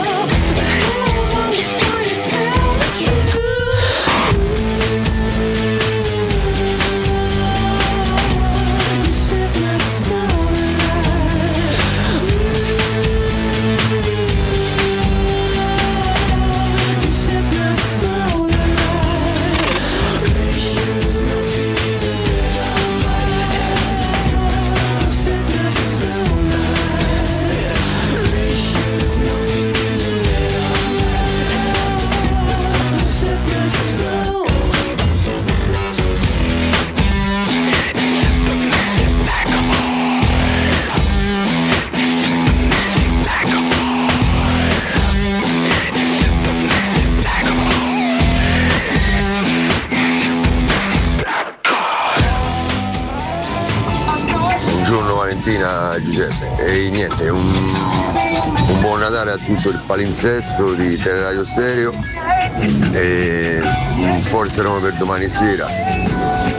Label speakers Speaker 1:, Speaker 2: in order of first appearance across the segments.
Speaker 1: Uh, palinsesto di Teleradio Stereo e forse Roma per domani sera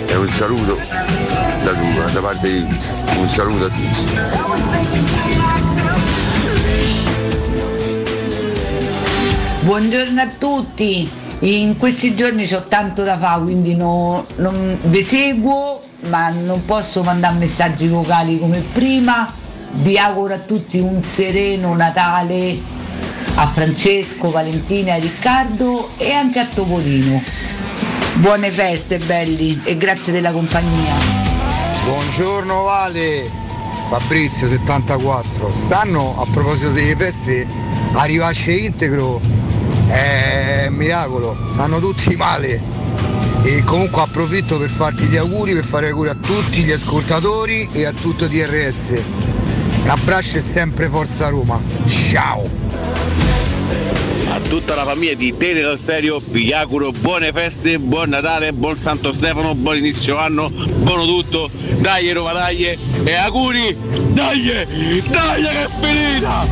Speaker 1: e un saluto da, da parte di un saluto a tutti
Speaker 2: buongiorno a tutti in questi giorni ho tanto da fare quindi no, non vi seguo ma non posso mandare messaggi vocali come prima vi auguro a tutti un sereno Natale a Francesco, Valentina, Riccardo e anche a Topolino. Buone feste belli e grazie della compagnia.
Speaker 3: Buongiorno Vale, Fabrizio 74. Stanno a proposito delle feste arrivasce integro. È un miracolo, stanno tutti male. E comunque approfitto per farti gli auguri, per fare auguri a tutti gli ascoltatori e a tutto DRS. Un abbraccio e sempre forza Roma. Ciao!
Speaker 4: A tutta la famiglia di Tele Roserio vi auguro buone feste, buon Natale, buon Santo Stefano, buon inizio anno, buono tutto, dai Roma dai eh. e auguri, dai, eh. dai che è finita!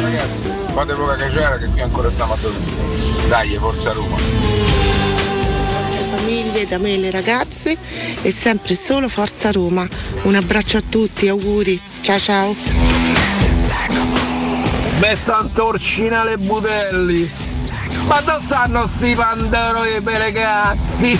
Speaker 5: Ragazzi, fate poca caciara che qui ancora stiamo a dormire, dai forza Roma!
Speaker 6: La famiglia, da me le ragazze e sempre solo Forza Roma. Un abbraccio a tutti, auguri, ciao ciao!
Speaker 7: Bessantorcinale Budelli ma dove stanno sti panderoi per ragazzi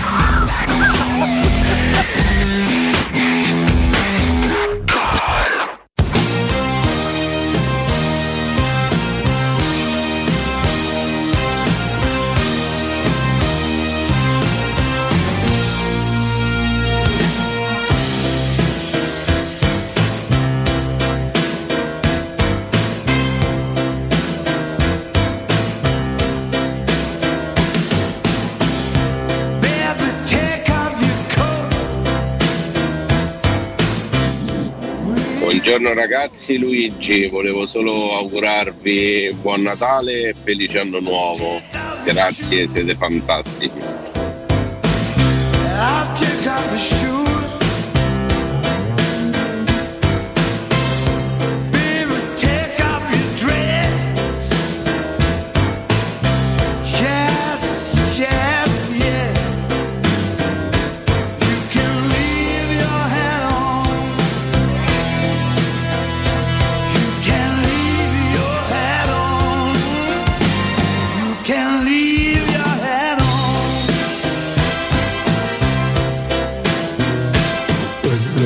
Speaker 8: Buongiorno ragazzi, Luigi, volevo solo augurarvi buon Natale e felice anno nuovo. Grazie, siete fantastici.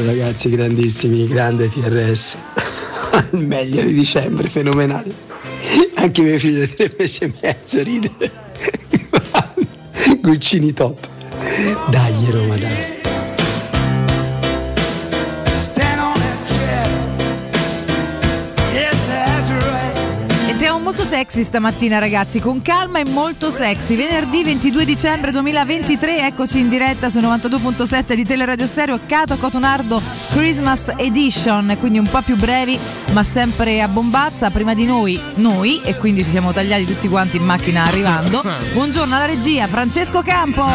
Speaker 1: Ragazzi grandissimi, grande TRS, al meglio di dicembre, fenomenale. Anche mio figlio di tre mesi e mezzo ride. Guccini top. Dai Roma, dai.
Speaker 9: Entriamo molto sexy stamattina ragazzi, con calma e molto sexy. Venerdì 22 dicembre 2023, eccoci in diretta su 92.7 di Teleradio Stereo, Cato Cotonardo Christmas Edition, quindi un po' più brevi ma sempre a bombazza. Prima di noi, noi, e quindi ci siamo tagliati tutti quanti in macchina arrivando. Buongiorno alla regia, Francesco Campo!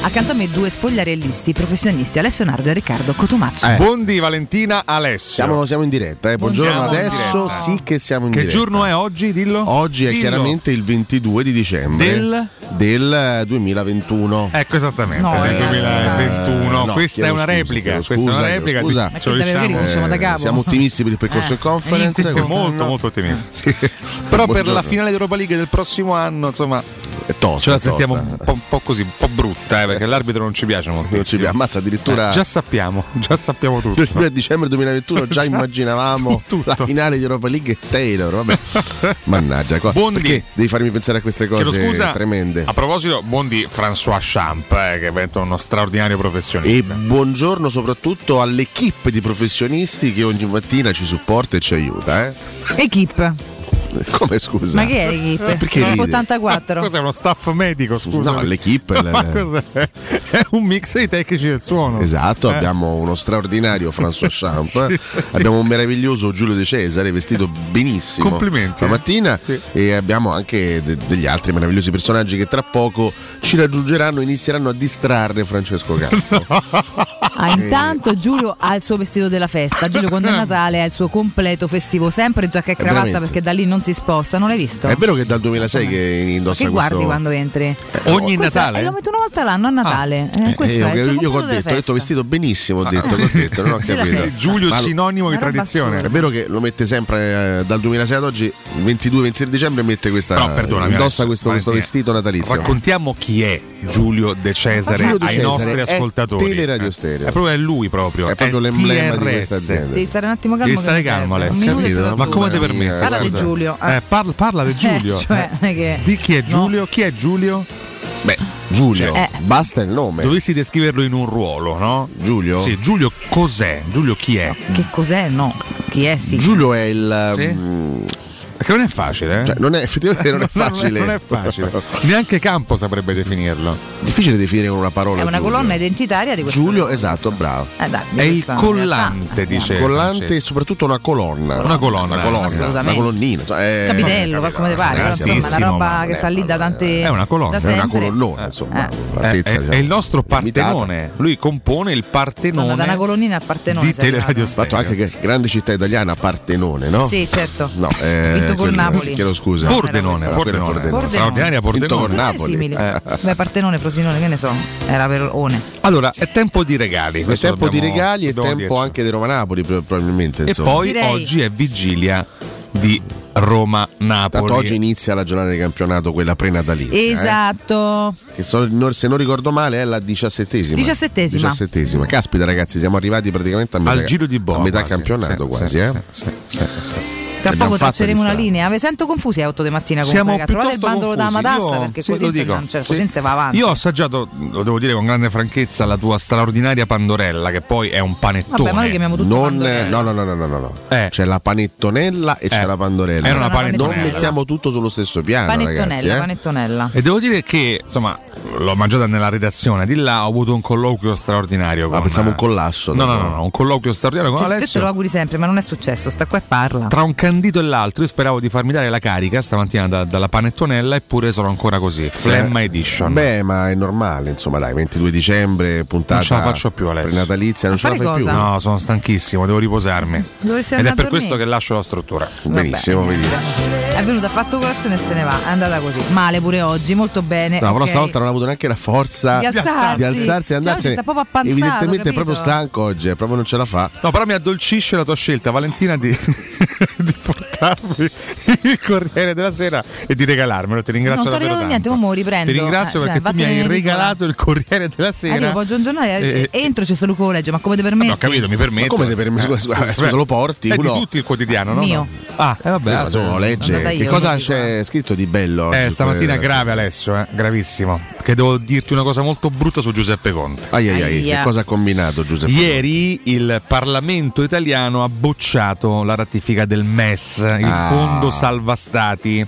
Speaker 9: Accanto a me due spogliarellisti professionisti, Alessio Nardo e Riccardo Cotumaccio.
Speaker 10: Bondi, Valentina, Alessio.
Speaker 11: Eh. Siamo, siamo in diretta, eh. buongiorno.
Speaker 10: Siamo in
Speaker 11: Adesso
Speaker 10: diretta.
Speaker 11: sì che siamo in
Speaker 10: Che
Speaker 11: diretta.
Speaker 10: giorno è oggi, dillo?
Speaker 11: Oggi è
Speaker 10: Dillo.
Speaker 11: chiaramente il 22 di dicembre
Speaker 10: Del?
Speaker 11: del, eh, 2021.
Speaker 10: Ecco esattamente,
Speaker 9: No,
Speaker 10: nel
Speaker 9: ragazzi.
Speaker 10: 2021.
Speaker 11: Eh, no,
Speaker 10: questa è
Speaker 11: chiedo
Speaker 10: una
Speaker 11: scusa,
Speaker 10: replica,
Speaker 11: chiedo
Speaker 10: questa è
Speaker 11: scusa,
Speaker 10: una replica.
Speaker 11: chiedo scusa. Eh,
Speaker 10: di-
Speaker 9: Ma
Speaker 10: ce lo
Speaker 9: che deve
Speaker 10: diciamo,
Speaker 9: avere, cominciamo da capo.
Speaker 11: Siamo ottimisti per il percorso
Speaker 9: Eh.
Speaker 11: in conference.
Speaker 10: eh, molto
Speaker 11: quest'anno.
Speaker 10: molto ottimisti. Però per
Speaker 11: Buongiorno.
Speaker 10: la finale di Europa League del prossimo anno, insomma,
Speaker 11: È tosta,
Speaker 10: ce la
Speaker 11: è
Speaker 10: sentiamo
Speaker 11: tosta.
Speaker 10: un po', un po' così, un po' brutta, eh, perché l'arbitro non ci piace molto.
Speaker 11: Non ci piace, ammazza addirittura.
Speaker 10: già sappiamo, già sappiamo tutto.
Speaker 11: il 1 dicembre 2021 già
Speaker 10: Già,
Speaker 11: immaginavamo
Speaker 10: tutto.
Speaker 11: la finale di Europa League e Taylor, vabbè. Mannaggia, qua,
Speaker 10: Bondi.
Speaker 11: perché devi farmi pensare a queste
Speaker 10: Chiedo
Speaker 11: cose
Speaker 10: scusa.
Speaker 11: tremende.
Speaker 10: A proposito, Bondi François Champ, eh, che diventa uno straordinario
Speaker 11: E
Speaker 10: professionista.
Speaker 11: buongiorno soprattutto all'equipe di professionisti che ogni mattina ci supporta e ci aiuta, eh?
Speaker 9: Equipe.
Speaker 11: Come scusa? Eh,
Speaker 9: Ma che è equipe?
Speaker 11: Perché ridi?
Speaker 9: 84.
Speaker 10: Cos'è uno staff medico? Scusa.
Speaker 11: No, l'equipe, eh,
Speaker 10: Ma
Speaker 11: le-
Speaker 10: cos'è? È un mix dei tecnici del suono.
Speaker 11: Esatto,
Speaker 10: Eh.
Speaker 11: abbiamo uno straordinario François Champ,
Speaker 10: Sì, sì.
Speaker 11: abbiamo un meraviglioso Giulio De Cesare vestito benissimo
Speaker 10: Complimenti.
Speaker 11: stamattina
Speaker 10: Sì.
Speaker 11: e abbiamo anche de- degli altri meravigliosi personaggi che tra poco ci raggiungeranno e inizieranno a distrarre Francesco Campo.
Speaker 9: Ah, intanto Giulio ha il suo vestito della festa. Giulio
Speaker 10: Ah.
Speaker 9: quando è Natale ha il suo completo festivo, sempre
Speaker 10: Eh,
Speaker 9: giacca e cravatta
Speaker 11: veramente.
Speaker 9: perché da lì non si sposta, non l'hai visto?
Speaker 11: È vero che è dal 2006 che
Speaker 9: Certo.
Speaker 11: indossa
Speaker 9: Che guardi
Speaker 11: questo
Speaker 9: quando entri?
Speaker 10: Ogni
Speaker 9: Questo-
Speaker 10: Natale? Ah.
Speaker 9: eh, lo metto una volta l'anno a Natale. Eh,
Speaker 11: Eh,
Speaker 9: questo
Speaker 11: io
Speaker 9: è il suo
Speaker 11: io che
Speaker 9: completo della
Speaker 11: ho detto, ho detto
Speaker 9: festa.
Speaker 11: vestito benissimo,
Speaker 10: Ah,
Speaker 11: ho detto, che ho detto, non ho
Speaker 9: Della
Speaker 11: capito.
Speaker 9: festa.
Speaker 10: Giulio
Speaker 11: Ma lo-
Speaker 10: sinonimo di
Speaker 9: Una roba
Speaker 10: tradizione.
Speaker 11: È vero che lo mette sempre eh, dal 2006 ad oggi, 22-23 dicembre, mette questa.
Speaker 10: Però perdonami,
Speaker 11: indossa
Speaker 10: adesso,
Speaker 11: questo, questo
Speaker 10: Valentina,
Speaker 11: vestito natalizio.
Speaker 10: Raccontiamo chi è Giulio De Cesare
Speaker 11: Giulio De
Speaker 10: ai
Speaker 11: Cesare
Speaker 10: nostri
Speaker 11: è
Speaker 10: ascoltatori. Eh.
Speaker 11: Teleradio Stereo.
Speaker 10: È proprio è lui proprio.
Speaker 11: È proprio l'emblema di questa azienda.
Speaker 9: Devi stare un attimo calmo.
Speaker 10: Devi
Speaker 9: che
Speaker 10: stare
Speaker 9: mi serve.
Speaker 10: calmo,
Speaker 9: Un
Speaker 10: Alessio.
Speaker 9: minuto e
Speaker 11: Capito?
Speaker 9: te lo
Speaker 10: Ma come ti
Speaker 9: giuro.
Speaker 11: Mamma mia,
Speaker 10: permetti?
Speaker 9: Parla di
Speaker 11: guarda.
Speaker 9: Giulio. eh.
Speaker 10: Eh, parla, parla di Giulio.
Speaker 9: Eh, cioè, non è che-
Speaker 10: Di chi è
Speaker 9: No.
Speaker 10: Giulio? Chi è Giulio?
Speaker 11: Beh, Giulio,
Speaker 9: eh. Cioè, eh.
Speaker 11: basta il nome.
Speaker 10: Dovessi descriverlo in un ruolo, no?
Speaker 11: Giulio?
Speaker 10: Sì, Giulio cos'è? Giulio chi è?
Speaker 9: Che cos'è? No. Chi è? Sì.
Speaker 11: Giulio è il.
Speaker 10: Sì?
Speaker 11: mm,
Speaker 10: Perché non è facile, eh?
Speaker 11: cioè, non è, effettivamente non è facile.
Speaker 10: non è facile. Neanche Campo saprebbe definirlo.
Speaker 11: Difficile definire con una parola.
Speaker 9: È una
Speaker 11: Giulio.
Speaker 9: colonna identitaria di questo.
Speaker 11: Giulio, esatto, bravo.
Speaker 9: Eh, dai,
Speaker 10: È il
Speaker 9: questa-
Speaker 10: collante,
Speaker 9: Ah,
Speaker 10: dice.
Speaker 11: Collante e
Speaker 10: Francesco.
Speaker 11: soprattutto una colonna.
Speaker 10: Una colonna.
Speaker 11: Una colonna.
Speaker 9: Assolutamente.
Speaker 11: Una colonnina. cioè, eh,
Speaker 9: Capitello, fa come ti pare, però, insomma,
Speaker 11: ragazzi,
Speaker 9: una
Speaker 11: sì, sì,
Speaker 10: bellissimo,
Speaker 9: roba
Speaker 10: ma-
Speaker 9: che sta lì da tante.
Speaker 10: È una colonna,
Speaker 9: eh, da
Speaker 10: è una
Speaker 11: Una
Speaker 9: sempre.
Speaker 11: colonnona, insomma.
Speaker 9: Eh.
Speaker 10: È,
Speaker 11: altezza,
Speaker 10: è-
Speaker 11: cioè,
Speaker 10: è il nostro
Speaker 11: limitata.
Speaker 10: partenone. Lui compone il partenone.
Speaker 9: Madonna, da una colonnina al Partenone
Speaker 10: Di
Speaker 9: sei arrivato.
Speaker 10: Teleradio
Speaker 11: Tra l'altro
Speaker 10: Stereo.
Speaker 11: anche che grande città italiana, Partenone, no?
Speaker 9: Sì, certo.
Speaker 11: No, eh,
Speaker 9: Vinto col
Speaker 11: quello-
Speaker 9: Napoli.
Speaker 11: Chiedo scusa.
Speaker 9: No, era
Speaker 10: Pordenone,
Speaker 9: questa.
Speaker 11: Pordenone. Eh.
Speaker 10: Pordenone.
Speaker 9: Pordenone.
Speaker 10: Straordinaria
Speaker 11: Intorno
Speaker 10: Pordenone. Eh,
Speaker 11: a-
Speaker 9: È
Speaker 11: Napoli.
Speaker 9: simile. Beh, Partenone, Frosinone, che ne so. Era Verone.
Speaker 10: Allora, è tempo di regali.
Speaker 11: È
Speaker 10: questo
Speaker 11: tempo
Speaker 10: dobbiamo-
Speaker 11: di regali e
Speaker 10: dobbiamo
Speaker 11: tempo
Speaker 10: dirci.
Speaker 11: anche di Roma Napoli, pro- probabilmente.
Speaker 10: cioè. E
Speaker 11: Insomma.
Speaker 10: poi
Speaker 9: Direi-
Speaker 10: oggi è vigilia di Roma-Napoli.
Speaker 11: Tanto oggi inizia la giornata di campionato, quella prenatalizia. eh?
Speaker 9: Esatto.
Speaker 11: Che so- no- se non ricordo male è la diciassettesima.
Speaker 9: Diciassettesima.
Speaker 11: Diciassettesima. Caspita ragazzi, siamo arrivati praticamente a metà,
Speaker 10: Al giro di boa.
Speaker 11: a metà
Speaker 10: quasi.
Speaker 11: campionato
Speaker 10: Sì,
Speaker 11: quasi.
Speaker 10: sì,
Speaker 11: eh?
Speaker 10: sì, sì, sì, sì.
Speaker 9: Tra
Speaker 11: L'abbiamo
Speaker 9: poco
Speaker 11: fatta
Speaker 9: tracceremo
Speaker 11: di
Speaker 9: una
Speaker 11: strada.
Speaker 9: linea. Vi sento confusi alle 8 di mattina comunque,
Speaker 10: Siamo
Speaker 9: ragazzi. Trovate il
Speaker 10: piuttosto
Speaker 9: bandolo della
Speaker 10: confusi.
Speaker 9: matassa
Speaker 10: Io-
Speaker 9: perché
Speaker 10: sì,
Speaker 9: così,
Speaker 10: lo
Speaker 9: se,
Speaker 10: dico.
Speaker 9: non- cioè,
Speaker 10: Sì.
Speaker 9: così non se va avanti.
Speaker 10: Io ho assaggiato, lo devo dire con grande franchezza, la tua straordinaria pandorella, che poi è un panettone. Eh.
Speaker 9: Vabbè, ma noi chiamiamo tutti
Speaker 11: Non,
Speaker 9: pandorella.
Speaker 11: no, no, no, no, no, no. no. C'è la panettonella e c'è la pandorella.
Speaker 10: Era una panettonella.
Speaker 11: Non mettiamo tutto sullo stesso piano,
Speaker 9: panettonella,
Speaker 11: ragazzi. eh.
Speaker 9: panettonella.
Speaker 10: E devo dire che, insomma, l'ho mangiata nella redazione, di là ho avuto un colloquio straordinario. Ma pensavo un
Speaker 11: Ah, collasso.
Speaker 10: No, no, no, no, un colloquio straordinario con
Speaker 9: Cioè, te te
Speaker 10: Alessio.
Speaker 9: lo auguri sempre, ma non è successo. Sta qua e parla.
Speaker 10: Tra un candito e l'altro, io speravo di farmi dare la carica stamattina da- dalla panettonella, eppure sono ancora
Speaker 11: eh.
Speaker 10: così. Flemma edition.
Speaker 11: Beh, ma è normale, insomma, dai, 22 dicembre, puntata
Speaker 10: Non ce la faccio più, Alessio.
Speaker 11: natalizia, non ce la fai più.
Speaker 10: No, sono stanchissimo, devo riposarmi.
Speaker 9: Dovresti andare
Speaker 10: Ed è
Speaker 9: a
Speaker 10: per
Speaker 9: dormire.
Speaker 10: questo che lascio la struttura.
Speaker 11: Benissimo, vedi.
Speaker 9: Eh, È venuto, ha fatto colazione e se ne va. È andata così. Male pure oggi, molto bene.
Speaker 11: No, però
Speaker 9: ok.
Speaker 11: stavolta non ha avuto neanche la forza
Speaker 9: Di alzarsi.
Speaker 11: di alzarsi e
Speaker 9: Cioè, oggi
Speaker 11: andarsene.
Speaker 9: sta proprio appanzato,
Speaker 11: Evidentemente è proprio
Speaker 9: capito?
Speaker 11: stanco oggi, eh, proprio non ce la fa.
Speaker 10: No, però mi addolcisce la tua scelta, Valentina, di, di portarmi il Corriere della Sera e di regalarmelo. Ti
Speaker 9: non ti
Speaker 10: ringrazio
Speaker 9: ho
Speaker 10: davvero
Speaker 9: regalato
Speaker 10: tanto.
Speaker 9: niente, ma mo riprendo.
Speaker 10: Ti ringrazio
Speaker 9: Eh, cioè,
Speaker 10: perché tu mi
Speaker 9: vattene
Speaker 10: hai
Speaker 9: in edicola.
Speaker 10: regalato il Corriere della Sera.
Speaker 9: Arrivo, voglio un giornale,
Speaker 10: Eh,
Speaker 9: entro c'è solo collegio, ma come ti permetti?
Speaker 10: No, ho capito, mi permetto.
Speaker 11: come ti permetti? Scusa, scusa, scusa, lo porti?
Speaker 10: È
Speaker 11: Uno-
Speaker 10: di tutti il quotidiano, no?
Speaker 9: Mio.
Speaker 10: No. Ah, eh, vabbè.
Speaker 11: Beh,
Speaker 10: allora.
Speaker 11: insomma, legge. Che cosa c'è scritto di bello? oggi
Speaker 10: Eh,
Speaker 11: sul
Speaker 10: stamattina
Speaker 11: Corriere della
Speaker 10: grave Alessio, eh, gravissimo. Che devo dirti una cosa molto brutta su Giuseppe Conte.
Speaker 11: Ai, ai, ai, Aia. che cosa ha combinato Giuseppe
Speaker 10: Ieri il Parlamento italiano ha bocciato la ratifica del MES, il
Speaker 11: Ah.
Speaker 10: Fondo Salva Stati.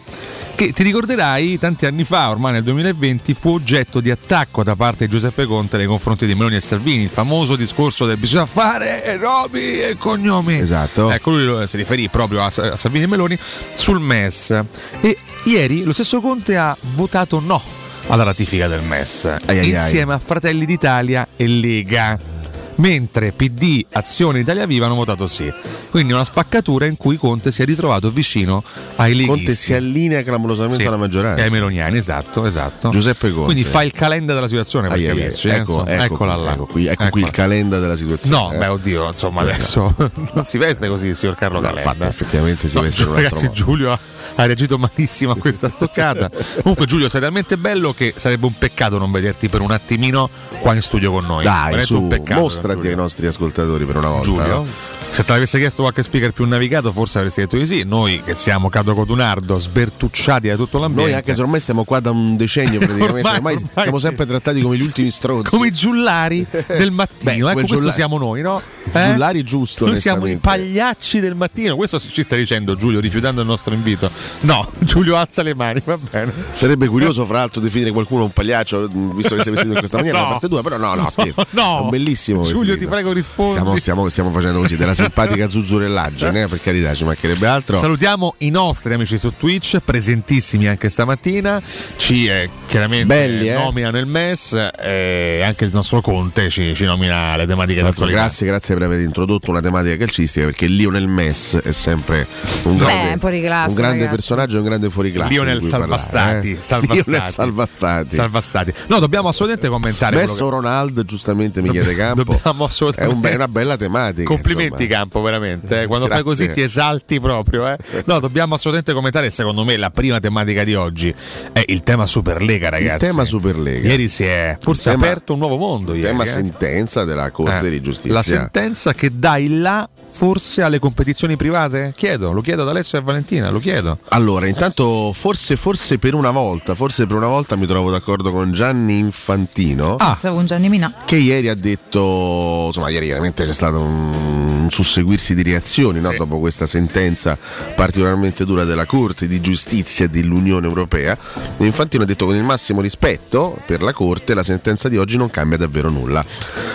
Speaker 10: Che ti ricorderai, tanti anni fa, ormai nel 2020, fu oggetto di attacco da parte di Giuseppe Conte nei confronti di Meloni e Salvini. Il famoso discorso del bisogna fare nomi e cognomi.
Speaker 11: Esatto.
Speaker 10: Ecco, lui lo- si riferì proprio a, Sa- a Salvini e Meloni sul MES. E ieri lo stesso Conte ha votato no alla ratifica del MES
Speaker 11: Ai, ai, ai.
Speaker 10: insieme a Fratelli d'Italia e Lega. Mentre PD, Azione e Italia Viva hanno votato sì. Quindi una spaccatura in cui Conte si è ritrovato vicino ai leghisti.
Speaker 11: Conte si allinea clamorosamente
Speaker 10: Sì,
Speaker 11: alla maggioranza.
Speaker 10: e ai meloniani, esatto, esatto.
Speaker 11: Giuseppe Conte.
Speaker 10: Quindi fa il calenda della situazione per
Speaker 11: Ai, ai, ai.
Speaker 10: capirci. eh,
Speaker 11: Ecco,
Speaker 10: insomma.
Speaker 11: ecco
Speaker 10: Eccola
Speaker 11: qui,
Speaker 10: là.
Speaker 11: ecco qui, ecco qui il calenda della situazione.
Speaker 10: No,
Speaker 11: eh.
Speaker 10: beh, oddio, insomma, adesso non si veste così, signor Carlo
Speaker 11: No,
Speaker 10: Calenda.
Speaker 11: infatti, effettivamente si veste in un altro
Speaker 10: Ragazzi,
Speaker 11: modo.
Speaker 10: Giulio ha, ha reagito malissimo a questa stoccata. Comunque, Giulio, sei talmente bello che sarebbe un peccato non vederti per un attimino qua in studio con noi.
Speaker 11: Dai,
Speaker 10: Veramente
Speaker 11: su,
Speaker 10: un peccato.
Speaker 11: mostrati ai nostri ascoltatori per una volta.
Speaker 10: Giulio.
Speaker 11: no?
Speaker 10: Se te l'avesse chiesto qualche speaker più navigato, forse avresti detto di sì. Noi che siamo Cato Cotunardo, sbertucciati da tutto l'ambiente.
Speaker 11: Noi anche se ormai stiamo qua da un decennio praticamente, ormai,
Speaker 10: Ormai- ormai
Speaker 11: siamo
Speaker 10: sì.
Speaker 11: sempre trattati come gli ultimi stronzi.
Speaker 10: come i giullari del mattino, ecco
Speaker 11: come
Speaker 10: questo
Speaker 11: giullari-
Speaker 10: siamo noi, no? Eh?
Speaker 11: Giullari giusto,
Speaker 10: Noi siamo i
Speaker 11: onestamente.
Speaker 10: pagliacci del mattino, questo ci sta dicendo Giulio, rifiutando il nostro invito. No, Giulio alza le mani, va bene.
Speaker 11: Sarebbe curioso, fra l'altro, definire qualcuno un pagliaccio, mh, visto che sei vestito in questa maniera,
Speaker 10: No.
Speaker 11: da parte tua, però no, no, scherzo.
Speaker 10: No.
Speaker 11: È un bellissimo.
Speaker 10: Giulio, ti
Speaker 11: vestito.
Speaker 10: prego rispondi.
Speaker 11: Stiamo, stiamo- stiamo facendo così, della simpatica zuzzurellangia, per carità, ci mancherebbe altro.
Speaker 10: Salutiamo i nostri amici su Twitch, presentissimi anche stamattina. Ci eh, chiaramente
Speaker 11: Belli, eh?
Speaker 10: nominano il MES eh, e anche il nostro Conte ci, ci nomina le tematiche
Speaker 11: Tra l'altro,
Speaker 10: d'attualità.
Speaker 11: grazie, grazie per aver introdotto una tematica calcistica perché Lionel Mess è sempre un
Speaker 9: Beh,
Speaker 11: grande,
Speaker 9: è un fuoriclasse,
Speaker 11: un grande
Speaker 9: ragazzi.
Speaker 11: personaggio e un grande fuoriclasse.
Speaker 10: Lionel
Speaker 11: di cui parlare,
Speaker 10: Salvastati,
Speaker 11: eh.
Speaker 10: Salvastati.
Speaker 11: Lionel Salvastati.
Speaker 10: Salvastati. No, dobbiamo assolutamente commentare. quello
Speaker 11: Messo Ronaldo, giustamente mi chiede campo.
Speaker 10: dobbiamo
Speaker 11: è,
Speaker 10: assolutamente-
Speaker 11: un be- una bella tematica.
Speaker 10: Complimenti
Speaker 11: insomma.
Speaker 10: Campo, veramente. eh. Quando fai
Speaker 11: Grazie.
Speaker 10: così ti esalti proprio. eh. No, dobbiamo assolutamente commentare. Secondo me la prima tematica di oggi è il tema Superlega, ragazzi.
Speaker 11: tema Superlega.
Speaker 10: Ieri si è forse
Speaker 11: Il tema-
Speaker 10: aperto un nuovo mondo.
Speaker 11: Il
Speaker 10: ieri,
Speaker 11: tema
Speaker 10: eh.
Speaker 11: sentenza della Corte
Speaker 10: Eh,
Speaker 11: di Giustizia.
Speaker 10: La sentenza che dà il là forse alle competizioni private? Chiedo, lo chiedo ad Alessio e a Valentina, lo chiedo.
Speaker 11: Allora, intanto forse, forse per una volta, forse per una volta mi trovo d'accordo con Gianni Infantino.
Speaker 10: Ah,
Speaker 9: Stavo con Gianni Mina.
Speaker 11: Che ieri ha detto, insomma, ieri chiaramente c'è stato un susseguirsi di reazioni no? dopo questa sentenza particolarmente dura della Corte di Giustizia dell'Unione Europea. E Infantino ha detto con il massimo rispetto per la Corte la sentenza di oggi non cambia davvero nulla.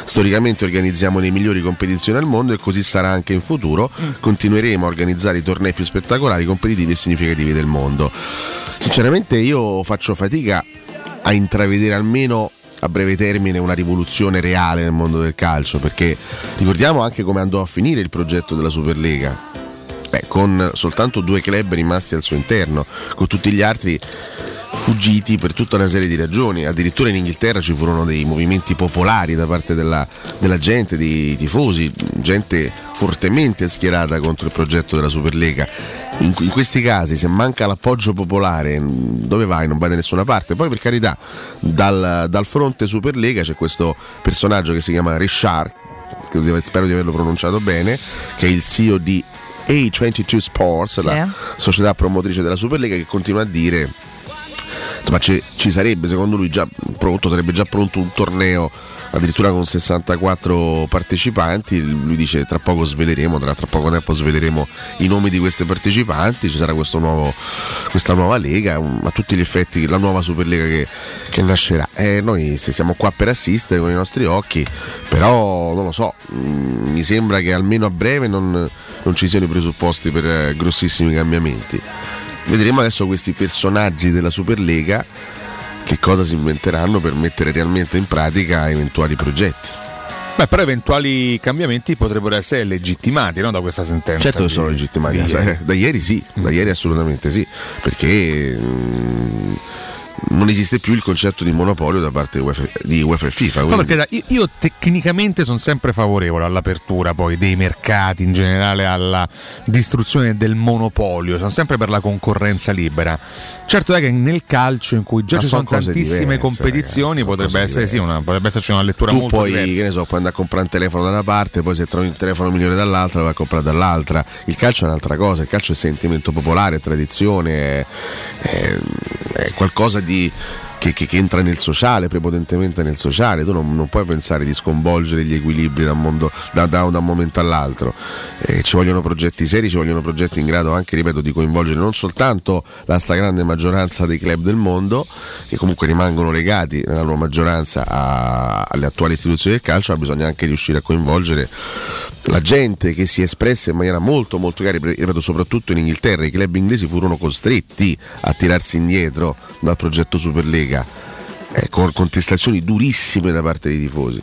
Speaker 11: Storicamente organizziamo le migliori competizioni al mondo e così sarà anche in futuro. Continueremo a organizzare i tornei più spettacolari, competitivi e significativi del mondo. Sinceramente io faccio fatica a intravedere almeno a breve termine una rivoluzione reale nel mondo del calcio, perché ricordiamo anche come andò a finire il progetto della Superlega. Beh, con soltanto due club rimasti al suo interno, con tutti gli altri fuggiti per tutta una serie di ragioni. Addirittura in Inghilterra ci furono dei movimenti popolari da parte della, della gente, di tifosi, gente fortemente schierata contro il progetto della Superlega. In, in questi casi, se manca l'appoggio popolare, mh, dove vai? Non vai da nessuna parte. Poi, per carità, dal, dal fronte Superlega c'è questo personaggio che si chiama Richard. che Spero di averlo pronunciato bene, che è il CEO di A22 Sports, la società promotrice della Superlega, che continua a dire insomma ci, ci sarebbe secondo lui già pronto, sarebbe già pronto un torneo addirittura con 64 partecipanti, lui dice tra poco sveleremo, tra, tra poco tempo sveleremo i nomi di queste partecipanti, ci sarà questo nuovo, questa nuova lega, um, a tutti gli effetti la nuova Superlega che, che nascerà. Eh, noi se siamo qua per assistere con i nostri occhi, però non lo so, mm, mi sembra che almeno a breve non, non ci siano i presupposti per eh, grossissimi cambiamenti. Vedremo adesso questi personaggi della Superlega che cosa si inventeranno per mettere realmente in pratica eventuali progetti.
Speaker 10: Beh, però eventuali cambiamenti potrebbero essere legittimati no, da questa sentenza.
Speaker 11: Certo che
Speaker 10: di-
Speaker 11: sono legittimati,
Speaker 10: di-
Speaker 11: eh, da ieri sì, da ieri assolutamente sì, perché mm, non esiste più il concetto di monopolio da parte di UEFA, di UEFA e FIFA.
Speaker 10: No,
Speaker 11: quindi-
Speaker 10: perché da- io, io tecnicamente sono sempre favorevole all'apertura poi dei mercati in generale, alla distruzione del monopolio, sono sempre per la concorrenza libera. Certo è che nel calcio in cui già
Speaker 11: Ma
Speaker 10: ci sono
Speaker 11: sono cose
Speaker 10: tantissime
Speaker 11: diverse, eh.
Speaker 10: competizioni potrebbe, essere, sì, una, potrebbe esserci una lettura
Speaker 11: tu
Speaker 10: molto
Speaker 11: poi,
Speaker 10: diversa.
Speaker 11: che ne so, puoi andare a comprare un telefono da una parte, poi se trovi un telefono migliore dall'altra, lo vai a comprare dall'altra. Il calcio è un'altra cosa, il calcio è sentimento popolare, è tradizione, è, è- è qualcosa di- Che, che- che entra nel sociale, prepotentemente nel sociale, tu non, non puoi pensare di sconvolgere gli equilibri da un, mondo- da- da- da un momento all'altro. Eh, ci vogliono progetti seri, ci vogliono progetti in grado anche, ripeto, di coinvolgere non soltanto la stragrande maggioranza dei club del mondo, che comunque rimangono legati nella loro maggioranza a- alle attuali istituzioni del calcio, ma bisogna anche riuscire a coinvolgere la gente che si espresse in maniera molto molto chiara, ripeto, soprattutto in Inghilterra, i club inglesi furono costretti a tirarsi indietro dal progetto Superlega. eh, con contestazioni durissime da parte dei tifosi,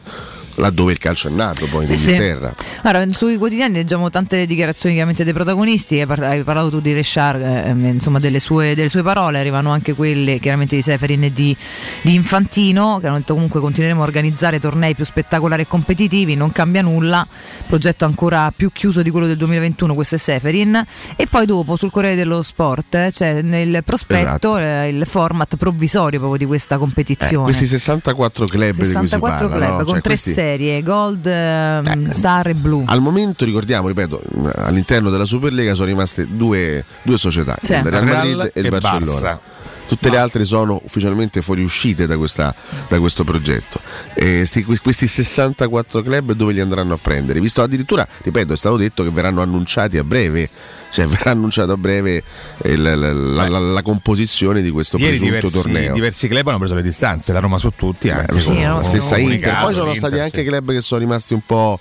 Speaker 11: laddove il calcio è nato poi in
Speaker 9: Sì, sì.
Speaker 11: Inghilterra.
Speaker 9: Allora, sui quotidiani leggiamo tante dichiarazioni chiaramente dei protagonisti, hai par- hai parlato tu di Reshard, insomma delle sue, delle sue parole, arrivano anche quelle chiaramente di Seferin e di, di Infantino, che hanno detto comunque continueremo a organizzare tornei più spettacolari e competitivi, non cambia nulla, progetto ancora più chiuso di quello del 2021, questo è Seferin. E poi dopo sul Corriere dello Sport eh, c'è nel prospetto eh, il format provvisorio proprio di questa competizione.
Speaker 11: Eh, Questi 64 club di cui si
Speaker 9: 64
Speaker 11: parla,
Speaker 9: club
Speaker 11: no?
Speaker 9: con
Speaker 11: Cioè,
Speaker 9: tre
Speaker 11: questi-
Speaker 9: serie, gold, ehm, star e blu.
Speaker 11: Al momento ricordiamo, ripeto, all'interno della Superlega sono rimaste due, due società,
Speaker 9: Sì.
Speaker 11: il Real
Speaker 10: Real
Speaker 11: Madrid e il
Speaker 10: e
Speaker 11: Barcellona.
Speaker 10: Barça.
Speaker 11: Tutte le altre sono ufficialmente fuoriuscite da, questa- da questo progetto. E sti- questi 64 club dove li andranno a prendere? Visto addirittura, ripeto, è stato detto che verranno annunciati a breve, cioè verrà annunciata a breve eh, la, la- la- la- la composizione di questo
Speaker 10: Ieri
Speaker 11: presunto
Speaker 10: diversi,
Speaker 11: torneo.
Speaker 10: diversi club hanno preso le distanze, la Roma su tutti, anche
Speaker 11: lo so,
Speaker 10: con-
Speaker 11: la
Speaker 10: con
Speaker 11: stessa
Speaker 10: un
Speaker 11: Inter. Poi sono
Speaker 10: comunicato,
Speaker 11: stati
Speaker 10: l'Inter,
Speaker 11: anche
Speaker 10: sì.
Speaker 11: club che sono rimasti un po'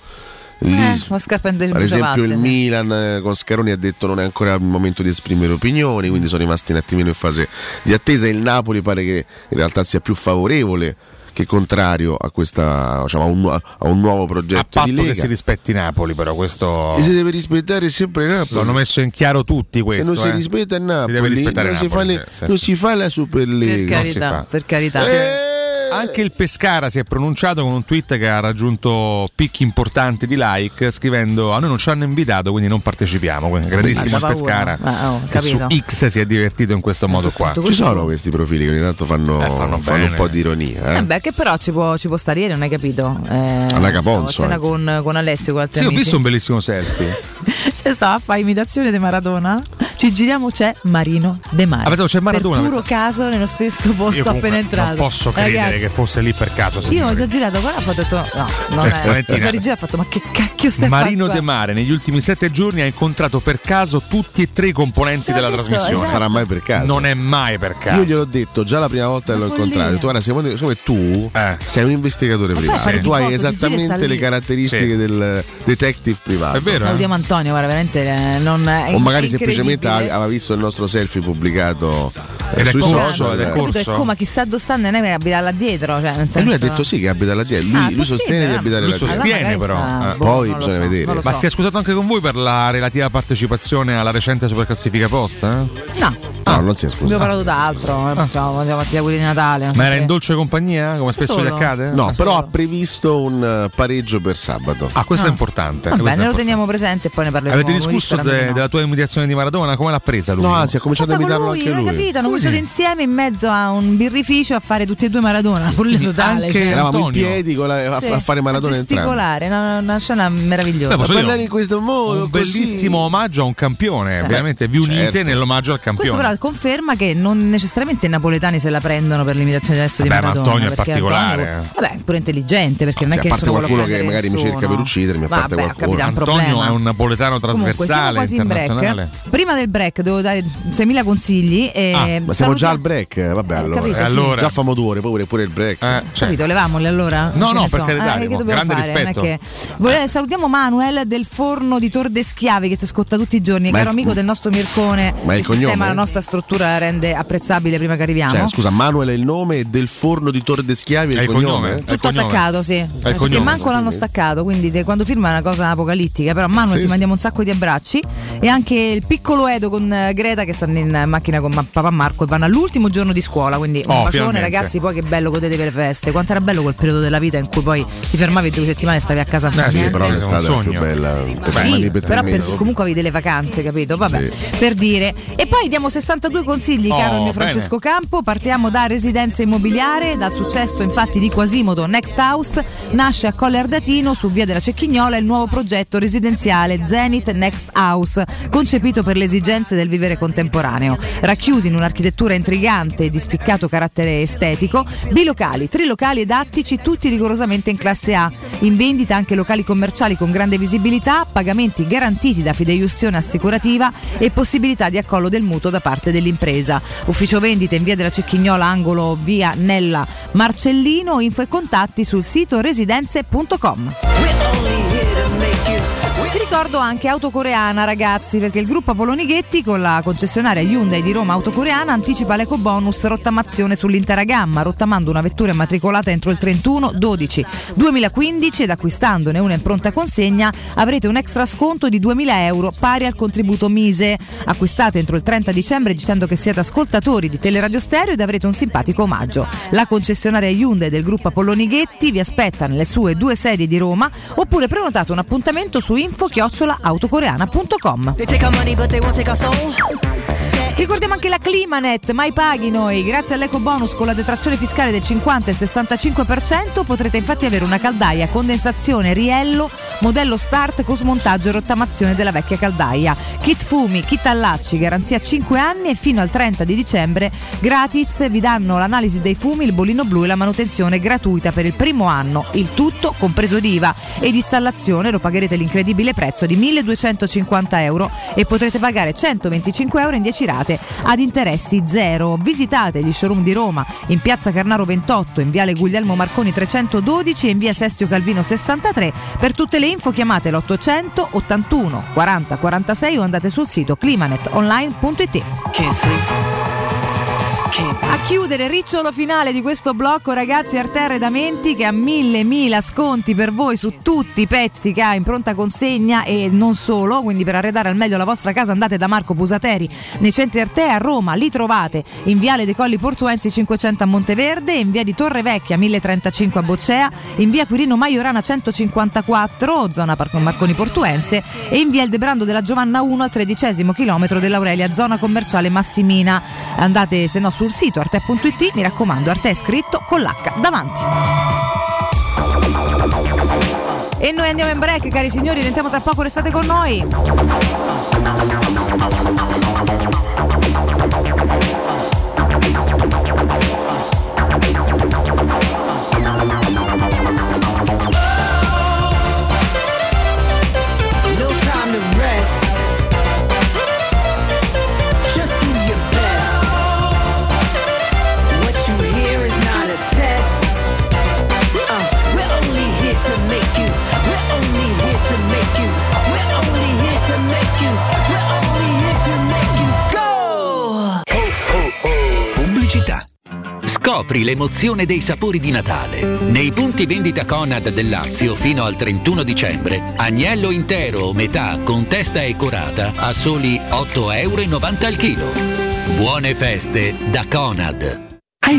Speaker 11: lì
Speaker 9: Eh, la scarpa in
Speaker 11: per esempio
Speaker 9: parte,
Speaker 11: il
Speaker 9: sì.
Speaker 11: Milan eh, con Scaroni ha detto non è ancora il momento di esprimere opinioni quindi sono rimasti un attimino in fase di attesa il Napoli pare che in realtà sia più favorevole che contrario a, questa, diciamo, a, un, nu- a un nuovo
Speaker 10: A
Speaker 11: progetto di
Speaker 10: patto
Speaker 11: Lega
Speaker 10: che si rispetti Napoli, però questo.
Speaker 11: E si deve rispettare sempre Napoli
Speaker 10: L'hanno messo in chiaro tutti
Speaker 11: se
Speaker 10: questo.
Speaker 11: non si
Speaker 10: eh.
Speaker 11: rispetta il
Speaker 10: Si
Speaker 11: Napoli
Speaker 10: deve rispettare
Speaker 11: non,
Speaker 10: Napoli,
Speaker 11: si, fa le-
Speaker 10: sì, sì,
Speaker 11: non
Speaker 10: sì.
Speaker 11: si fa la Eh. Superlega
Speaker 9: Per
Speaker 11: Non si
Speaker 9: carità,
Speaker 11: fa.
Speaker 9: per carità.
Speaker 10: Anche il Pescara si è pronunciato con un tweet che ha raggiunto picchi importanti di like scrivendo a noi non ci hanno invitato quindi non partecipiamo. Quindi grandissimo
Speaker 9: Ma da
Speaker 10: il Pescara
Speaker 9: paura. Ah, oh,
Speaker 10: che su
Speaker 9: capito.
Speaker 10: X si è divertito in questo modo qua.
Speaker 9: tutto
Speaker 11: ci sono questi profili che ogni tanto fanno, fanno un
Speaker 10: bene.
Speaker 11: po' di ironia eh?
Speaker 9: Eh beh, che però ci può, ci può stare ieri, non hai capito? Eh,
Speaker 11: Alla Caponzo,
Speaker 9: stavo a cena
Speaker 11: anche.
Speaker 9: con, con Alessio, con altri
Speaker 10: Sì, ho
Speaker 9: amici.
Speaker 10: visto un bellissimo selfie.
Speaker 9: C'è stata a fa imitazione di Maradona. Ci giriamo, c'è Marino De Mare.
Speaker 10: Ah, pensavo c'è Maradona.
Speaker 9: Per puro caso, nello stesso posto
Speaker 10: Io comunque
Speaker 9: appena entrato.
Speaker 10: Non posso credere
Speaker 9: Ragazzi,
Speaker 10: che fosse lì per caso.
Speaker 9: Io
Speaker 10: signori.
Speaker 9: mi sono girato qua e ho detto: No, non
Speaker 10: Eh,
Speaker 9: è.
Speaker 10: Valentina.
Speaker 9: Mi sono rigirato e ho fatto: Ma che cacchio stai
Speaker 10: Marino
Speaker 9: facendo?
Speaker 10: De Mare negli ultimi sette giorni ha incontrato per caso tutti e tre i componenti della trasmissione.
Speaker 9: esatto.
Speaker 11: Non sarà mai per caso.
Speaker 10: Non è mai per caso.
Speaker 11: Io gliel'ho detto già la prima volta che l'ho incontrato. Ho detto, Guarda, secondo me siccome tu
Speaker 10: Eh.
Speaker 11: sei un investigatore privato.
Speaker 9: fare
Speaker 11: Tu
Speaker 9: il
Speaker 11: hai
Speaker 9: foto, ti giri e sta
Speaker 11: esattamente le
Speaker 9: lì.
Speaker 11: caratteristiche del detective privato.
Speaker 10: eh?
Speaker 9: Salutiamo Antonio, guarda, veramente eh, non è
Speaker 11: O magari
Speaker 9: incredibile.
Speaker 11: semplicemente ha- aveva visto il nostro selfie pubblicato eh,
Speaker 10: Ed è
Speaker 11: sui
Speaker 10: corso,
Speaker 11: social.
Speaker 10: ed è
Speaker 11: eh.
Speaker 9: Capito? È come chissà dove sta, non è che abita là dietro. Cioè, nel senso...
Speaker 11: E lui ha detto sì che abita là dietro. Lui,
Speaker 9: Ah,
Speaker 11: lui
Speaker 9: possibile,
Speaker 11: sostiene di
Speaker 9: eh.
Speaker 11: abitare
Speaker 10: Lui
Speaker 11: là dietro.
Speaker 10: sostiene però. Eh.
Speaker 11: Poi bisogna vedere.
Speaker 10: Ma si è scusato anche con voi per la relativa partecipazione alla recente superclassifica posta?
Speaker 9: No,
Speaker 11: No, non si è
Speaker 9: Abbiamo
Speaker 11: scusato.
Speaker 9: parlato d'altro,
Speaker 11: Ah.
Speaker 9: eh, facciamo, andiamo a fatti gli auguri di Natale. non so
Speaker 10: Ma era
Speaker 9: che.
Speaker 10: in dolce compagnia, come spesso gli
Speaker 9: Solo.
Speaker 10: accade?
Speaker 11: No, però ha previsto un eh, pareggio per sabato.
Speaker 10: Ah, questo è importante.
Speaker 9: Va bene, lo teniamo presente e poi ne parleremo.
Speaker 10: Avete
Speaker 9: con
Speaker 10: discusso
Speaker 9: Luis per
Speaker 10: de-
Speaker 9: almeno.
Speaker 10: della tua imitazione di Maradona? Come l'ha presa lui? No, anzi,
Speaker 11: ha cominciato
Speaker 9: Fatta con lui, non hai capito, hanno cominciato insieme in mezzo a un birrificio a fare tutti e due Maradona, fulle totale. cioè.
Speaker 11: anche Eravamo in piedi con la- a- a fare Maradona
Speaker 9: Gesticolare, una, una scena meravigliosa.
Speaker 10: Beh, posso dire,
Speaker 11: in questo modo
Speaker 9: Oh,
Speaker 10: un bellissimo omaggio a un campione, veramente vi unite
Speaker 11: Certo.
Speaker 10: nell'omaggio al
Speaker 9: Questo
Speaker 10: campione.
Speaker 9: però conferma che non necessariamente i napoletani se la prendono per l'imitazione adesso
Speaker 10: Vabbè,
Speaker 9: di
Speaker 10: ma
Speaker 9: Maradona.
Speaker 10: Antonio è
Speaker 9: perché
Speaker 10: particolare.
Speaker 9: Antonio- vabbè, è pure intelligente
Speaker 11: Cioè,
Speaker 9: perché non è
Speaker 10: Sì,
Speaker 9: che
Speaker 10: a parte
Speaker 9: solo
Speaker 10: qualcuno
Speaker 9: vuole offendere
Speaker 10: che magari mi cerca
Speaker 9: nessuno.
Speaker 10: per uccidermi, a
Speaker 9: Vabbè,
Speaker 10: parte
Speaker 9: ho capito,
Speaker 10: qualcuno.
Speaker 9: è un
Speaker 10: Antonio
Speaker 9: problema.
Speaker 10: è un napoletano
Speaker 9: Comunque, siamo
Speaker 10: trasversale,
Speaker 9: quasi in
Speaker 10: internazionale. Ah,
Speaker 9: break. Prima del break devo dare 6.000 consigli. E
Speaker 11: Ma siamo
Speaker 9: saluto-
Speaker 11: già al break, eh, vabbè allora.
Speaker 9: Eh, capito,
Speaker 11: Eh,
Speaker 9: sì.
Speaker 11: allora. Già famo due ore, poi pure- pure il
Speaker 10: Eh,
Speaker 11: break.
Speaker 10: cioè.
Speaker 9: Capito, levamoli allora?
Speaker 11: No,
Speaker 9: Che
Speaker 11: no,
Speaker 9: ne
Speaker 11: per carità,
Speaker 9: Eh, che
Speaker 11: Remo,
Speaker 9: dobbiamo
Speaker 11: grande
Speaker 9: fare?
Speaker 11: rispetto.
Speaker 9: Non è che- Vole- salutiamo Manuel del forno di Tor de Schiavi che ci ascolta tutti i giorni,
Speaker 11: Ma
Speaker 9: caro
Speaker 11: il-
Speaker 9: amico del nostro Mircone.
Speaker 11: Ma il
Speaker 9: il sistema
Speaker 11: cognome?
Speaker 9: la nostra struttura la rende apprezzabile prima che arriviamo.
Speaker 11: Cioè, scusa, Manuel è il nome e del forno di Torre de Schiavi è il cognome? eh?
Speaker 9: Tutto attaccato, sì. Perché
Speaker 11: cognome.
Speaker 9: manco l'hanno staccato, quindi te- quando firma è una cosa apocalittica. Però Manuel
Speaker 11: Sì,
Speaker 9: ti
Speaker 11: sì.
Speaker 9: mandiamo un sacco di abbracci. E anche il piccolo Edo con eh, Greta che stanno in eh, macchina con ma- papà Marco e vanno all'ultimo giorno di scuola. Quindi un
Speaker 1: Oh,
Speaker 9: bacione,
Speaker 1: finalmente.
Speaker 9: ragazzi. Poi che bello godetevi le feste. Quanto era bello quel periodo della vita in cui poi ti fermavi due settimane e stavi a casa a fare
Speaker 11: Eh sì,
Speaker 9: niente.
Speaker 11: però l'estate è la più
Speaker 10: sogno.
Speaker 11: bella.
Speaker 9: Sì,
Speaker 11: Te fermi lì per tre
Speaker 9: però
Speaker 11: mesi,
Speaker 9: per-
Speaker 11: dopo-
Speaker 9: comunque avevi delle vacanze, capito? Vabbè,
Speaker 11: Sì.
Speaker 9: per dire. E poi diamo 62 consigli,
Speaker 11: Oh,
Speaker 9: caro il mio
Speaker 11: bene.
Speaker 9: Francesco Campo. Partiamo da residenza immobiliare, dal successo infatti di Quasimodo Next House. Nasce a Colle Ardatino, su via della Cecchignola, il nuovo progetto residenziale Zenith Next House, concepito per le esigenze del vivere contemporaneo. Racchiusi in un'architettura intrigante e di spiccato carattere estetico, bilocali, trilocali ed attici, tutti rigorosamente in classe A. In vendita anche locali commerciali con grande visibilità, pagamenti garantiti da fideiussione assicurativa e possibilità di accollo del mutuo da parte dell'impresa. Ufficio vendite in via della Cecchignola, angolo via Nella Marcellino, info e contatti sul sito residenze.com. Vi ricordo anche Autocoreana ragazzi perché il gruppo Polonighetti con la concessionaria Hyundai di Roma Autocoreana anticipa l'eco bonus rottamazione sull'intera gamma rottamando una vettura immatricolata entro il 31 12 2015 ed acquistandone una in pronta consegna avrete un extra sconto di 2000 euro pari al contributo mise acquistate entro il 30 dicembre dicendo che siete ascoltatori di Teleradio Stereo ed avrete un simpatico omaggio la concessionaria Hyundai del gruppo Polonighetti vi aspetta nelle sue due sedi di Roma oppure prenotate un appuntamento su info-autocoreana.com Ricordiamo anche la Climanet, mai paghi noi. Grazie all'eco bonus con la detrazione fiscale del 50 e 65% potrete infatti avere una caldaia a condensazione Riello, modello start con smontaggio e rottamazione della vecchia caldaia. Kit fumi, kit allacci, garanzia 5 anni e fino al 30 di dicembre gratis vi danno l'analisi dei fumi, il bolino blu e la manutenzione gratuita per il primo anno, il tutto compreso di IVA ed installazione lo pagherete l'incredibile prezzo di 1250 euro e potrete pagare 125 euro in 10 rate ad interessi zero. Visitate gli showroom di Roma in piazza Carnaro 28, in viale Guglielmo Marconi 312 e in via Sestio Calvino 63. Per tutte le info chiamate l'800 81 40 46 o andate sul sito climanetonline.it. A chiudere il ricciolo finale di questo blocco, ragazzi, Arterre Damenti che ha mille mila sconti per voi su tutti i pezzi che ha in pronta consegna e non solo. Quindi per arredare al meglio la vostra casa andate da Marco Busateri nei centri Arte a Roma, li trovate in Viale dei Colli Portuensi 500 a Monteverde, in Via di Torre Vecchia 1035 a Boccea, in Via Quirino Maiorana 154, zona Parco Marconi Portuense e in Via Eldebrando della Giovanna 1 al tredicesimo chilometro dell'Aurelia, zona commerciale Massimina. Andate se no sul sito arte.it, mi raccomando, arte è scritto con l'H davanti. E noi andiamo in break, cari signori, rientriamo tra poco, restate con noi.
Speaker 1: No time to rest. Just do your best. What you hear is not a test. Uh, we're only here to make you. We're only here to make you. We're only here to make you. We're only here to make you go.
Speaker 4: Pubblicità. Scopri l'emozione dei sapori di Natale. Nei punti vendita Conad del Lazio fino al 31 dicembre, agnello intero o metà con testa e corata a soli 8,90 euro al chilo.
Speaker 12: Buone feste da Conad.
Speaker 4: Hai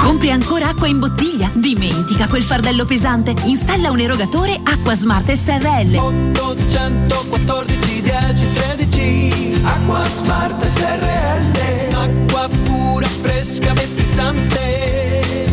Speaker 13: Compri ancora acqua in bottiglia? Dimentica quel fardello pesante. Installa un erogatore Acqua Smart SRL.
Speaker 1: 814 10 13 Acqua Smart SRL Acqua pura, fresca, frizzante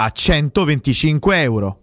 Speaker 14: a 125 euro.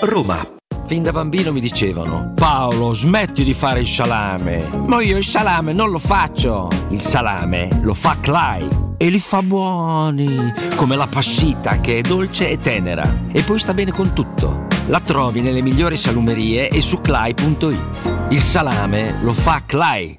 Speaker 10: Roma.
Speaker 15: Fin da bambino mi dicevano: Paolo, smetti di fare il salame. Ma io il salame non lo faccio. Il salame lo fa Clay e li fa buoni, come la pascita che è dolce e tenera e poi sta bene con tutto. La trovi nelle migliori salumerie e su clay.it. Il salame lo fa Clay.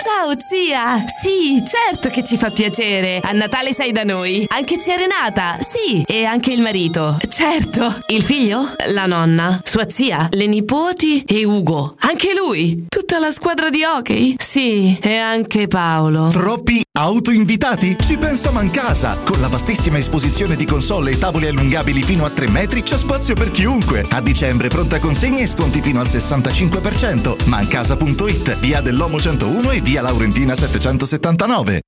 Speaker 16: Ciao zia! Sì, certo che ci fa piacere. A Natale sei da noi. Anche zia Renata, sì. E anche il marito. Certo. Il figlio? La nonna. Sua zia, le nipoti e Ugo. Anche lui. Tutta la squadra di hockey? Sì. E anche Paolo.
Speaker 17: Troppi autoinvitati? Ci pensa Mancasa! Con la vastissima esposizione di console e tavoli allungabili fino a 3 metri c'è spazio per chiunque. A dicembre pronta consegna e sconti fino al 65%. Mancasa.it, via dell'Omo 101 e via Laurentina 779.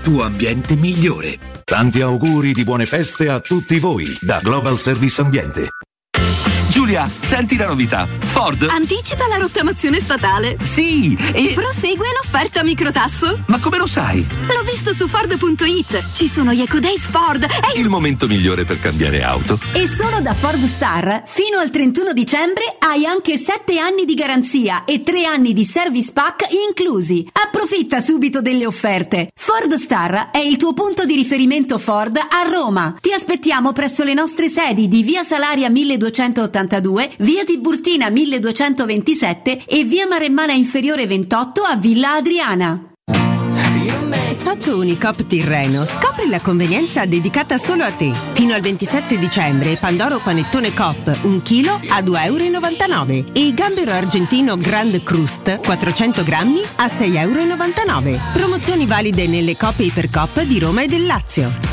Speaker 18: tuo ambiente migliore.
Speaker 19: Tanti auguri di buone feste a tutti voi da Global Service Ambiente.
Speaker 20: Giulia, senti la novità. Ford.
Speaker 21: Anticipa la rottamazione statale.
Speaker 20: Sì, e-
Speaker 21: Prosegue l'offerta microtasso.
Speaker 20: Ma come lo sai?
Speaker 21: L'ho visto su Ford.it. Ci sono gli Eco Days Ford. E
Speaker 20: Il momento migliore per cambiare auto.
Speaker 22: E solo da Ford Star fino al 31 dicembre hai anche 7 anni di garanzia e 3 anni di service pack inclusi. Approfitta subito delle offerte. Ford Star è il tuo punto di riferimento Ford a Roma. Ti aspettiamo presso le nostre sedi di Via Salaria 1282, Via Tiburtina 1227 e Via Maremmana Inferiore 28 a Villa Adriana.
Speaker 23: Socio Unicop Tirreno, scopri la convenienza dedicata solo a te. Fino al 27 dicembre Pandoro Panettone Cop 1 kg a 2,99 euro e Gambero Argentino Grand Crust 400 grammi a 6,99 euro. Promozioni valide nelle coppe Ipercop di Roma e del Lazio.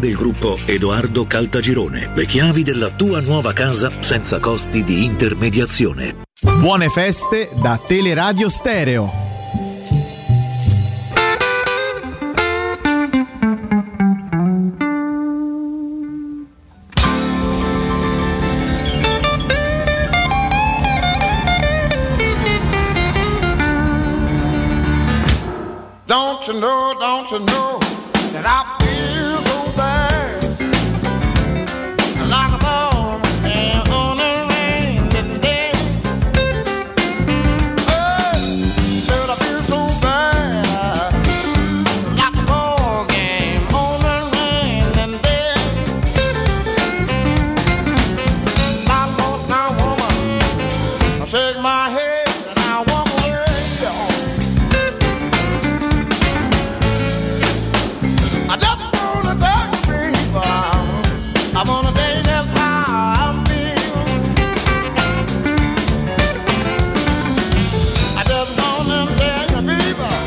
Speaker 18: del gruppo Edoardo Caltagirone. Le chiavi della tua nuova casa senza costi di intermediazione.
Speaker 17: Buone feste da Teleradio Stereo.
Speaker 1: Don't you know, don't you know that I feel so bad? Like a ball and on a rainy day. Hey, Lord, I feel so bad. Like a ball game on a rainy day. I lost my woman. I shake my head and I walk away. I just wanna tell you people, I wanna tell you that's how I feel. I just wanna tell you people,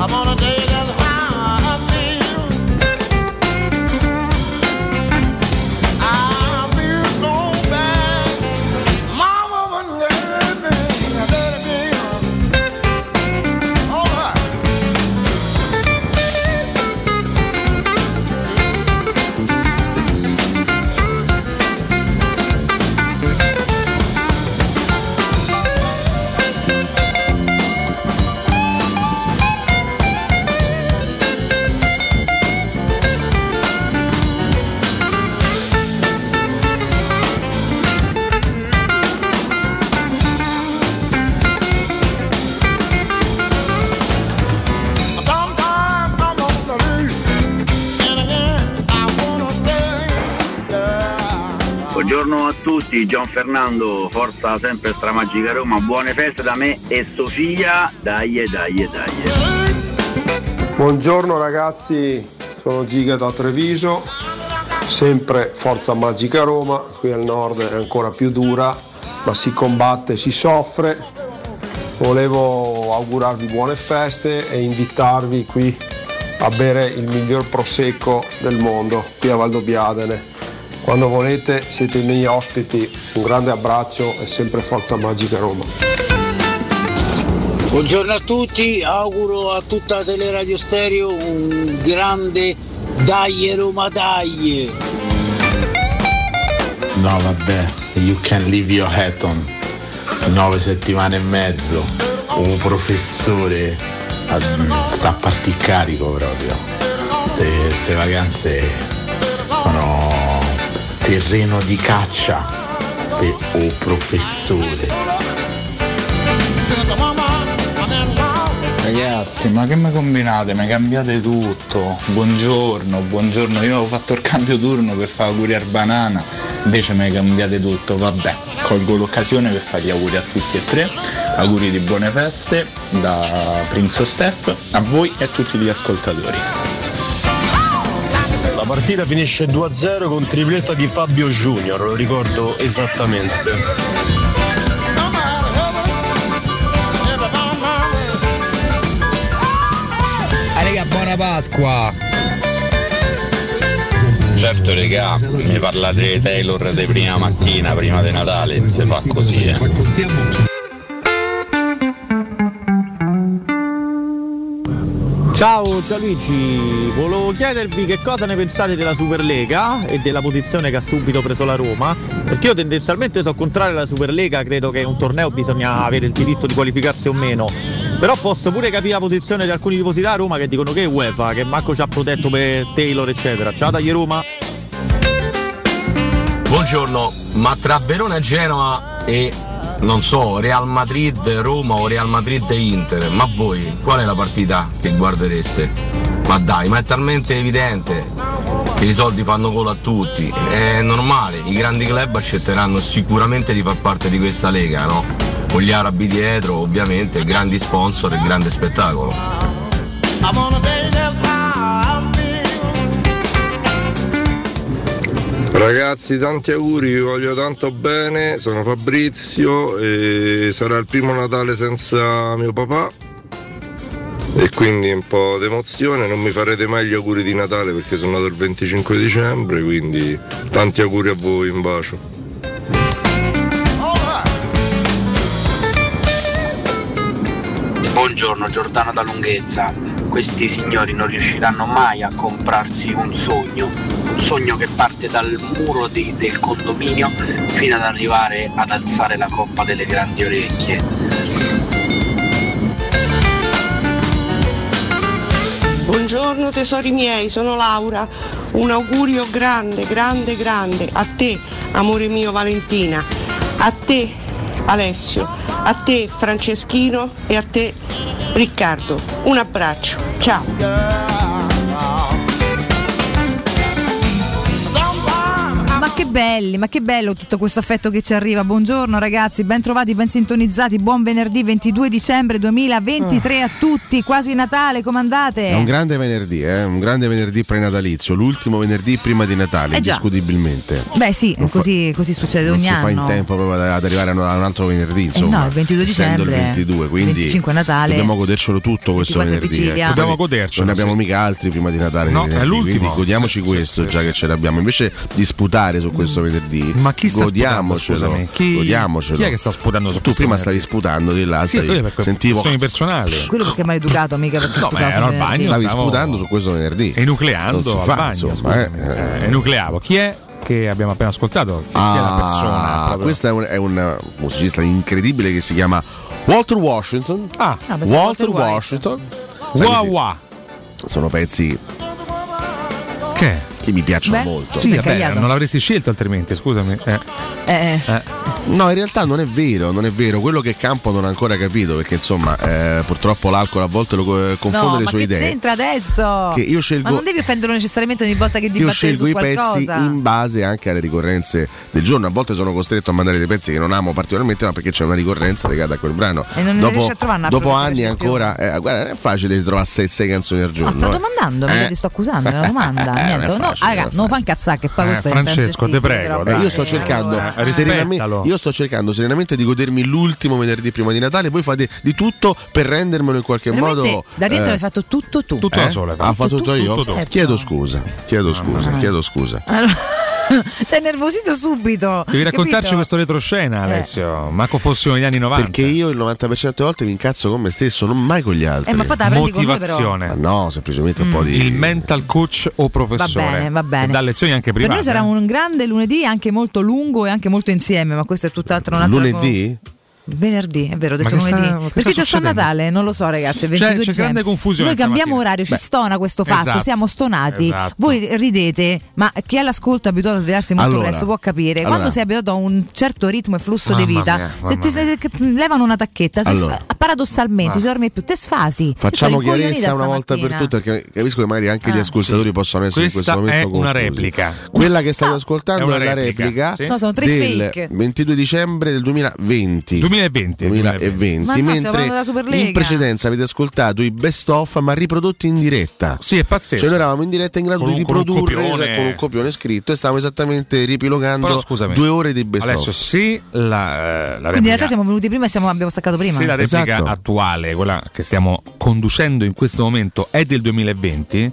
Speaker 1: I wanna tell you that's how I feel. I feel so bad. My woman left me, I let it be. All right. Sometimes I wanna leave, and again I wanna stay. Yeah.
Speaker 24: Buongiorno a tutti, Gian Fernando, forza sempre stramagica Roma, buone feste da me e Sofia, dai dai dai.
Speaker 25: Buongiorno ragazzi, sono Giga da Treviso, sempre Forza Magica Roma, qui al nord è ancora più dura, ma si combatte, si soffre. Volevo augurarvi buone feste e invitarvi qui a bere il miglior prosecco del mondo, qui a Valdobbiadene. Quando volete siete i miei ospiti, un grande abbraccio e sempre Forza Magica Roma. Buongiorno a tutti, auguro a tutta Teleradio Stereo un grande Dai Roma Dai!
Speaker 3: No vabbè, you can leave your hat on. Nove settimane e mezzo. Un professore a- sta a partì carico proprio. Queste vacanze sono terreno di caccia per un professore.
Speaker 4: Ragazzi, ma che mi combinate? Mi cambiate tutto. Buongiorno, buongiorno. Io avevo fatto il cambio turno per fare auguri al banana, invece mi cambiate tutto. Vabbè, colgo l'occasione per fare gli auguri a tutti e tre. Auguri di buone feste da Prince Steph a voi e a tutti gli ascoltatori.
Speaker 26: La partita finisce 2-0 con tripletta di Fabio Junior, lo ricordo esattamente.
Speaker 8: Ah, raga, buona Pasqua! Certo regà, mi parlate di Taylor di prima mattina, prima di Natale, se fa così eh.
Speaker 27: Ciao Gianluigi, volevo chiedervi che cosa ne pensate della Superlega e della posizione che ha subito preso la Roma, perché io tendenzialmente sono contrario alla Superlega, credo che in un torneo bisogna avere il diritto di qualificarsi o meno, però posso pure capire la posizione di alcuni tifosi da Roma che dicono che è UEFA, che Marco ci ha protetto per Taylor eccetera, ciao dagli Roma!
Speaker 8: Buongiorno, ma tra Verona e Genova e non so, Real Madrid Roma o Real Madrid e Inter, ma voi qual è la partita che guardereste? Ma dai, ma è talmente evidente. I soldi fanno gol a tutti, è normale, i grandi club accetteranno sicuramente di far parte di questa lega, no? Con gli arabi dietro, ovviamente, grandi sponsor e grande spettacolo.
Speaker 1: I wanna day that's how I
Speaker 28: Ragazzi, tanti auguri, vi voglio tanto bene. Sono Fabrizio e sarà il primo Natale senza mio papà. E quindi un po' d'emozione, non mi farete mai gli auguri di Natale perché sono nato il 25 dicembre, quindi tanti auguri a voi, un bacio.
Speaker 4: Buongiorno Giordano da Lunghezza. Questi signori non riusciranno mai a comprarsi un sogno, un sogno che parte dal muro di- del condominio fino ad arrivare ad alzare la coppa delle grandi orecchie.
Speaker 6: Buongiorno tesori miei, sono Laura. Un augurio grande, grande, grande a te, amore mio Valentina, a te Alessio, a te Franceschino e a te Riccardo. Un abbraccio, ciao.
Speaker 9: Ma che belli, ma che bello tutto questo affetto che ci arriva. Buongiorno ragazzi, ben trovati, ben sintonizzati. Buon venerdì 22 dicembre 2023 a tutti, quasi Natale, come andate?
Speaker 11: È un grande venerdì, eh? un grande venerdì prenatalizio, l'ultimo venerdì prima di Natale,
Speaker 9: Eh già.
Speaker 11: indiscutibilmente.
Speaker 9: Beh sì,
Speaker 11: Non fa-
Speaker 9: così, così succede
Speaker 11: non
Speaker 9: ogni
Speaker 11: si
Speaker 9: anno. Eh,
Speaker 11: fa in tempo proprio ad arrivare a un a un altro venerdì, insomma.
Speaker 9: no, il 22
Speaker 11: essendo il
Speaker 9: dicembre,
Speaker 11: 22, quindi
Speaker 9: 25 Natale.
Speaker 11: Dobbiamo godercelo tutto questo
Speaker 9: 24
Speaker 11: venerdì.
Speaker 9: Sicilia.
Speaker 11: ecco.
Speaker 9: Dobbiamo
Speaker 11: Quindi
Speaker 9: godercelo,
Speaker 11: Non ne abbiamo
Speaker 9: sì.
Speaker 11: mica altri prima di Natale.
Speaker 10: No,
Speaker 11: di
Speaker 10: è
Speaker 11: venerdì,
Speaker 10: l'ultimo.
Speaker 11: Quindi godiamoci questo, già che ce l'abbiamo. Invece di sputare su questo venerdì,
Speaker 10: Mm. Ma chi sta
Speaker 11: godiamocelo.
Speaker 10: sputando, scusami? Chi-
Speaker 11: godiamocelo.
Speaker 10: chi è che sta sputando su
Speaker 11: Tu
Speaker 10: questo
Speaker 11: prima
Speaker 10: venerdì?
Speaker 11: stavi sputando di là,
Speaker 10: Sì,
Speaker 11: stavi-
Speaker 10: quello è per
Speaker 11: sentivo
Speaker 10: questioni personali.
Speaker 9: Quello perché è maleducato, mica perché
Speaker 11: No,
Speaker 9: sputava
Speaker 11: ma
Speaker 9: sul
Speaker 11: ero al
Speaker 9: venerdì.
Speaker 11: bagno, stavi sputando su questo venerdì. E
Speaker 10: nucleando
Speaker 11: non si
Speaker 10: al
Speaker 11: fa,
Speaker 10: bagno,
Speaker 11: insomma,
Speaker 10: scusa.
Speaker 11: eh.
Speaker 10: Eh, nucleavo. Chi è che abbiamo appena ascoltato? Chi è la
Speaker 11: Ah,
Speaker 10: persona? proprio?
Speaker 11: Questo è un, è un musicista incredibile che si chiama Walter Washington.
Speaker 10: Ah, Ah, pensavo Walter
Speaker 11: Walter
Speaker 10: White.
Speaker 11: Washington.
Speaker 10: Wah
Speaker 11: Sai
Speaker 10: wah.
Speaker 11: che sì, Sono pezzi
Speaker 10: Che?
Speaker 11: che mi piacciono
Speaker 10: Beh,
Speaker 11: molto.
Speaker 10: Sì, vabbè, non l'avresti scelto altrimenti, scusami. Eh.
Speaker 9: Eh.
Speaker 11: No, in realtà non è vero, non è vero. Quello che Campo non ha ancora capito, perché insomma, eh, purtroppo l'alcol a volte lo co- eh, confonde
Speaker 9: no,
Speaker 11: le
Speaker 9: ma
Speaker 11: sue
Speaker 9: che
Speaker 11: idee.
Speaker 9: c'entra adesso?
Speaker 11: Che io scelgo-
Speaker 9: Ma non devi offenderlo necessariamente ogni volta che
Speaker 11: Che Io
Speaker 9: dibattete
Speaker 11: scelgo
Speaker 9: su
Speaker 11: i pezzi
Speaker 9: qualcosa.
Speaker 11: in base anche alle ricorrenze del giorno. A volte sono costretto a mandare dei pezzi che non amo particolarmente, ma perché c'è una ricorrenza legata a quel brano.
Speaker 9: E non ne riesci a trovare un altro
Speaker 11: dopo
Speaker 9: che ti
Speaker 11: anni
Speaker 9: piace di più.
Speaker 11: ancora, eh, guarda, non è facile trovare 6 canzoni al
Speaker 9: Ah,
Speaker 11: giorno.
Speaker 9: sto
Speaker 11: eh.
Speaker 9: domandando,
Speaker 11: Eh.
Speaker 9: perché ti sto accusando, è una domanda.
Speaker 11: Eh,
Speaker 9: Niente,
Speaker 11: non è
Speaker 9: no,
Speaker 11: facile,
Speaker 9: raga,
Speaker 11: non è
Speaker 9: non fa incazzare che poi
Speaker 11: Eh,
Speaker 9: questo è
Speaker 11: Francesco,
Speaker 9: intransigibile,
Speaker 11: te prego,
Speaker 9: però,
Speaker 11: dai.
Speaker 9: dai.
Speaker 11: io sto cercando
Speaker 9: eh, allora.
Speaker 11: serenamente, io sto cercando serenamente di godermi l'ultimo venerdì prima di Natale, voi fate di tutto per rendermelo in qualche
Speaker 9: Veramente,
Speaker 11: modo
Speaker 9: da dentro
Speaker 11: eh,
Speaker 9: hai fatto tutto tu.
Speaker 11: eh?
Speaker 9: Tutto
Speaker 11: Ha fatto tutto io.
Speaker 9: tutto tu. Certo.
Speaker 11: Chiedo scusa, chiedo scusa, chiedo scusa.
Speaker 9: Allora, sei nervosito subito.
Speaker 10: Devi raccontarci
Speaker 9: capito? Eh.
Speaker 10: questo retroscena, Alessio. Marco fossimo negli anni 90.
Speaker 11: Perché io il 90% delle volte mi incazzo con me stesso, non mai con gli altri.
Speaker 9: Eh, ma poi te la prendi con lui, però.
Speaker 10: Motivazione. Mm.
Speaker 11: Ah, no, semplicemente un po' di.
Speaker 10: Il mental coach o professore.
Speaker 9: Va bene, va bene.
Speaker 10: Che dà lezioni anche
Speaker 9: Per
Speaker 10: private. eh?
Speaker 9: noi sarà un grande lunedì, anche molto lungo e anche molto insieme, ma questo è tutt'altro un altro
Speaker 11: Lunedì?
Speaker 9: Venerdì, è vero, ho detto
Speaker 10: Ma che sta-
Speaker 9: lunedì.
Speaker 10: ma che
Speaker 9: Perché
Speaker 10: sta
Speaker 9: c'è sta
Speaker 10: succedendo?
Speaker 9: Natale? Non lo so, ragazzi. è
Speaker 10: C'è-
Speaker 9: 22
Speaker 10: c'è
Speaker 9: dicembre.
Speaker 10: grande confusione
Speaker 9: Noi cambiamo
Speaker 10: stamattina.
Speaker 9: orario, ci
Speaker 10: Beh,
Speaker 9: stona questo fatto.
Speaker 10: esatto,
Speaker 9: siamo stonati.
Speaker 10: esatto.
Speaker 9: Voi ridete, ma chi è all'ascolto è abituato a svegliarsi molto
Speaker 11: Allora,
Speaker 9: presto può capire.
Speaker 11: allora.
Speaker 9: Quando sei abituato a un certo ritmo e flusso di
Speaker 11: Mamma
Speaker 9: vita,
Speaker 11: mia,
Speaker 9: se ti
Speaker 11: mamma
Speaker 9: se- che- levano una tacchetta, se
Speaker 11: Allora.
Speaker 9: sfa- paradossalmente
Speaker 11: Ma-
Speaker 9: ci dormi più, te sfasi.
Speaker 11: Facciamo
Speaker 9: Io sono
Speaker 11: chiarezza
Speaker 9: incoglionita
Speaker 11: una volta per
Speaker 9: stamattina.
Speaker 11: tutte, perché capisco che magari anche
Speaker 10: Ah,
Speaker 11: gli ascoltatori possono essere
Speaker 10: Questa
Speaker 11: in questo
Speaker 10: è
Speaker 11: momento
Speaker 10: una
Speaker 11: confusi.
Speaker 10: replica.
Speaker 11: Quella che state
Speaker 10: È
Speaker 11: ascoltando
Speaker 10: una
Speaker 11: è la
Speaker 10: replica,
Speaker 11: replica
Speaker 10: sì. No, sono tre
Speaker 11: del
Speaker 10: fake.
Speaker 11: 22 dicembre del 2020.
Speaker 10: 2020.
Speaker 11: 2020,
Speaker 9: Ma no, stiamo parlando della
Speaker 11: mentre
Speaker 9: Superlega.
Speaker 11: in precedenza avete ascoltato i best of ma riprodotti in diretta.
Speaker 10: Sì, è pazzesco.
Speaker 11: Cioè noi eravamo in diretta in grado
Speaker 10: Con
Speaker 11: di
Speaker 10: un- con un
Speaker 11: riprodurre
Speaker 10: copione.
Speaker 11: esatto, con un copione scritto e stavamo esattamente ripilogando
Speaker 10: Però scusami.
Speaker 11: due ore di best
Speaker 10: Adesso
Speaker 11: of.
Speaker 10: sì, la, eh, la
Speaker 9: Quindi in
Speaker 10: replica
Speaker 9: realtà siamo venuti prima e siamo- abbiamo staccato prima. Esatto.
Speaker 10: Se la replica
Speaker 11: Esatto.
Speaker 10: attuale, quella che stiamo conducendo in questo momento, è del 2020,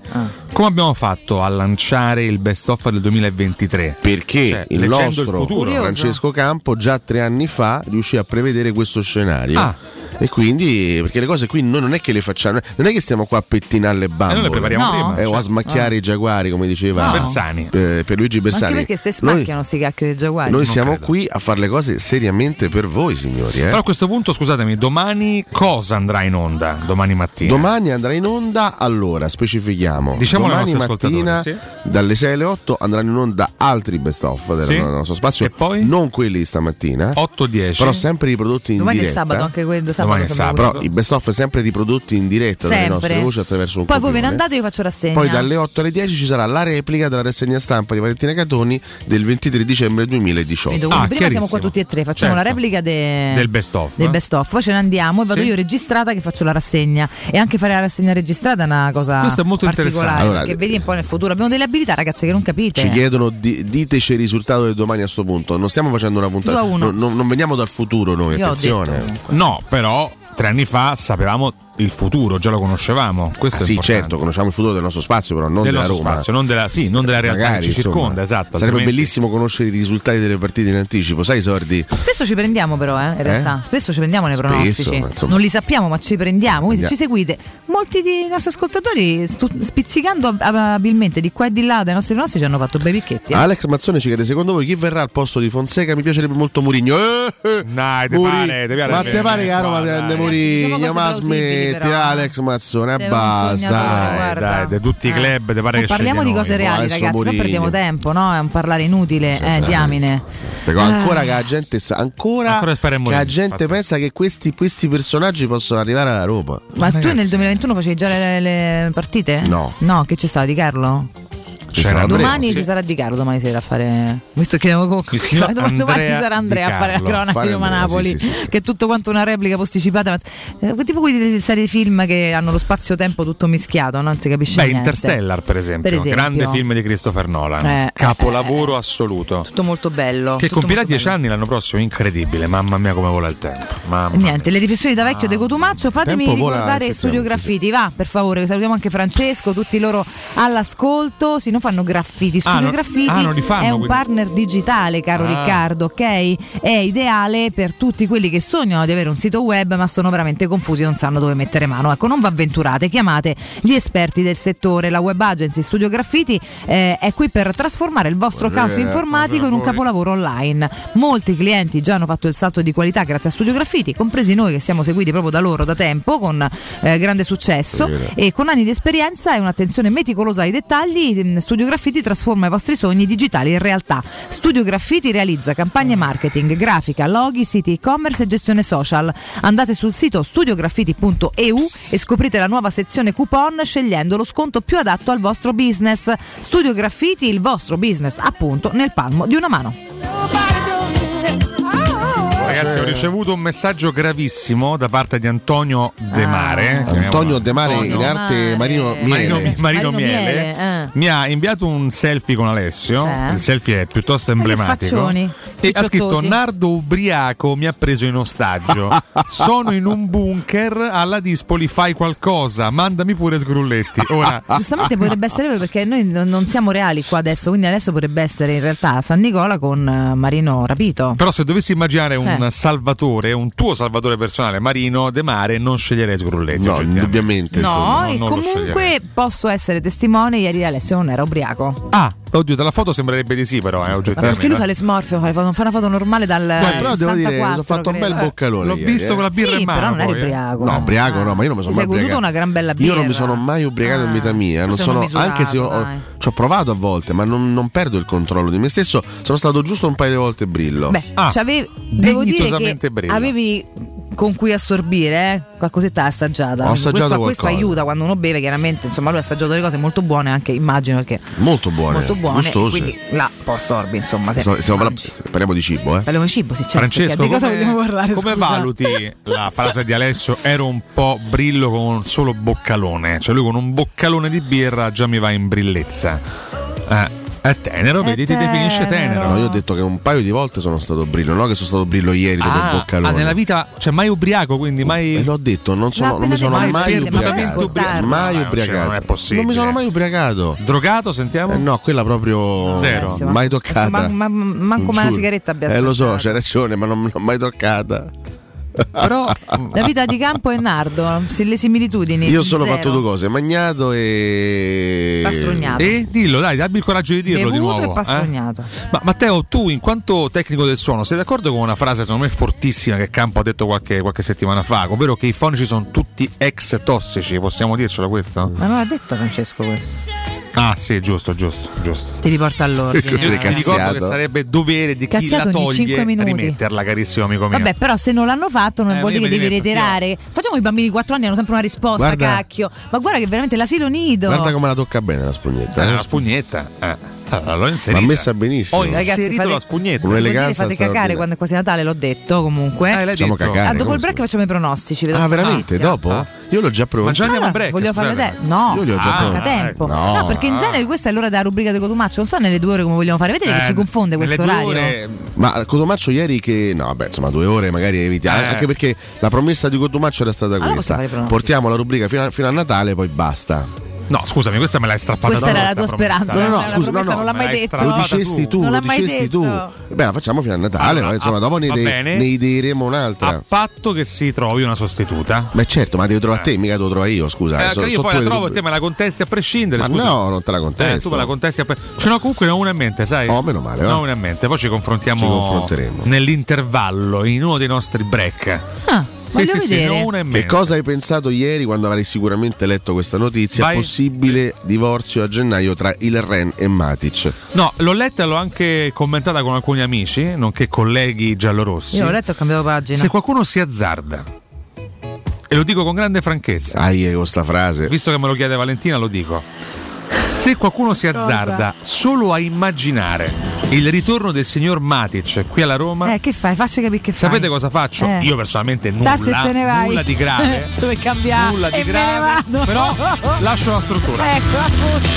Speaker 10: come abbiamo fatto a lanciare il best of del 2023?
Speaker 11: Perché
Speaker 10: Cioè,
Speaker 11: il
Speaker 10: leggendo
Speaker 11: nostro
Speaker 10: il futuro.
Speaker 11: Francesco Campo già tre anni fa riuscì a prevedere questo scenario.
Speaker 10: Ah.
Speaker 11: E quindi, perché le cose qui noi non è che le facciamo, non è che stiamo qua a pettinare le bambole
Speaker 10: noi le prepariamo No. prima,
Speaker 11: Eh, o
Speaker 10: cioè.
Speaker 11: a smacchiare
Speaker 10: Ah.
Speaker 11: i giaguari, come diceva
Speaker 9: No.
Speaker 10: Bersani.
Speaker 11: eh, per Luigi
Speaker 9: Ma anche
Speaker 11: Bersani.
Speaker 9: perché se
Speaker 11: Noi-
Speaker 9: spacchiano sti cacchio dei giaguari.
Speaker 11: Noi, siamo qui a fare le cose seriamente per voi, signori. eh.
Speaker 10: Però a questo punto, scusatemi, domani cosa andrà in onda? Domani mattina.
Speaker 11: Domani andrà in onda, allora specifichiamo.
Speaker 10: Diciamolo ai
Speaker 11: domani
Speaker 10: nostri
Speaker 11: mattina
Speaker 10: ascoltatori,
Speaker 11: dalle 6 alle 8 andranno in onda altri best of del
Speaker 10: Sì.
Speaker 11: nostro spazio. Non quelli di stamattina.
Speaker 10: 8-10.
Speaker 11: Però sempre riprodotti in
Speaker 9: Domani è
Speaker 11: diretta.
Speaker 9: sabato, anche quello,
Speaker 10: Domani è sabato.
Speaker 11: Però il best of è sempre di prodotti in diretta dalle nostre
Speaker 9: Sempre.
Speaker 11: voci attraverso un
Speaker 9: Poi voi ve ne
Speaker 11: copione.
Speaker 9: andate e io faccio rassegna.
Speaker 11: Poi dalle 8 alle 10 ci sarà la replica della rassegna stampa di Valentina Catoni del 23 dicembre 2018.
Speaker 9: Vedo, quindi
Speaker 10: Ah,
Speaker 9: prima siamo qua tutti e tre, facciamo la replica de-
Speaker 11: Ah, Certo. Del best of,
Speaker 9: del
Speaker 11: eh.
Speaker 9: best of. Poi ce ne andiamo e vado
Speaker 11: Sì.
Speaker 9: io registrata che faccio la rassegna. E anche fare la rassegna registrata è una cosa
Speaker 11: Questo è molto
Speaker 9: particolare.
Speaker 11: interessante. Allora,
Speaker 9: perché vedi un po' nel futuro. Abbiamo delle abilità, ragazzi, che non capite.
Speaker 11: Ci chiedono di- diteci il risultato del domani a sto punto. Non stiamo facendo una puntata.
Speaker 9: Due a uno.
Speaker 11: no- non, non veniamo dal futuro noi,
Speaker 9: Io ho
Speaker 11: attenzione.
Speaker 9: detto
Speaker 10: No, però tre anni fa sapevamo il futuro, già lo conoscevamo. Questo
Speaker 11: Ah,
Speaker 10: è
Speaker 11: sì,
Speaker 10: importante.
Speaker 11: certo, conosciamo il futuro del nostro spazio, però non
Speaker 10: Del
Speaker 11: della
Speaker 10: nostro
Speaker 11: Roma.
Speaker 10: spazio, non della- sì, non della realtà che ci
Speaker 11: insomma,
Speaker 10: circonda, esatto,
Speaker 11: Sarebbe
Speaker 10: altrimenti-
Speaker 11: bellissimo conoscere i risultati delle partite in anticipo, sai, i sordi.
Speaker 9: Spesso ci prendiamo però, eh, in realtà. Spesso ci prendiamo nei
Speaker 11: Spesso,
Speaker 9: pronostici.
Speaker 11: ma insomma.
Speaker 9: non li sappiamo, ma ci prendiamo. Quindi se ci
Speaker 11: Andiamo.
Speaker 9: seguite, molti dei nostri ascoltatori, stu- spizzicando ab- abilmente di qua e di là dai nostri pronostici, hanno fatto bei picchetti. eh.
Speaker 11: Alex Mazzone ci chiede secondo voi chi verrà al posto di Fonseca? Mi piacerebbe molto Murigno. Eh, eh,
Speaker 10: te
Speaker 11: Muri-
Speaker 10: pare, te pare
Speaker 11: Ma
Speaker 10: che-
Speaker 11: te pare che a Roma
Speaker 10: Ma dai.
Speaker 11: prende
Speaker 10: Ragazzi,
Speaker 11: Murigno?
Speaker 10: diciamo
Speaker 11: Ma
Speaker 10: cose plausibili,
Speaker 11: smetti,
Speaker 10: però.
Speaker 11: Alex Mazzone,
Speaker 9: eh. Sei
Speaker 11: eh,
Speaker 9: un
Speaker 11: basta.
Speaker 9: sognatore,
Speaker 11: Dai,
Speaker 9: guarda.
Speaker 11: dai,
Speaker 10: di tutti i club, te pare
Speaker 9: Oh,
Speaker 10: che
Speaker 9: parliamo di
Speaker 10: scegliano
Speaker 9: cose
Speaker 10: io.
Speaker 9: reali,
Speaker 11: Adesso
Speaker 9: ragazzi, non
Speaker 11: Mourinho.
Speaker 9: perdiamo tempo, no? È un parlare inutile, eh, diamine.
Speaker 11: Queste
Speaker 9: Ah.
Speaker 11: cose- Ancora che la gente, sa- ancora
Speaker 10: Ancora spera in
Speaker 11: che la
Speaker 10: Mourinho,
Speaker 11: gente
Speaker 10: pazzesco.
Speaker 11: pensa che questi, questi personaggi possono arrivare alla Roma.
Speaker 9: Ma tu nel 2021 facevi già le, le partite?
Speaker 11: No.
Speaker 9: No, che c'è stato di Carlo?
Speaker 11: Ci sarà Andrea.
Speaker 9: domani
Speaker 11: Sì.
Speaker 9: ci sarà Di Carlo domani sera a fare. Visto che
Speaker 11: Il signor
Speaker 9: domani, domani ci
Speaker 11: Andrea
Speaker 9: sarà Andrea
Speaker 11: Di
Speaker 9: a fare la
Speaker 11: Carlo.
Speaker 9: cronaca
Speaker 11: Fare
Speaker 9: di Roma
Speaker 11: Andrea,
Speaker 9: Napoli,
Speaker 11: sì, sì, sì,
Speaker 9: che è tutto quanto una replica posticipata. ma- eh, tipo quelle serie film che hanno lo spazio-tempo tutto mischiato, non si capisce
Speaker 10: Beh,
Speaker 9: niente.
Speaker 10: Interstellar, per esempio,
Speaker 9: Per esempio.
Speaker 10: grande film di Christopher Nolan,
Speaker 9: Eh,
Speaker 10: capolavoro assoluto.
Speaker 9: Tutto molto bello.
Speaker 10: che
Speaker 9: tutto
Speaker 10: compirà dieci anni l'anno prossimo, incredibile, mamma mia come vola il tempo. Mamma.
Speaker 9: Niente, le riflessioni da vecchio De Cotumaccio, fatemi
Speaker 10: Tempo vola, eh,
Speaker 9: ricordare Studio
Speaker 10: effettivamente,
Speaker 9: Graffiti, va per favore, salutiamo anche Francesco, tutti loro all'ascolto, si non fanno graffiti, Studio
Speaker 10: non-
Speaker 9: Graffiti
Speaker 10: ah, non li fanno,
Speaker 9: è un
Speaker 10: quindi.
Speaker 9: partner digitale, caro
Speaker 10: Ah.
Speaker 9: Riccardo, ok? È ideale per tutti quelli che sognano di avere un sito web ma sono veramente confusi, non sanno dove mettere mano. Ecco, non vi avventurate, chiamate gli esperti del settore, la web agency Studio Graffiti eh, è qui per trasformare il vostro
Speaker 23: Buonasera.
Speaker 9: caos informatico in un
Speaker 23: Buonasera a voi.
Speaker 9: capolavoro lavoro online. Molti clienti già hanno fatto il salto di qualità grazie a Studio Graffiti, compresi noi che siamo seguiti proprio da loro da tempo con eh, grande successo
Speaker 29: Sì.
Speaker 9: e con anni di esperienza e un'attenzione meticolosa ai dettagli, mh, Studio Graffiti trasforma i vostri sogni digitali in realtà. Studio Graffiti realizza campagne marketing, grafica, loghi, siti e-commerce e gestione social. Andate sul sito studiograffiti.eu e scoprite la nuova sezione coupon scegliendo lo sconto più adatto al vostro business. Studio Graffiti, il vostro business appunto nel palmo di una mano.
Speaker 10: Ragazzi, ho
Speaker 11: Eh.
Speaker 10: ricevuto un messaggio gravissimo da parte di Antonio De Mare.
Speaker 11: Ah. Antonio De Mare, in
Speaker 10: Antonio.
Speaker 11: arte Marino Miele.
Speaker 10: Marino, Marino Miele,
Speaker 9: Miele, eh.
Speaker 10: mi ha inviato un selfie con Alessio.
Speaker 9: Sì.
Speaker 10: Il selfie è piuttosto emblematico.
Speaker 9: faccioni,
Speaker 10: E ha scritto:
Speaker 9: picciottosi.
Speaker 10: Nardo ubriaco mi ha preso in ostaggio. Sono in un bunker alla Dispoli. Fai qualcosa, mandami pure sgrulletti. Ora,
Speaker 9: Giustamente potrebbe essere vero perché noi non non siamo reali qua adesso, quindi adesso potrebbe essere in realtà San Nicola con eh, Marino rapito.
Speaker 10: Però se dovessi immaginare un
Speaker 9: Eh.
Speaker 10: salvatore, un tuo salvatore personale, Marino De Mare, non sceglierei Sgrulletti. No, indubbiamente.
Speaker 9: No, e comunque posso essere testimone, ieri Alessio non era ubriaco.
Speaker 10: Ah, oddio, dalla foto sembrerebbe di sì, però, eh, oggettivamente.
Speaker 9: Perché lui fa le smorfie, fa le foto- non fa una foto normale dal
Speaker 11: Guarda, però devo dire,
Speaker 9: 64,
Speaker 11: mi sono fatto un
Speaker 9: Eh, credo.
Speaker 11: bel boccalone.
Speaker 10: L'ho
Speaker 11: ieri,
Speaker 10: visto
Speaker 11: eh.
Speaker 10: con la birra
Speaker 9: Sì,
Speaker 10: in mano.
Speaker 9: però non eri
Speaker 10: poi, eh.
Speaker 9: ubriaco.
Speaker 11: No, ubriaco no, ma io non mi
Speaker 9: Ti
Speaker 11: sono
Speaker 9: sei
Speaker 11: mai
Speaker 9: goduto
Speaker 11: ubriacato.
Speaker 9: una gran bella
Speaker 11: Io non
Speaker 9: birra.
Speaker 11: mi sono mai ubriacato in vita mia, non
Speaker 9: Forse non
Speaker 11: sono,
Speaker 9: misurato,
Speaker 11: anche se ho- ho-
Speaker 9: dai.
Speaker 11: ci ho provato a volte, ma non, non perdo il controllo di me stesso. Sono stato giusto un paio di volte brillo.
Speaker 9: Eh, Beh,
Speaker 10: Ah,
Speaker 9: c'avevi- devo dire che
Speaker 11: Ah. dignitosamente brilla.
Speaker 9: avevi con cui assorbire, eh, qualcosetta assaggiata.
Speaker 11: Ho
Speaker 9: Questo-
Speaker 11: assaggiato
Speaker 9: questo,
Speaker 11: qualcosa.
Speaker 9: aiuta quando uno beve, chiaramente, insomma, lui ha assaggiato delle cose molto buone anche, immagino che
Speaker 11: Molto buone,
Speaker 9: molto buone,
Speaker 11: gustose.
Speaker 9: quindi la un po' assorbi, insomma, se-
Speaker 11: Stiamo- stiamo parla- parliamo di cibo, eh.
Speaker 9: Parliamo di cibo, sì, certo.
Speaker 10: Francesco,
Speaker 9: perché di cosa
Speaker 10: come-
Speaker 9: vogliamo parlare?
Speaker 10: Come
Speaker 9: scusa?
Speaker 10: valuti la frase di Alessio? Ero un po' brillo con un solo boccalone. Cioè, lui con un boccalone di birra già mi va in brillezza. Eh, è tenero, vedi, ti definisce tenero.
Speaker 11: No, io ho detto che un paio di volte sono stato brillo, no che sono stato brillo ieri dopo
Speaker 10: Ah,
Speaker 11: il boccalone. Oh,
Speaker 10: ah, nella vita, cioè mai ubriaco, quindi mai.
Speaker 11: l'ho detto, non, sono- non mi sono mai, ubriacato. Mai ubriacato.
Speaker 10: cioè, Non è possibile.
Speaker 11: Non mi sono mai ubriacato. Eh,
Speaker 10: Drogato, sentiamo?
Speaker 11: no, quella proprio
Speaker 10: Zero.
Speaker 11: Zero. mai toccata.
Speaker 9: Ma, ma- manco mai una
Speaker 11: Giuro.
Speaker 9: sigaretta abbia
Speaker 11: Eh, lo so, c'hai ragione, ma non me l'ho mai toccata.
Speaker 9: Però La vita di campo è nardo, se le similitudini.
Speaker 11: Io solo ho
Speaker 9: zero.
Speaker 11: fatto due cose, magnato e.
Speaker 9: Pastrugnato.
Speaker 10: E dillo, dai, dammi il coraggio di dirlo di
Speaker 9: Bevuto
Speaker 10: nuovo.
Speaker 9: e
Speaker 10: eh?
Speaker 9: pastognato.
Speaker 10: Ma Matteo, tu in quanto tecnico del suono, sei d'accordo con una frase secondo me fortissima che Campo ha detto qualche, qualche settimana fa, ovvero che i fonici sono tutti ex tossici, possiamo dircelo questo?
Speaker 9: Ma non l'ha detto Francesco questo.
Speaker 10: Ah, sì, giusto, giusto, giusto.
Speaker 9: Ti riporto all'ordine.
Speaker 10: Io ti
Speaker 9: allora.
Speaker 10: ricordo che sarebbe dovere di chi
Speaker 9: Cazziato
Speaker 10: la
Speaker 9: ogni
Speaker 10: toglie
Speaker 9: cinque minuti.
Speaker 10: rimetterla, carissimo amico Ecco mio.
Speaker 9: Vabbè, però se non l'hanno fatto non
Speaker 10: Eh,
Speaker 9: vuol dire
Speaker 10: vedi,
Speaker 9: che devi
Speaker 10: vedi,
Speaker 9: reiterare. Facciamo i bambini di 4 anni hanno sempre una risposta,
Speaker 11: Guarda.
Speaker 9: cacchio. Ma guarda che veramente l'asilo nido.
Speaker 11: Guarda come la tocca bene la spugnetta.
Speaker 10: Eh, la spugnetta. l'ho inserita.
Speaker 11: Ma messa benissimo.
Speaker 10: Ho Ragazzi, inserito fate- la spugnetta.
Speaker 11: Un'eleganza
Speaker 9: fate cacare quando è quasi Natale, l'ho detto comunque.
Speaker 11: Eh, l'hai Facciamo detto. cacare,
Speaker 9: Ah, dopo
Speaker 11: come
Speaker 9: il break facciamo i pronostici. vedo
Speaker 11: Ah,
Speaker 9: se
Speaker 11: veramente?
Speaker 9: inizia.
Speaker 11: Dopo?
Speaker 10: ah.
Speaker 11: Io l'ho già provato.
Speaker 9: Ma già andiamo a break, volevo scusate. farlo adesso. No,
Speaker 11: io li ho già
Speaker 9: ah, manca
Speaker 11: provati.
Speaker 9: tempo.
Speaker 11: No,
Speaker 9: No, perché in
Speaker 11: ah.
Speaker 9: genere questa è l'ora della rubrica di Cotumaccio. Non so nelle due ore come vogliamo fare. Vedete
Speaker 10: Eh,
Speaker 9: che ci confonde questo orario.
Speaker 11: Ma Cotomaccio ieri che. No, vabbè, insomma, due ore magari evitiamo.
Speaker 9: Eh.
Speaker 11: Anche perché la promessa di Cotomaccio era stata
Speaker 9: Allora
Speaker 11: questa.
Speaker 9: possiamo fare i pronostici.
Speaker 11: Portiamo la rubrica fino a, fino a Natale, poi basta.
Speaker 10: No, scusami, questa me l'hai strappata
Speaker 9: Questa era la tua speranza.
Speaker 11: No, no,
Speaker 9: Era
Speaker 11: no,
Speaker 9: una
Speaker 11: scusa, no,
Speaker 9: promessa,
Speaker 11: no,
Speaker 9: non l'ha mai detto.
Speaker 11: Lo dicesti tu,
Speaker 9: Non
Speaker 11: lo
Speaker 9: l'ha mai
Speaker 11: dicesti tu.
Speaker 9: detto.
Speaker 11: Beh, la facciamo fino a Natale,
Speaker 10: Allora,
Speaker 11: ma insomma,
Speaker 10: a-
Speaker 11: dopo ne,
Speaker 10: va
Speaker 11: de-
Speaker 10: bene.
Speaker 11: ne ideeremo un'altra.
Speaker 10: A patto che si trovi una sostituta.
Speaker 11: Beh certo, ma devi trovare te, mica devo trovare io, scusa.
Speaker 10: Eh,
Speaker 11: so-
Speaker 10: che io
Speaker 11: so
Speaker 10: poi
Speaker 11: tu
Speaker 10: la
Speaker 11: le
Speaker 10: trovo e
Speaker 11: tue-
Speaker 10: te me la contesti a prescindere.
Speaker 11: Ma
Speaker 10: scusa.
Speaker 11: no, non te la
Speaker 10: Eh,
Speaker 11: contesto.
Speaker 10: tu me la contesti a prescindere. Ce n'ho comunque una in mente, sai? Oh,
Speaker 11: meno male.
Speaker 10: No,
Speaker 11: va.
Speaker 10: una in mente. Poi ci confrontiamo
Speaker 11: Ci confronteremo.
Speaker 10: nell'intervallo, in uno dei nostri break.
Speaker 9: Ah, voglio
Speaker 10: sì, sì,
Speaker 9: vedere.
Speaker 10: ne ho una in
Speaker 11: Che
Speaker 10: mente.
Speaker 11: cosa hai pensato ieri quando avrai sicuramente letto questa notizia?
Speaker 10: Vai.
Speaker 11: Possibile divorzio a gennaio tra il Ren e Matic.
Speaker 10: No, l'ho letta e l'ho anche commentata con alcuni amici, nonché colleghi giallorossi.
Speaker 9: Io l'ho letto e ho cambiato pagina.
Speaker 10: Se qualcuno si azzarda, e lo dico con grande franchezza,
Speaker 11: Aie, con sta frase.
Speaker 10: visto che me lo chiede Valentina, lo dico. Se qualcuno si
Speaker 9: Cosa?
Speaker 10: azzarda solo a immaginare il ritorno del signor Matic qui alla Roma,
Speaker 9: Eh, che fai? Facci capire che fai.
Speaker 10: sapete cosa faccio?
Speaker 9: Eh.
Speaker 10: Io personalmente nulla,
Speaker 9: Tassi e te ne vai.
Speaker 10: nulla di grave.
Speaker 9: Dove cambiare?
Speaker 10: Nulla di
Speaker 9: e me ne
Speaker 10: grave,
Speaker 9: vado.
Speaker 10: però lascio la struttura.
Speaker 9: Ecco, appunto.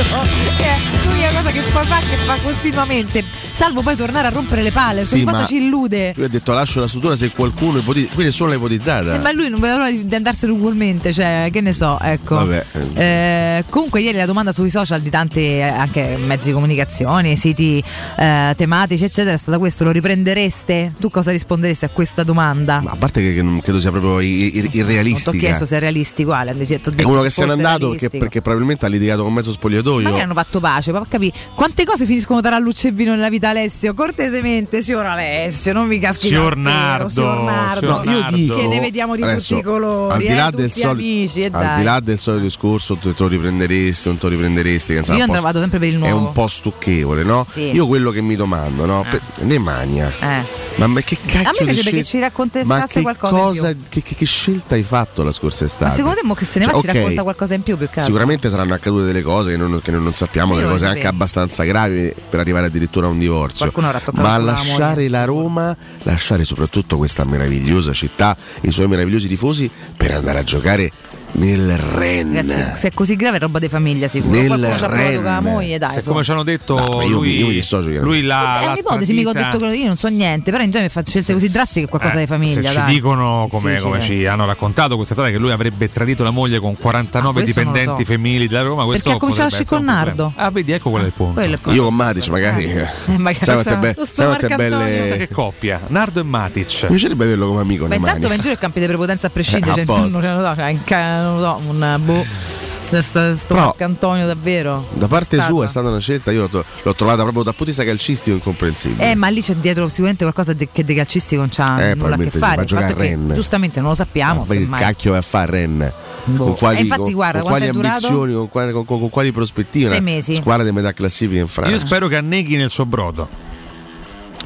Speaker 9: Eh, L'unica cosa che poi fa che fa continuamente. Salvo poi tornare a rompere le palle. Perché
Speaker 11: Sì,
Speaker 9: ogni volta
Speaker 11: ma-
Speaker 9: ci illude.
Speaker 11: Lui ha detto lascio la struttura se qualcuno ipotizza. Quindi è solo ipotizzata.
Speaker 9: Eh, ma lui non vedeva l'ora di di andarsene ugualmente, cioè, che ne so, ecco.
Speaker 11: Vabbè.
Speaker 9: Eh, comunque ieri la domanda sui social di tanti eh, anche mezzi di comunicazione, siti eh, tematici, eccetera, è stata questo, lo riprendereste? Tu cosa risponderesti a questa domanda?
Speaker 11: A parte che, che non credo sia proprio i- i-
Speaker 9: non ti ho
Speaker 11: irrealistica.
Speaker 9: chiesto se è realistico, Ale, hanno detto
Speaker 11: eh. È uno che se n'è
Speaker 9: forse
Speaker 11: andato perché,
Speaker 9: realistico.
Speaker 11: perché probabilmente ha litigato con mezzo
Speaker 9: Ma
Speaker 11: spogliatoio.
Speaker 9: che hanno fatto pace, ma capì quante cose finiscono tra Luccio e Vino nella vita Alessio? Cortesemente, signor Alessio, non mi caschi
Speaker 11: Signor
Speaker 9: davvero,
Speaker 11: Nardo,
Speaker 9: signor Nardo.
Speaker 11: signor No, io Nardo. dico-
Speaker 9: che ne vediamo di
Speaker 11: Adesso,
Speaker 9: tutti i colori,
Speaker 11: al di
Speaker 9: eh,
Speaker 11: là
Speaker 9: tutti
Speaker 11: del soli-
Speaker 9: amici, e
Speaker 11: Al
Speaker 9: dai.
Speaker 11: di là del solito discorso, te te lo riprenderesti, non te lo riprenderesti. Che, insomma,
Speaker 9: Io
Speaker 11: è un po'
Speaker 9: andrò vado sempre per il
Speaker 11: È
Speaker 9: nuovo.
Speaker 11: un po' stucchevole, no?
Speaker 9: Sì.
Speaker 11: Io quello che mi domando, no?
Speaker 9: Eh.
Speaker 11: Per- ne mania.
Speaker 9: Eh.
Speaker 11: Ma, ma che cacchio
Speaker 9: A me
Speaker 11: di
Speaker 9: piacerebbe che
Speaker 11: scel-
Speaker 9: ci
Speaker 11: ma
Speaker 9: raccontasse
Speaker 11: che
Speaker 9: qualcosa in
Speaker 11: cosa-
Speaker 9: più.
Speaker 11: che, che- che scelta hai fatto la scorsa estate?
Speaker 9: Ma secondo te mo che se ne va
Speaker 11: Cioè,
Speaker 9: ci
Speaker 11: ok,
Speaker 9: racconta qualcosa in più più che altro?
Speaker 11: Sicuramente saranno accadute delle cose che non, che non- non sappiamo,
Speaker 9: Io
Speaker 11: delle cose
Speaker 9: voglio
Speaker 11: anche
Speaker 9: sapere.
Speaker 11: abbastanza gravi per arrivare addirittura a un divorzio.
Speaker 9: Qualcuno avrà toccato
Speaker 11: Ma
Speaker 9: con la
Speaker 11: lasciare la Roma, lasciare soprattutto questa meravigliosa città, i suoi meravigliosi tifosi per andare a giocare nel Ren.
Speaker 9: Ragazzi, se è così grave è roba di famiglia sicuro.
Speaker 11: Nel
Speaker 9: Qualcuno ci ha provato
Speaker 11: Ren.
Speaker 9: con la moglie, dai.
Speaker 10: Se
Speaker 9: su.
Speaker 10: come ci hanno detto
Speaker 11: ma io
Speaker 10: lui,
Speaker 11: mi- io mi dissocio chiaramente.
Speaker 10: lui la,
Speaker 9: Eh, è
Speaker 10: la
Speaker 9: un'ipotesi, mica ho
Speaker 10: tradita-
Speaker 9: detto quello io non so niente, però in genere fa scelte così drastiche che qualcosa
Speaker 10: Eh,
Speaker 9: di famiglia,
Speaker 10: se ci
Speaker 9: dai.
Speaker 10: dicono come, come
Speaker 9: Difficile.
Speaker 10: ci hanno raccontato questa storia che lui avrebbe tradito la moglie con 49
Speaker 9: Ah, questo non lo
Speaker 10: dipendenti
Speaker 9: so.
Speaker 10: femminili della Roma questo
Speaker 9: Perché ha cominciato a
Speaker 10: potrebbe essere un
Speaker 9: scicconnardo.
Speaker 10: problema. ah vedi ecco quello è il punto
Speaker 9: Quello è il Eh,
Speaker 11: Io con Matic magari.
Speaker 9: magari
Speaker 11: sai quante
Speaker 9: sa-
Speaker 11: be-
Speaker 9: lo
Speaker 11: sai quante
Speaker 9: Marcantonio.
Speaker 11: belle.
Speaker 9: Sai che
Speaker 10: coppia, Nardo e Matic.
Speaker 11: Mi piacerebbe averlo come amico.
Speaker 9: Ma
Speaker 11: nei
Speaker 9: intanto va
Speaker 11: mani.
Speaker 9: in giro il campi di prepotenza a
Speaker 11: Eh,
Speaker 9: prescindere,
Speaker 11: a
Speaker 9: cioè,
Speaker 11: posto.
Speaker 9: intorno, cioè, non lo so, cioè, un ca- non lo so, un boh. Sto, sto
Speaker 11: Però-
Speaker 9: Marcantonio davvero.
Speaker 11: Da parte
Speaker 9: Statua.
Speaker 11: sua è stata una scelta, io l'ho, to- l'ho trovata proprio dal punto di vista calcistico incomprensibile.
Speaker 9: Eh, ma lì c'è dietro sicuramente qualcosa de- che dei calcisti non c'ha
Speaker 11: Eh,
Speaker 9: nulla a che
Speaker 11: probabilmente sì,
Speaker 9: fare.
Speaker 11: va a
Speaker 9: Il fatto
Speaker 11: giocare
Speaker 9: è
Speaker 11: a
Speaker 9: che
Speaker 11: Rennes. Ah,
Speaker 9: giustamente non lo sappiamo.
Speaker 11: Ma poi il
Speaker 9: semmai.
Speaker 11: cacchio va a fare Ren. Con quali,
Speaker 9: Eh, infatti,
Speaker 11: con-
Speaker 9: guarda,
Speaker 11: con quali
Speaker 9: quanto è durato?
Speaker 11: ambizioni, con quali, con- con- con quali prospettive?
Speaker 9: Sei
Speaker 11: Una
Speaker 9: mesi.
Speaker 11: Squadra di metà classifica in Francia.
Speaker 10: io spero che anneghi nel suo brodo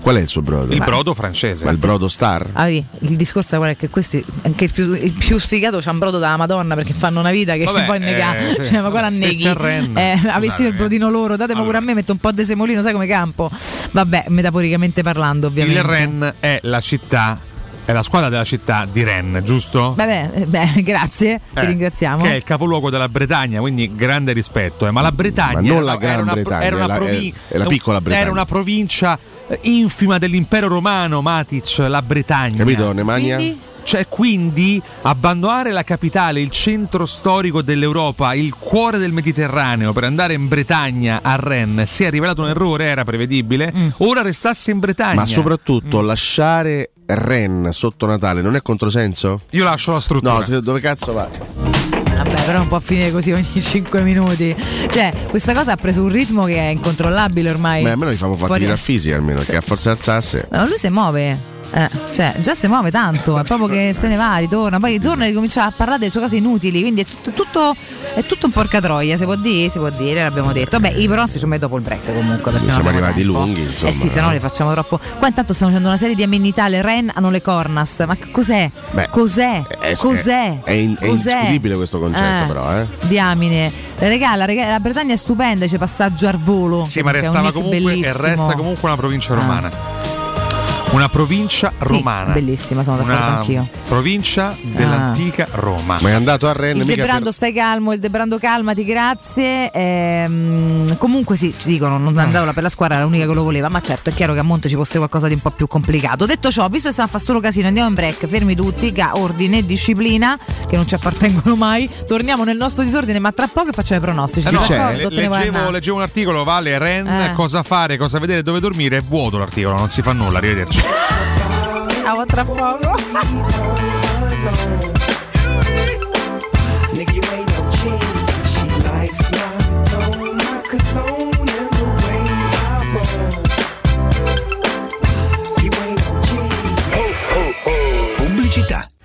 Speaker 11: Qual è il suo brodo?
Speaker 10: il brodo francese
Speaker 11: Ma il brodo star?
Speaker 9: Ah, vedi, il discorso guarda, è che questi, anche il più, il più sfigato c'ha un brodo dalla Madonna perché fanno una vita che
Speaker 11: Vabbè,
Speaker 9: poi negare.
Speaker 11: eh, sì.
Speaker 9: Cioè, ma qua la
Speaker 11: Vabbè, se
Speaker 9: neghi.
Speaker 11: si arrende.
Speaker 9: Eh, avessi io il
Speaker 10: Scusatemi.
Speaker 9: brodino loro, datemi pure a me, metto un po' di semolino, sai come campo. Vabbè, metaforicamente parlando, ovviamente.
Speaker 10: il Rennes è la città è la squadra della città di Rennes giusto?
Speaker 9: Vabbè, eh, beh, grazie, ti
Speaker 10: Eh,
Speaker 9: ringraziamo.
Speaker 10: Che è il capoluogo della Bretagna, quindi grande rispetto. eh. Ma la Bretagna era-
Speaker 11: non la Gran
Speaker 10: era una, pro-
Speaker 11: Bretagna,
Speaker 10: era una
Speaker 11: è la-
Speaker 10: provi-
Speaker 11: è- è la piccola Bretagna.
Speaker 10: Era una provincia eh, infima dell'impero romano, Matic, la Bretagna.
Speaker 11: Capito, Nemania?
Speaker 10: Quindi?
Speaker 11: Quindi?
Speaker 10: Cioè, quindi abbandonare la capitale, il centro storico dell'Europa, il cuore del Mediterraneo per andare in Bretagna a Rennes si è rivelato un errore, era prevedibile.
Speaker 9: Mm.
Speaker 10: Ora restasse in Bretagna.
Speaker 11: Ma soprattutto lasciare Ren sotto Natale non è controsenso?
Speaker 10: Io lascio la struttura.
Speaker 11: No, te- dove cazzo va?
Speaker 9: Vabbè, però non può finire così ogni 5 minuti. Cioè, questa cosa ha preso un ritmo che è incontrollabile ormai.
Speaker 11: Beh, almeno gli fanno
Speaker 9: Fuori-
Speaker 11: attività fisica almeno, che a forza alzasse.
Speaker 9: No, lui si muove. Eh, cioè, già si muove tanto, è proprio che se ne va, ritorna, poi ritorna e ricomincia a parlare delle sue cose inutili, quindi è tutto, tutto- è tutto un porca troia, si può dire, si può dire, l'abbiamo detto. Vabbè, i pronostici sono dopo il break comunque. Perché non
Speaker 2: Siamo
Speaker 9: abbiamo
Speaker 2: arrivati
Speaker 9: tempo.
Speaker 2: lunghi, insomma.
Speaker 9: Eh sì, se no li facciamo troppo. Qua intanto stiamo facendo una serie di amenità, le Ren hanno le cornas, ma che cos'è?
Speaker 2: Beh,
Speaker 9: cos'è?
Speaker 30: Eh,
Speaker 2: È,
Speaker 9: cos'è?
Speaker 2: È, è in- è
Speaker 9: Cos'è?
Speaker 2: indiscutibile questo concetto,
Speaker 9: Eh.
Speaker 2: però, eh.
Speaker 9: Diamine, regà, la, rega- la Bretagna è stupenda, c'è passaggio al volo.
Speaker 10: Sì, ma
Speaker 9: che è un
Speaker 10: restava
Speaker 9: nick
Speaker 10: comunque, e
Speaker 9: bellissimo. Ah.
Speaker 10: resta comunque una provincia romana. Una provincia romana.
Speaker 9: bellissima, sono d'accordo
Speaker 10: Una
Speaker 9: anch'io. Ah.
Speaker 10: Provincia dell'antica Roma.
Speaker 2: Ma è andato a Rennes
Speaker 9: Il
Speaker 2: mica
Speaker 9: De Brando
Speaker 2: per-
Speaker 9: stai calmo, il De Brando calmati, grazie. Ehm, comunque sì, ci dicono,
Speaker 10: Mm.
Speaker 9: non andava per la squadra, era l'unica che lo voleva, ma certo è chiaro che a Monte ci fosse qualcosa di un po' più complicato. Detto ciò, visto che stiamo a fa solo casino, andiamo in break, fermi tutti, ga, ordine e disciplina, che non ci appartengono mai, torniamo nel nostro disordine, ma tra poco facciamo i pronostici.
Speaker 10: Eh no,
Speaker 9: Siete
Speaker 10: le-
Speaker 9: d'accordo? Te ne vuoi
Speaker 10: leggevo,
Speaker 9: andare?
Speaker 10: leggevo un articolo, Vale, Ren,
Speaker 9: Eh.
Speaker 10: cosa fare, cosa vedere, dove dormire, è vuoto l'articolo, non si fa nulla, arrivederci.
Speaker 9: Ciao, Ah, tra poco.
Speaker 11: Nigga, you ain't no G. She likes my tone, my cologne, and the way I roll. You ain't no G.
Speaker 18: Pubblicità.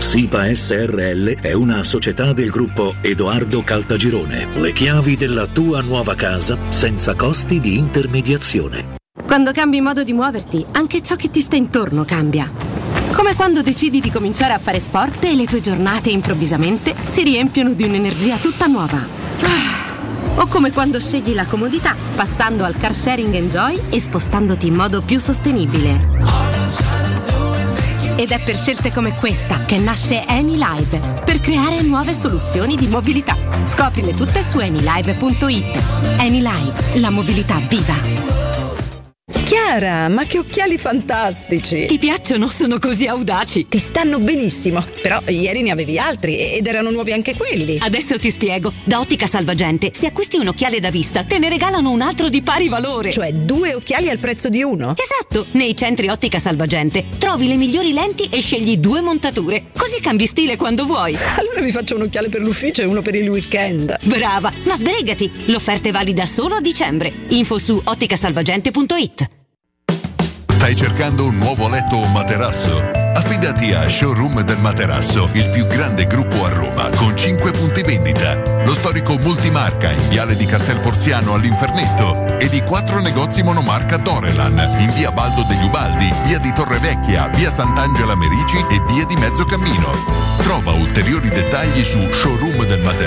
Speaker 18: SIPA SRL è una società del gruppo Edoardo Caltagirone. Le chiavi della tua nuova casa senza costi di intermediazione.
Speaker 31: Quando cambi modo di muoverti, anche ciò che ti sta intorno cambia. Come quando decidi di cominciare a fare sport e le tue giornate improvvisamente si riempiono di un'energia tutta nuova. Ah, O come quando scegli la comodità, passando al car sharing Enjoy e spostandoti in modo più sostenibile. Ed è per scelte come questa che nasce AnyLive, per creare nuove soluzioni di mobilità. Scoprile tutte su anylive.it. AnyLive, la mobilità viva.
Speaker 32: Chiara, ma che occhiali fantastici! Ti piacciono? Sono così audaci! Ti stanno benissimo, però ieri ne avevi altri ed erano nuovi anche quelli.
Speaker 13: Adesso ti spiego. Da Ottica Salvagente, se acquisti un occhiale da vista, te ne regalano un altro di pari valore.
Speaker 32: Cioè due occhiali al prezzo di uno?
Speaker 13: Esatto. Nei centri Ottica Salvagente trovi le migliori lenti e scegli due montature. Così cambi stile quando vuoi.
Speaker 32: Allora mi faccio un occhiale per l'ufficio e uno per il weekend.
Speaker 13: Brava, ma sbrigati. L'offerta è valida solo a dicembre. Info su otticasalvagente.it.
Speaker 33: Stai cercando un nuovo letto o materasso? Affidati a Showroom del Materasso, il più grande gruppo a Roma con 5 punti vendita. Lo storico multimarca in Viale di Castel Porziano all'Infernetto ed i quattro negozi monomarca Dorelan in Via Baldo degli Ubaldi, Via di Torrevecchia, Via Sant'Angela Merici e Via di Mezzocammino. Trova ulteriori dettagli su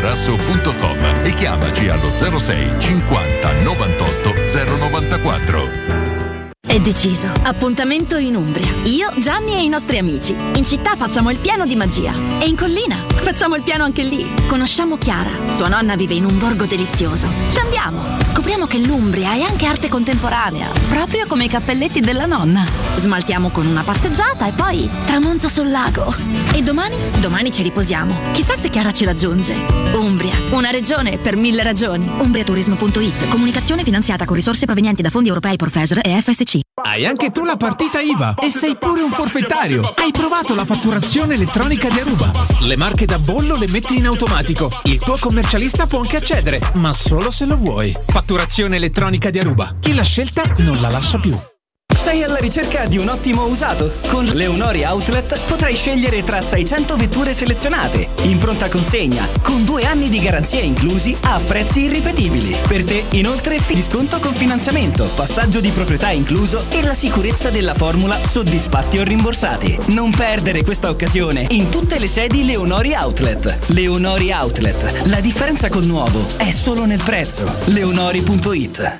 Speaker 33: showroomdelmaterasso.com e chiamaci allo 06 50 98 094.
Speaker 34: È deciso. Appuntamento in Umbria. Io, Gianni e i nostri amici. In città facciamo il piano di magia. E in collina facciamo il piano anche lì. Conosciamo Chiara. Sua nonna vive in un borgo delizioso. Ci andiamo. Scopriamo che l'Umbria è anche arte contemporanea. Proprio come i cappelletti della nonna. Smaltiamo con una passeggiata e poi tramonto sul lago. E domani? Domani ci riposiamo. Chissà se Chiara ci raggiunge. Umbria. Una regione per mille ragioni. Umbriaturismo.it. Comunicazione finanziata con risorse provenienti da fondi europei Professor e FSC.
Speaker 35: Hai anche tu la partita IVA e sei pure un forfettario. Hai provato la fatturazione elettronica di Aruba. Le marche da bollo le metti in automatico. Il tuo commercialista può anche accedere, ma solo se lo vuoi. Fatturazione elettronica di Aruba. Chi l'ha scelta non la lascia più.
Speaker 36: Sei alla ricerca di un ottimo usato? Con Leonori Outlet potrai scegliere tra 600 vetture selezionate, in pronta consegna, con due anni di garanzia inclusi a prezzi irripetibili. Per te, inoltre, fi- disconto con finanziamento, passaggio di proprietà incluso e la sicurezza della formula soddisfatti o rimborsati. Non perdere questa occasione in tutte le sedi Leonori Outlet. Leonori Outlet, la differenza col nuovo è solo nel prezzo. Leonori.it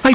Speaker 37: Hai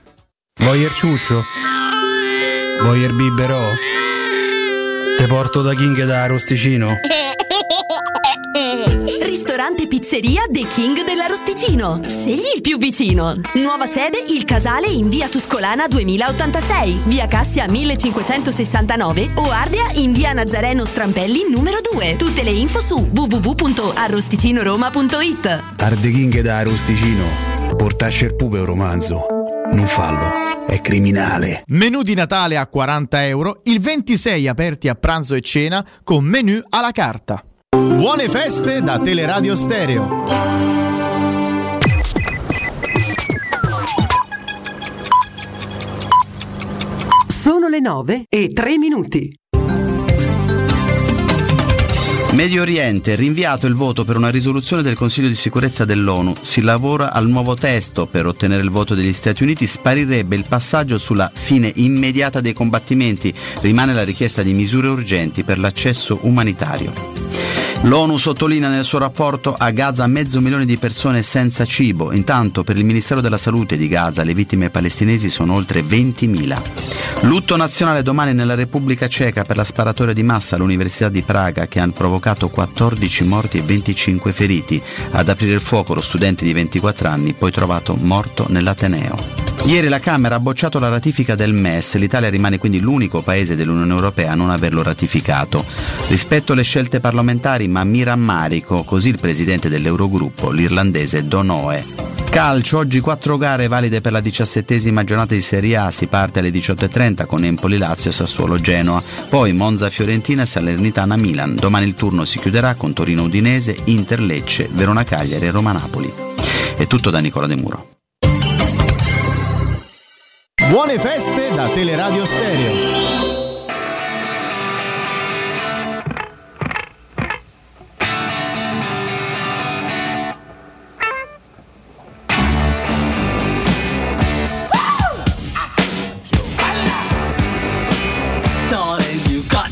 Speaker 1: Voyer ciuccio? Voyer biberò? Te porto da King da Rosticino?
Speaker 21: Ristorante Pizzeria The King dell'Arosticino. Scegli il più vicino. Nuova sede Il Casale in via Tuscolana 2086, via Cassia 1569 o Ardea in via Nazareno Strampelli numero 2. Tutte le info su www.arrosticinoroma.it.
Speaker 1: Arde King da Rosticino? Portasce il pupe un romanzo. Non fallo, è criminale.
Speaker 17: Menù di Natale a 40 euro, il 26 aperti a pranzo e cena con menù alla carta. Buone feste da Teleradio Stereo.
Speaker 23: Sono le 9 e 3 minuti.
Speaker 38: Medio Oriente, rinviato il voto per una risoluzione del Consiglio di sicurezza dell'ONU. Si lavora al nuovo testo. Per ottenere il voto degli Stati Uniti sparirebbe il passaggio sulla fine immediata dei combattimenti. Rimane la richiesta di misure urgenti per l'accesso umanitario. L'ONU sottolinea nel suo rapporto a Gaza mezzo milione di persone senza cibo, intanto per il Ministero della Salute di Gaza le vittime palestinesi sono oltre 20.000. Lutto nazionale domani nella Repubblica Ceca per la sparatoria di massa all'Università di Praga che hanno provocato 14 morti e 25 feriti. Ad aprire il fuoco lo studente di 24 anni poi trovato morto nell'Ateneo. Ieri la Camera ha bocciato la ratifica del MES, l'Italia rimane quindi l'unico paese dell'Unione Europea a non averlo ratificato. Rispetto alle scelte parlamentari, ma mi rammarico, così il presidente dell'Eurogruppo, l'irlandese Donoe. Calcio, oggi quattro gare valide per la diciassettesima giornata di Serie A, si parte alle 18.30 con Empoli Lazio, Sassuolo Genoa, poi Monza Fiorentina e Salernitana Milan. Domani il turno si chiuderà con Torino Udinese, Inter Lecce, Verona Cagliari e Roma Napoli. È tutto da Nicola De Muro.
Speaker 17: Buone feste da Teleradio Stereo.
Speaker 39: Darling, you got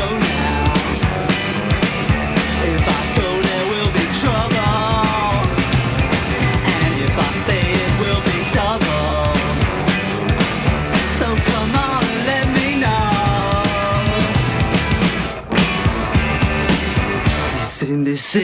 Speaker 39: go now? If I go, there will be trouble. And if I stay, it will be double. So come on and let me know.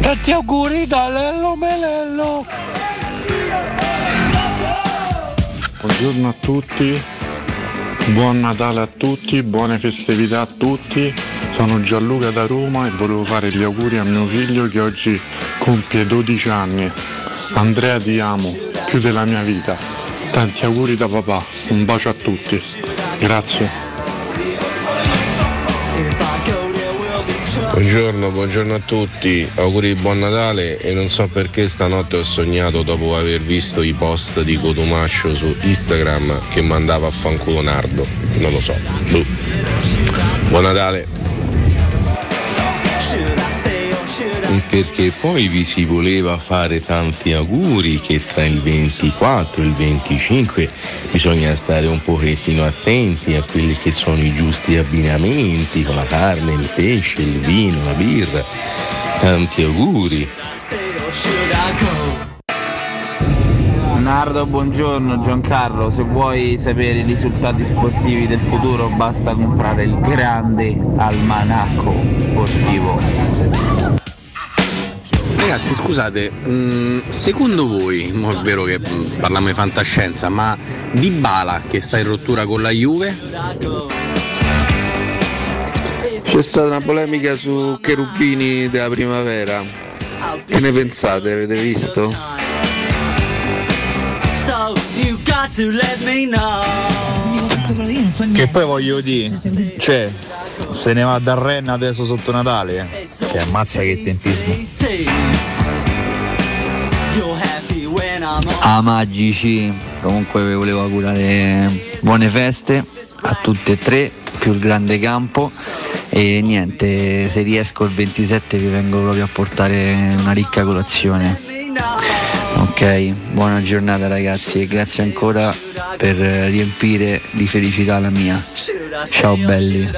Speaker 3: Tanti auguri da Lello Melello.
Speaker 40: Buongiorno a tutti, buon Natale a tutti, buone festività a tutti. Sono Gianluca da Roma e volevo fare gli auguri a mio figlio che oggi compie 12 anni. Andrea ti amo, più della mia vita. Tanti auguri da papà, un bacio a tutti. Grazie.
Speaker 41: Buongiorno, buongiorno a tutti, auguri di buon Natale e non so perché stanotte ho sognato dopo aver visto i post di Cotumascio su Instagram che mandava a fanculo Nardo, non lo so. Boh. Buon Natale.
Speaker 8: Perché poi vi si voleva fare tanti auguri che tra il 24 e il 25 bisogna stare un pochettino attenti a quelli che sono i giusti abbinamenti con la carne, il pesce, il vino, la birra. Tanti auguri.
Speaker 42: Nardo, buongiorno Giancarlo, se vuoi sapere i risultati sportivi del futuro basta comprare il grande almanacco sportivo.
Speaker 8: Ragazzi, scusate, mh, secondo voi, mo è vero che mh, parliamo di fantascienza, ma Di Bala che sta in rottura con la Juve?
Speaker 28: C'è stata una polemica su Cherubini della primavera. Che ne pensate? Avete visto?
Speaker 39: So you got to let me know.
Speaker 4: Che poi voglio dire, cioè, se ne va da Renna adesso sotto Natale. Cioè, ammazza che tempismo.
Speaker 39: You're happy when I'm
Speaker 42: A magici, comunque vi volevo augurare buone feste a tutte e tre, più il grande campo e niente, se riesco il 27 vi vengo proprio a portare una ricca colazione. Ok, buona giornata ragazzi e grazie ancora per eh, riempire di felicità la mia. Ciao belli.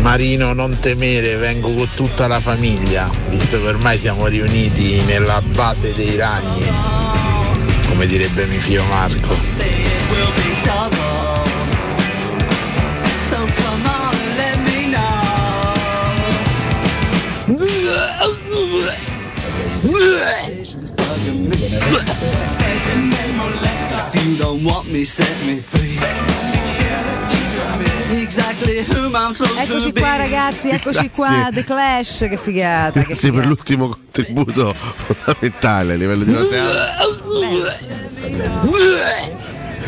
Speaker 4: Marino, non temere, vengo con tutta la famiglia, visto che ormai siamo riuniti nella base dei ragni, come direbbe mio figlio Marco.
Speaker 39: will be double. So come on and let me know. If you don't want me, set me free. Exactly whom I'm supposed
Speaker 9: Eccoci
Speaker 39: to be.
Speaker 9: qua ragazzi, eccoci qua,
Speaker 30: Grazie.
Speaker 9: The Clash, che figata. Che
Speaker 30: Grazie per
Speaker 9: figata.
Speaker 30: l'ultimo contributo fondamentale a livello di
Speaker 9: Mm.
Speaker 30: notte.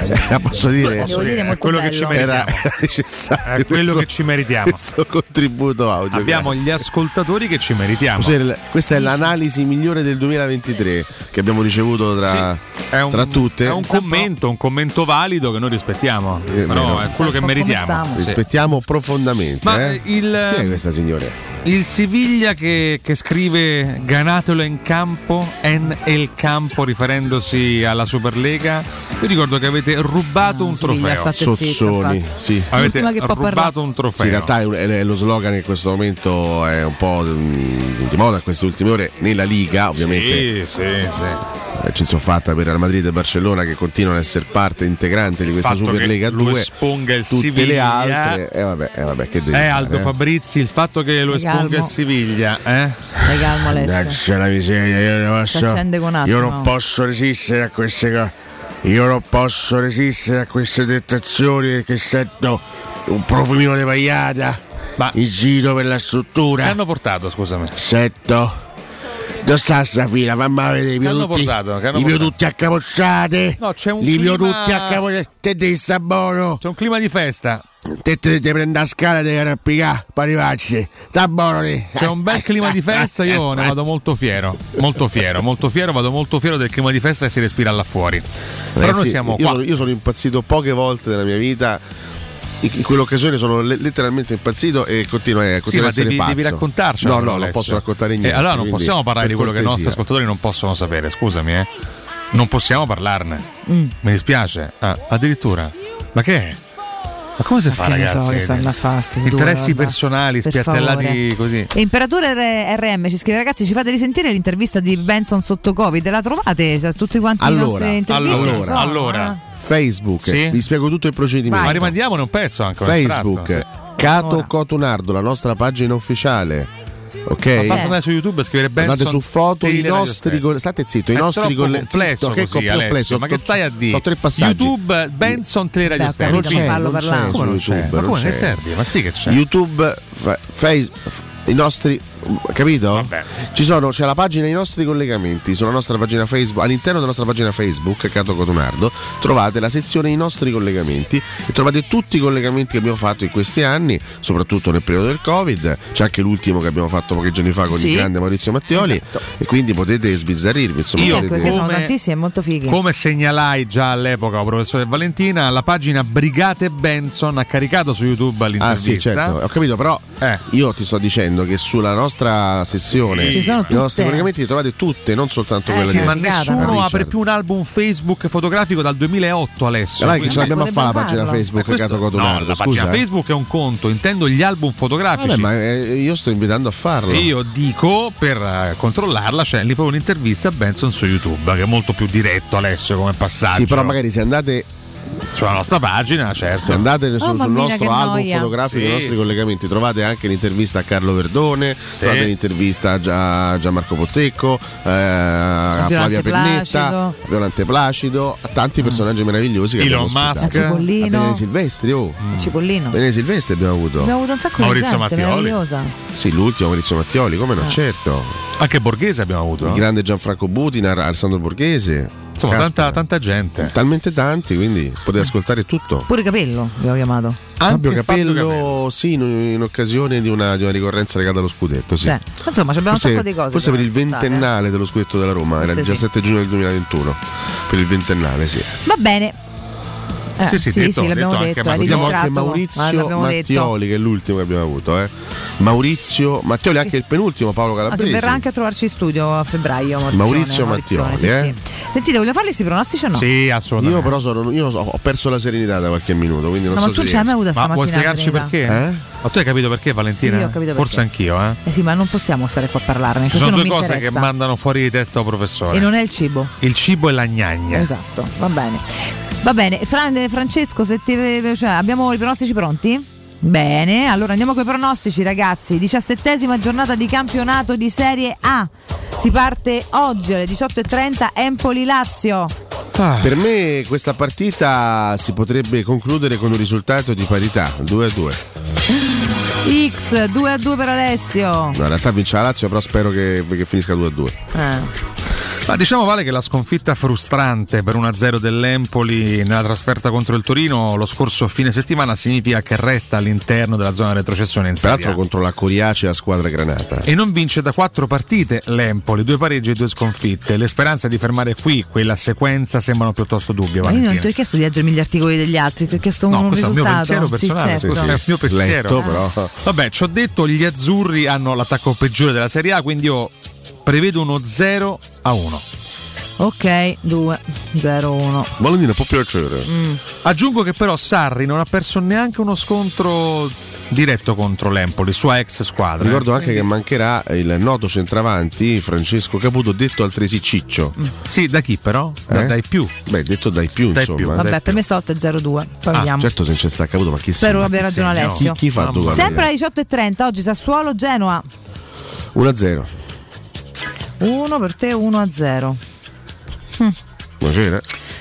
Speaker 30: Eh, posso dire,
Speaker 9: Devo dire,
Speaker 30: Era-
Speaker 9: molto bello.
Speaker 30: era, era necessario.
Speaker 10: È quello che ci meritiamo.
Speaker 30: Questo contributo audio.
Speaker 10: Abbiamo
Speaker 30: grazie.
Speaker 10: gli ascoltatori che ci meritiamo.
Speaker 30: Posso dire, Questa è l'analisi migliore del 2023 che abbiamo ricevuto tra,
Speaker 10: È un-
Speaker 30: tra tutte.
Speaker 10: È un commento, un commento valido che noi rispettiamo.
Speaker 2: Eh,
Speaker 10: Però
Speaker 30: vero.
Speaker 10: è quello che meritiamo. Sì.
Speaker 30: Eh, Rispettiamo profondamente.
Speaker 10: Ma,
Speaker 30: eh.
Speaker 10: eh, il-
Speaker 30: Chi è questa signora?
Speaker 10: Il Siviglia che, che scrive Ganatelo in campo, en el campo riferendosi alla Superlega. Io ricordo che avete rubato un
Speaker 30: Ah, Siviglia,
Speaker 10: trofeo.
Speaker 30: state zitta, Sozzoni, infatti. sì.
Speaker 10: Avete
Speaker 30: L'ultima che può
Speaker 10: rubato
Speaker 30: parlare.
Speaker 10: un trofeo.
Speaker 30: Sì, in realtà è, un- è lo slogan che in questo momento è un po' di di moda in queste ultime ore nella Liga, ovviamente.
Speaker 10: Sì, sì, sì.
Speaker 30: Eh, Ci sono fatta per Real Madrid e Barcellona che continuano ad essere parte integrante di questa
Speaker 10: fatto che
Speaker 30: Superlega
Speaker 10: lo
Speaker 30: 2.
Speaker 10: esponga il
Speaker 30: tutte le
Speaker 10: Siviglia.
Speaker 30: altre. Eh vabbè, eh, vabbè, che devi
Speaker 10: Eh
Speaker 30: fare,
Speaker 10: Aldo
Speaker 30: eh?
Speaker 10: Fabrizi, il fatto che lo
Speaker 9: Stai
Speaker 10: esponga
Speaker 9: calmo.
Speaker 10: il Siviglia, eh?
Speaker 9: Stai calmo Alessio.
Speaker 30: Mannaggia la miseria, io non
Speaker 9: Si
Speaker 30: posso,
Speaker 9: accende con attimo.
Speaker 30: io non posso resistere a queste cose. Io non posso resistere a queste tentazioni perché sento un profumino di pagliata in giro per la struttura.
Speaker 10: Che hanno portato, scusami?
Speaker 30: Sento. Dove sta sta fila? Fammi vedere i
Speaker 10: Che hanno
Speaker 30: piodutti.
Speaker 10: portato? Che hanno
Speaker 30: I
Speaker 10: portato?
Speaker 30: piodutti a capocciate.
Speaker 10: No, c'è un
Speaker 30: Li
Speaker 10: clima-
Speaker 30: piodutti a capocciate. Te devi sta buono.
Speaker 10: C'è un clima di festa.
Speaker 30: Te te te prendi a scala e devi arrampicare. Parivacci. Sta buono lì. Eh.
Speaker 10: C'è un bel clima di festa, io ne vado molto fiero, molto fiero, molto fiero, vado molto fiero del clima di festa che si respira là fuori. Però
Speaker 11: Eh
Speaker 30: Ragazzi,
Speaker 10: noi siamo
Speaker 30: io
Speaker 10: qua.
Speaker 30: sono, io sono impazzito poche volte nella mia vita
Speaker 11: in quell'occasione sono le- letteralmente impazzito e continuo, eh,
Speaker 10: Sì,
Speaker 11: continuo
Speaker 10: ma
Speaker 11: a essere
Speaker 10: devi,
Speaker 11: pazzo.
Speaker 10: devi raccontarcelo.
Speaker 11: No, no,
Speaker 10: però,
Speaker 11: non
Speaker 10: Alessio.
Speaker 11: posso raccontare
Speaker 10: Eh,
Speaker 11: niente.
Speaker 10: allora non
Speaker 11: quindi,
Speaker 10: possiamo parlare
Speaker 11: per
Speaker 10: di quello che i nostri
Speaker 11: cortesia.
Speaker 10: ascoltatori non possono sapere, scusami, eh. Non possiamo parlarne. Mi dispiace. Ah, addirittura. Ma che è? Ma come si fa,
Speaker 9: che ne so
Speaker 10: ragazzi?
Speaker 9: che stanno a fa, sti
Speaker 10: Interessi
Speaker 9: due, vabbè.
Speaker 10: personali
Speaker 9: Per
Speaker 10: spiattellati
Speaker 9: favore.
Speaker 10: così.
Speaker 9: E Imperatore R- RM ci scrive ragazzi ci fate risentire l'intervista di Benson sotto Covid, la trovate? Sa- tutti quanti i
Speaker 11: Allora,
Speaker 9: nostri interviste?
Speaker 11: allora,
Speaker 9: ci sono,
Speaker 10: allora.
Speaker 11: Facebook,
Speaker 10: Sì?
Speaker 11: vi spiego tutto il procedimento.
Speaker 10: Ma rimandiamone un pezzo anche. un
Speaker 11: Facebook,
Speaker 10: estratto.
Speaker 11: Cato Cotunardo, la nostra pagina ufficiale. Ok.
Speaker 10: Ma basta andare su YouTube a scrivere Benson.
Speaker 11: Andate su foto i
Speaker 10: Tele Radio
Speaker 11: nostri
Speaker 10: Stereo.
Speaker 11: coll- state zitto, i
Speaker 10: È
Speaker 11: nostri
Speaker 10: Eh, troppo
Speaker 11: coll-
Speaker 10: complesso
Speaker 11: zitto, che
Speaker 10: così,
Speaker 11: complesso,
Speaker 10: Alessio, ma
Speaker 11: sto-
Speaker 10: che stai a dire?
Speaker 11: Ho tre passaggi.
Speaker 10: YouTube Benson Teleradio
Speaker 11: Beh, ho
Speaker 10: Stereo.
Speaker 11: capito, ma Non c'è, fallo non c'è parlare. su
Speaker 10: Come non c'è?
Speaker 11: YouTube,
Speaker 10: Ma
Speaker 11: non
Speaker 10: come
Speaker 11: c'è.
Speaker 10: che serve? Ma sì che c'è.
Speaker 11: YouTube, Facebook, i nostri capito? Ci sono, c'è la pagina i nostri collegamenti sulla nostra pagina Facebook, all'interno della nostra pagina Facebook Cato Cotunardo, trovate la sezione i nostri collegamenti e trovate tutti i collegamenti che abbiamo fatto in questi anni, soprattutto nel periodo del Covid, c'è anche l'ultimo che abbiamo fatto pochi giorni fa con
Speaker 9: Sì.
Speaker 11: il grande Maurizio Mattioli
Speaker 10: Esatto.
Speaker 11: e quindi potete sbizzarrirvi, insomma,
Speaker 9: Io
Speaker 11: potete-
Speaker 9: Ecco, perché sono tantissimi e molto fighi.
Speaker 10: Come segnalai già all'epoca, al professore Valentina, la pagina Brigate Benson ha caricato su YouTube
Speaker 11: Ah
Speaker 10: l'intervista. Eh,
Speaker 11: sì, certo, ho capito, però io ti sto dicendo che sulla nostra sessione
Speaker 10: Sì, ci sono
Speaker 11: i nostri
Speaker 10: tutte.
Speaker 11: collegamenti li trovate tutte, non soltanto
Speaker 10: Eh,
Speaker 11: quelle
Speaker 10: sì,
Speaker 11: di Ah, certo.
Speaker 10: ma
Speaker 11: Richard.
Speaker 10: nessuno apre più un album Facebook fotografico dal 2008 Alessio.
Speaker 11: Ma dai, che
Speaker 10: quindi-
Speaker 11: ce l'abbiamo a fare la pagina Facebook,
Speaker 10: Ma questo-
Speaker 11: Cato Cotonardo,
Speaker 10: No, la
Speaker 11: scusa,
Speaker 10: pagina
Speaker 11: eh.
Speaker 10: Facebook è un conto, intendo gli album
Speaker 11: Vabbè,
Speaker 10: fotografici.
Speaker 11: ma eh, io sto invitando a farlo.
Speaker 10: E Io dico per eh, controllarla c'è lì proprio un'intervista a Benson su YouTube che è molto più diretto Alessio come passaggio.
Speaker 11: Sì, però magari se andate
Speaker 10: sulla nostra pagina, certo.
Speaker 11: Se andate su-
Speaker 10: Oh,
Speaker 11: sul
Speaker 10: mammina,
Speaker 11: nostro
Speaker 10: che
Speaker 11: album
Speaker 10: noia.
Speaker 11: fotografico,
Speaker 10: Sì,
Speaker 11: i nostri
Speaker 10: sì.
Speaker 11: collegamenti, trovate anche l'intervista a Carlo Verdone, trovate l'intervista a Gia- Gianmarco Pozzecco, eh, a Flavia
Speaker 9: Violante
Speaker 11: Pennetta,
Speaker 9: Placido.
Speaker 11: a Violante Placido, a tanti personaggi meravigliosi che
Speaker 10: Mm. Elon Mm.
Speaker 11: abbiamo ospitato.
Speaker 9: Musk. A Cipollino.
Speaker 11: A Daniele Silvestri, oh.
Speaker 9: Cipollino.
Speaker 11: Daniele Silvestri abbiamo avuto.
Speaker 9: Abbiamo avuto un sacco
Speaker 11: Maurizio
Speaker 9: di gente
Speaker 11: Mattioli.
Speaker 9: meravigliosa.
Speaker 11: Sì, l'ultimo Maurizio Mattioli, come no,
Speaker 9: Eh.
Speaker 11: certo.
Speaker 10: Anche Borghese abbiamo avuto.
Speaker 11: Il
Speaker 10: no?
Speaker 11: grande Gianfranco Butina, Alessandro Borghese.
Speaker 10: Insomma, tanta-
Speaker 11: gente. Talmente tanti, quindi potete ascoltare tutto.
Speaker 9: Pure Capello abbiamo chiamato.
Speaker 11: Fabio Capello, sì, in, in occasione di una, di una ricorrenza legata allo scudetto. Sì.
Speaker 9: Cioè, insomma, ci abbiamo un
Speaker 11: forse,
Speaker 9: sacco di cose
Speaker 11: Forse
Speaker 9: da
Speaker 11: per il
Speaker 9: raccontare, eh.
Speaker 11: ventennale dello scudetto della Roma, era
Speaker 9: Forse
Speaker 11: il
Speaker 9: sì.
Speaker 11: 17 giugno del 2021. Per il ventennale, sì.
Speaker 9: Va bene. Eh,
Speaker 11: Sì, sì, detto-
Speaker 9: l'abbiamo detto,
Speaker 11: detto
Speaker 9: eri
Speaker 11: anche Abbiamo anche
Speaker 9: distratto, ma
Speaker 11: Maurizio
Speaker 9: l'abbiamo detto.
Speaker 11: Mattioli, che è l'ultimo che abbiamo avuto. eh. Maurizio Mattioli, anche il penultimo, Paolo
Speaker 9: Ah, che
Speaker 11: Calabrese.
Speaker 9: verrà anche a trovarci in studio a febbraio Maurizio,
Speaker 11: Maurizio Mattioli, eh.
Speaker 9: Sentite, voglio farli questi pronostici o Eh, no?
Speaker 11: assolutamente. Io però sono, io so- ho perso la serenità da qualche minuto, quindi non
Speaker 9: No,
Speaker 11: so
Speaker 9: ma
Speaker 11: se Eh?
Speaker 9: tu ce
Speaker 11: riesco.
Speaker 9: l'hai mai avuta
Speaker 10: Ma vuoi
Speaker 9: stamattina la
Speaker 10: spiegarci perché?
Speaker 9: serenità?
Speaker 10: Ma tu hai capito perché Valentina?
Speaker 9: Sì, ho capito
Speaker 10: Forse
Speaker 9: perché.
Speaker 10: anch'io, eh.
Speaker 9: Eh sì, ma non possiamo stare qua a parlarne,
Speaker 10: Ci
Speaker 9: perché
Speaker 10: sono
Speaker 9: non
Speaker 10: due
Speaker 9: mi
Speaker 10: cose che
Speaker 9: interessa.
Speaker 10: mandano fuori di testa un professore.
Speaker 9: E non è il cibo.
Speaker 10: Il cibo e la gnagna.
Speaker 9: Esatto, va bene. Va bene, Fran- eh, Francesco, se te- cioè, abbiamo i pronostici pronti? Bene, allora andiamo con i pronostici ragazzi. Diciassettesima giornata di campionato di Serie A. Si parte oggi alle 18.30 Empoli-Lazio.
Speaker 11: Ah. Per me questa partita si potrebbe concludere con un risultato di parità, 2 a 2.
Speaker 9: X 2 a 2 per Alessio.
Speaker 11: No, in realtà vince la Lazio, però spero che, che finisca 2 a 2.
Speaker 10: Ma diciamo vale che la sconfitta frustrante per 1-0 dell'Empoli nella trasferta contro il Torino lo scorso fine settimana significa che resta all'interno della zona retrocessione in Serie A.
Speaker 11: Peraltro contro la Coriacea squadra granata.
Speaker 10: E non vince da quattro partite l'Empoli, due pareggi e due sconfitte. Le speranze di fermare qui quella sequenza sembrano piuttosto dubbie.
Speaker 9: Ma io Eh, non ti ho
Speaker 10: Valentina.
Speaker 9: chiesto di leggermi gli articoli degli altri, ti ho chiesto
Speaker 10: No,
Speaker 9: un
Speaker 10: questo è il mio
Speaker 9: risultato.
Speaker 10: pensiero
Speaker 9: Sì,
Speaker 10: personale.
Speaker 9: certo.
Speaker 10: scusa, è il mio pensiero.
Speaker 11: Letto, però.
Speaker 10: Vabbè, ci ho detto, gli azzurri hanno l'attacco peggiore della Serie A, quindi io prevedo uno 0 a 1.
Speaker 9: Ok, 2 0 1.
Speaker 11: Valentina può piacere.
Speaker 10: Mm. Aggiungo che però Sarri non ha perso neanche uno scontro diretto contro l'Empoli, sua ex squadra. eh.
Speaker 11: Ricordo anche che mancherà il noto centravanti Francesco Caputo, detto altresì Ciccio.
Speaker 10: Mm.
Speaker 11: Eh?
Speaker 10: Sì, da chi però? Da- dai più.
Speaker 11: Beh, detto dai più,
Speaker 10: Dai
Speaker 11: insomma.
Speaker 10: più.
Speaker 11: Dai
Speaker 9: Vabbè, per me stavolta è 0 2. Poi
Speaker 11: Ah,
Speaker 9: vediamo.
Speaker 11: certo se c'è sta Caputo, ma chi
Speaker 9: Spero
Speaker 11: ma
Speaker 9: abbia
Speaker 11: chi
Speaker 9: ragione
Speaker 11: segna?
Speaker 9: Alessio.
Speaker 11: Chi, chi fa due gol?
Speaker 9: Sempre alle 18.30 oggi Sassuolo Genoa
Speaker 11: 1-0.
Speaker 9: 1 per te 1 a 0.
Speaker 11: Buonasera.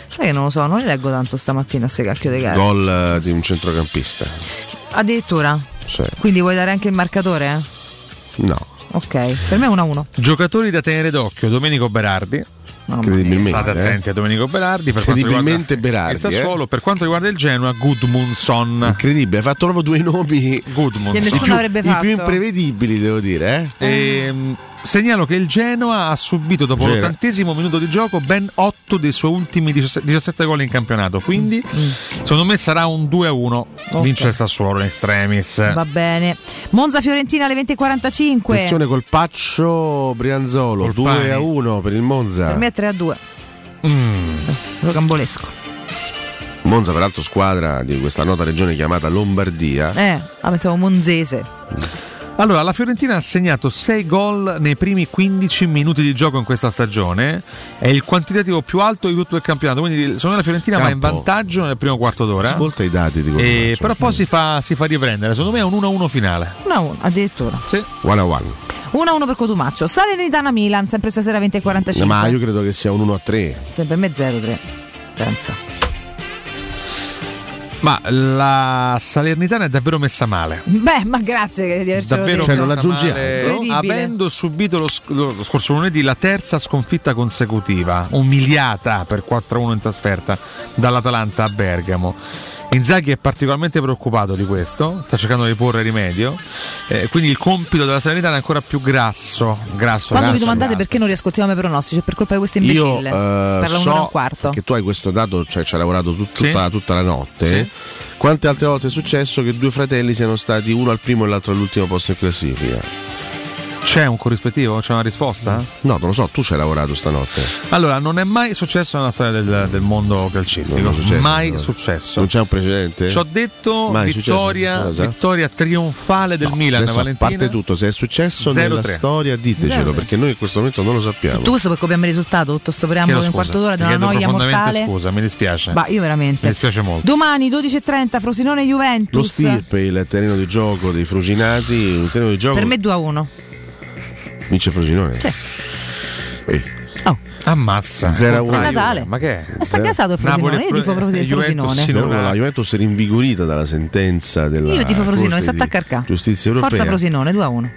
Speaker 9: Sai che non lo so, non li leggo tanto stamattina a calchio dei gare.
Speaker 11: Gol eh, di un centrocampista.
Speaker 9: Addirittura.
Speaker 11: Sì.
Speaker 9: Quindi vuoi dare anche il marcatore? eh?
Speaker 11: No.
Speaker 9: Ok, per me è 1 a 1.
Speaker 10: Giocatori da tenere d'occhio: Domenico Berardi,
Speaker 11: Incredibilmente.
Speaker 10: State
Speaker 11: eh.
Speaker 10: attenti a Domenico Berardi. Per quanto
Speaker 11: Incredibilmente
Speaker 10: riguarda
Speaker 11: Berardi, eh?
Speaker 10: Il Sassuolo, per quanto riguarda il Genoa, Gudmundsson.
Speaker 11: Incredibile, ha fatto proprio due nomi.
Speaker 9: Che nessuno
Speaker 10: Gudmundsson.
Speaker 9: avrebbe
Speaker 11: I
Speaker 9: fatto.
Speaker 11: più imprevedibili, devo dire. Eh?
Speaker 10: Ehm, segnalo che il Genoa ha subito dopo
Speaker 11: Genoa.
Speaker 10: l'ottantesimo minuto di gioco ben 8 dei suoi ultimi 17 17 gol in campionato. Quindi, secondo me sarà un 2-1.
Speaker 9: Mm. Ok.
Speaker 10: Vince il Sassuolo in extremis.
Speaker 9: Va bene. Monza Fiorentina alle 20.45.
Speaker 11: Attenzione col Paccio Brianzolo 2 a 1 per il Monza.
Speaker 9: Per me è 3 a 2. Mm. Rocambolesco.
Speaker 11: Monza, peraltro, squadra di questa nota regione chiamata Lombardia.
Speaker 9: Eh, ah, pensavo Monzese.
Speaker 10: Allora, la Fiorentina ha segnato 6 gol nei primi 15 minuti di gioco in questa stagione. È il quantitativo più alto di tutto il campionato. Quindi, secondo me, la Fiorentina va in
Speaker 11: Campo.
Speaker 10: vantaggio nel primo quarto d'ora.
Speaker 11: Ascolta i dati di
Speaker 10: Eh,
Speaker 11: quello.
Speaker 10: però poi si fa, si fa riprendere. Secondo me è un 1-1 finale.
Speaker 9: 1 a 1, addirittura.
Speaker 10: Sì.
Speaker 11: One a one.
Speaker 9: 1 a 1 per Cotumaccio. Salernitana Milan, sempre stasera 20.45.
Speaker 11: Ma io credo che sia un 1 a 3.
Speaker 9: Per me 0 3. Pensa.
Speaker 10: Ma la Salernitana è davvero messa male.
Speaker 9: Beh, ma grazie di avercelo
Speaker 10: Davvero Cioè,
Speaker 9: detto.
Speaker 11: Cioè,
Speaker 10: messa male.
Speaker 9: Incredibile.
Speaker 11: Ah,
Speaker 10: Avendo subito lo, sc- lo- lo scorso lunedì la terza sconfitta consecutiva, umiliata per 4-1 in trasferta dall'Atalanta a Bergamo. Inzaghi è particolarmente preoccupato di questo, sta cercando di porre rimedio, eh, quindi il compito della Salernitana è ancora più grasso. grasso
Speaker 9: Quando vi
Speaker 10: grasso,
Speaker 9: domandate perché non riascoltiamo i pronostici, è per colpa di questo imbecille.
Speaker 11: Io eh,
Speaker 9: per la 1 e un
Speaker 11: so
Speaker 9: quarto.
Speaker 11: che tu hai questo dato, cioè ci hai lavorato tut- tutta, tutta la notte. Quante altre volte è successo che due fratelli siano stati uno al primo e l'altro all'ultimo posto in classifica?
Speaker 10: C'è un corrispettivo? cioè, C'è una risposta?
Speaker 11: No, non lo so, tu ci hai lavorato stanotte.
Speaker 10: Allora, non è mai successo nella storia del, del mondo calcistico,
Speaker 11: Non è successo,
Speaker 10: mai
Speaker 11: no.
Speaker 10: successo.
Speaker 11: Non c'è un precedente?
Speaker 10: Ci ho detto
Speaker 11: Mai è successo questa
Speaker 10: vittoria,
Speaker 11: cosa?
Speaker 10: vittoria trionfale del Milan,
Speaker 11: Adesso a
Speaker 10: Valentina.
Speaker 11: parte tutto, se è successo nella
Speaker 10: 0-3.
Speaker 11: storia ditecelo,
Speaker 9: Zero.
Speaker 11: perché noi in questo momento non lo sappiamo.
Speaker 9: Tutto questo per copiarmi il risultato, tutto sto preambolo
Speaker 11: Chiedo
Speaker 9: di un quarto d'ora,
Speaker 11: scusa,
Speaker 9: di
Speaker 11: ti
Speaker 9: una
Speaker 11: chiedo
Speaker 9: noia
Speaker 11: profondamente
Speaker 9: mortale.
Speaker 10: Scusa, mi dispiace.
Speaker 9: Ma io veramente.
Speaker 10: Mi dispiace molto.
Speaker 9: Domani 12.30 Frosinone Juventus.
Speaker 11: Lo stirpe, il terreno di gioco dei Fruginati, un terreno di gioco
Speaker 9: Per me 2 a 1.
Speaker 11: vince Fruginone.
Speaker 9: Sì.
Speaker 10: Ammazza.
Speaker 11: 0 a 1.
Speaker 9: Contro Natale.
Speaker 10: Ma che è?
Speaker 9: Ma sta casato il Frosinone, io tifo Fro-
Speaker 10: eh,
Speaker 9: il Frosinone.
Speaker 11: La Juventus rinvigorita dalla sentenza della
Speaker 9: Io tifo Frosinone,
Speaker 11: Corte
Speaker 9: si
Speaker 11: di
Speaker 9: attacca al ca.
Speaker 11: Giustizia europea.
Speaker 9: Forza Frosinone, 2 a 1.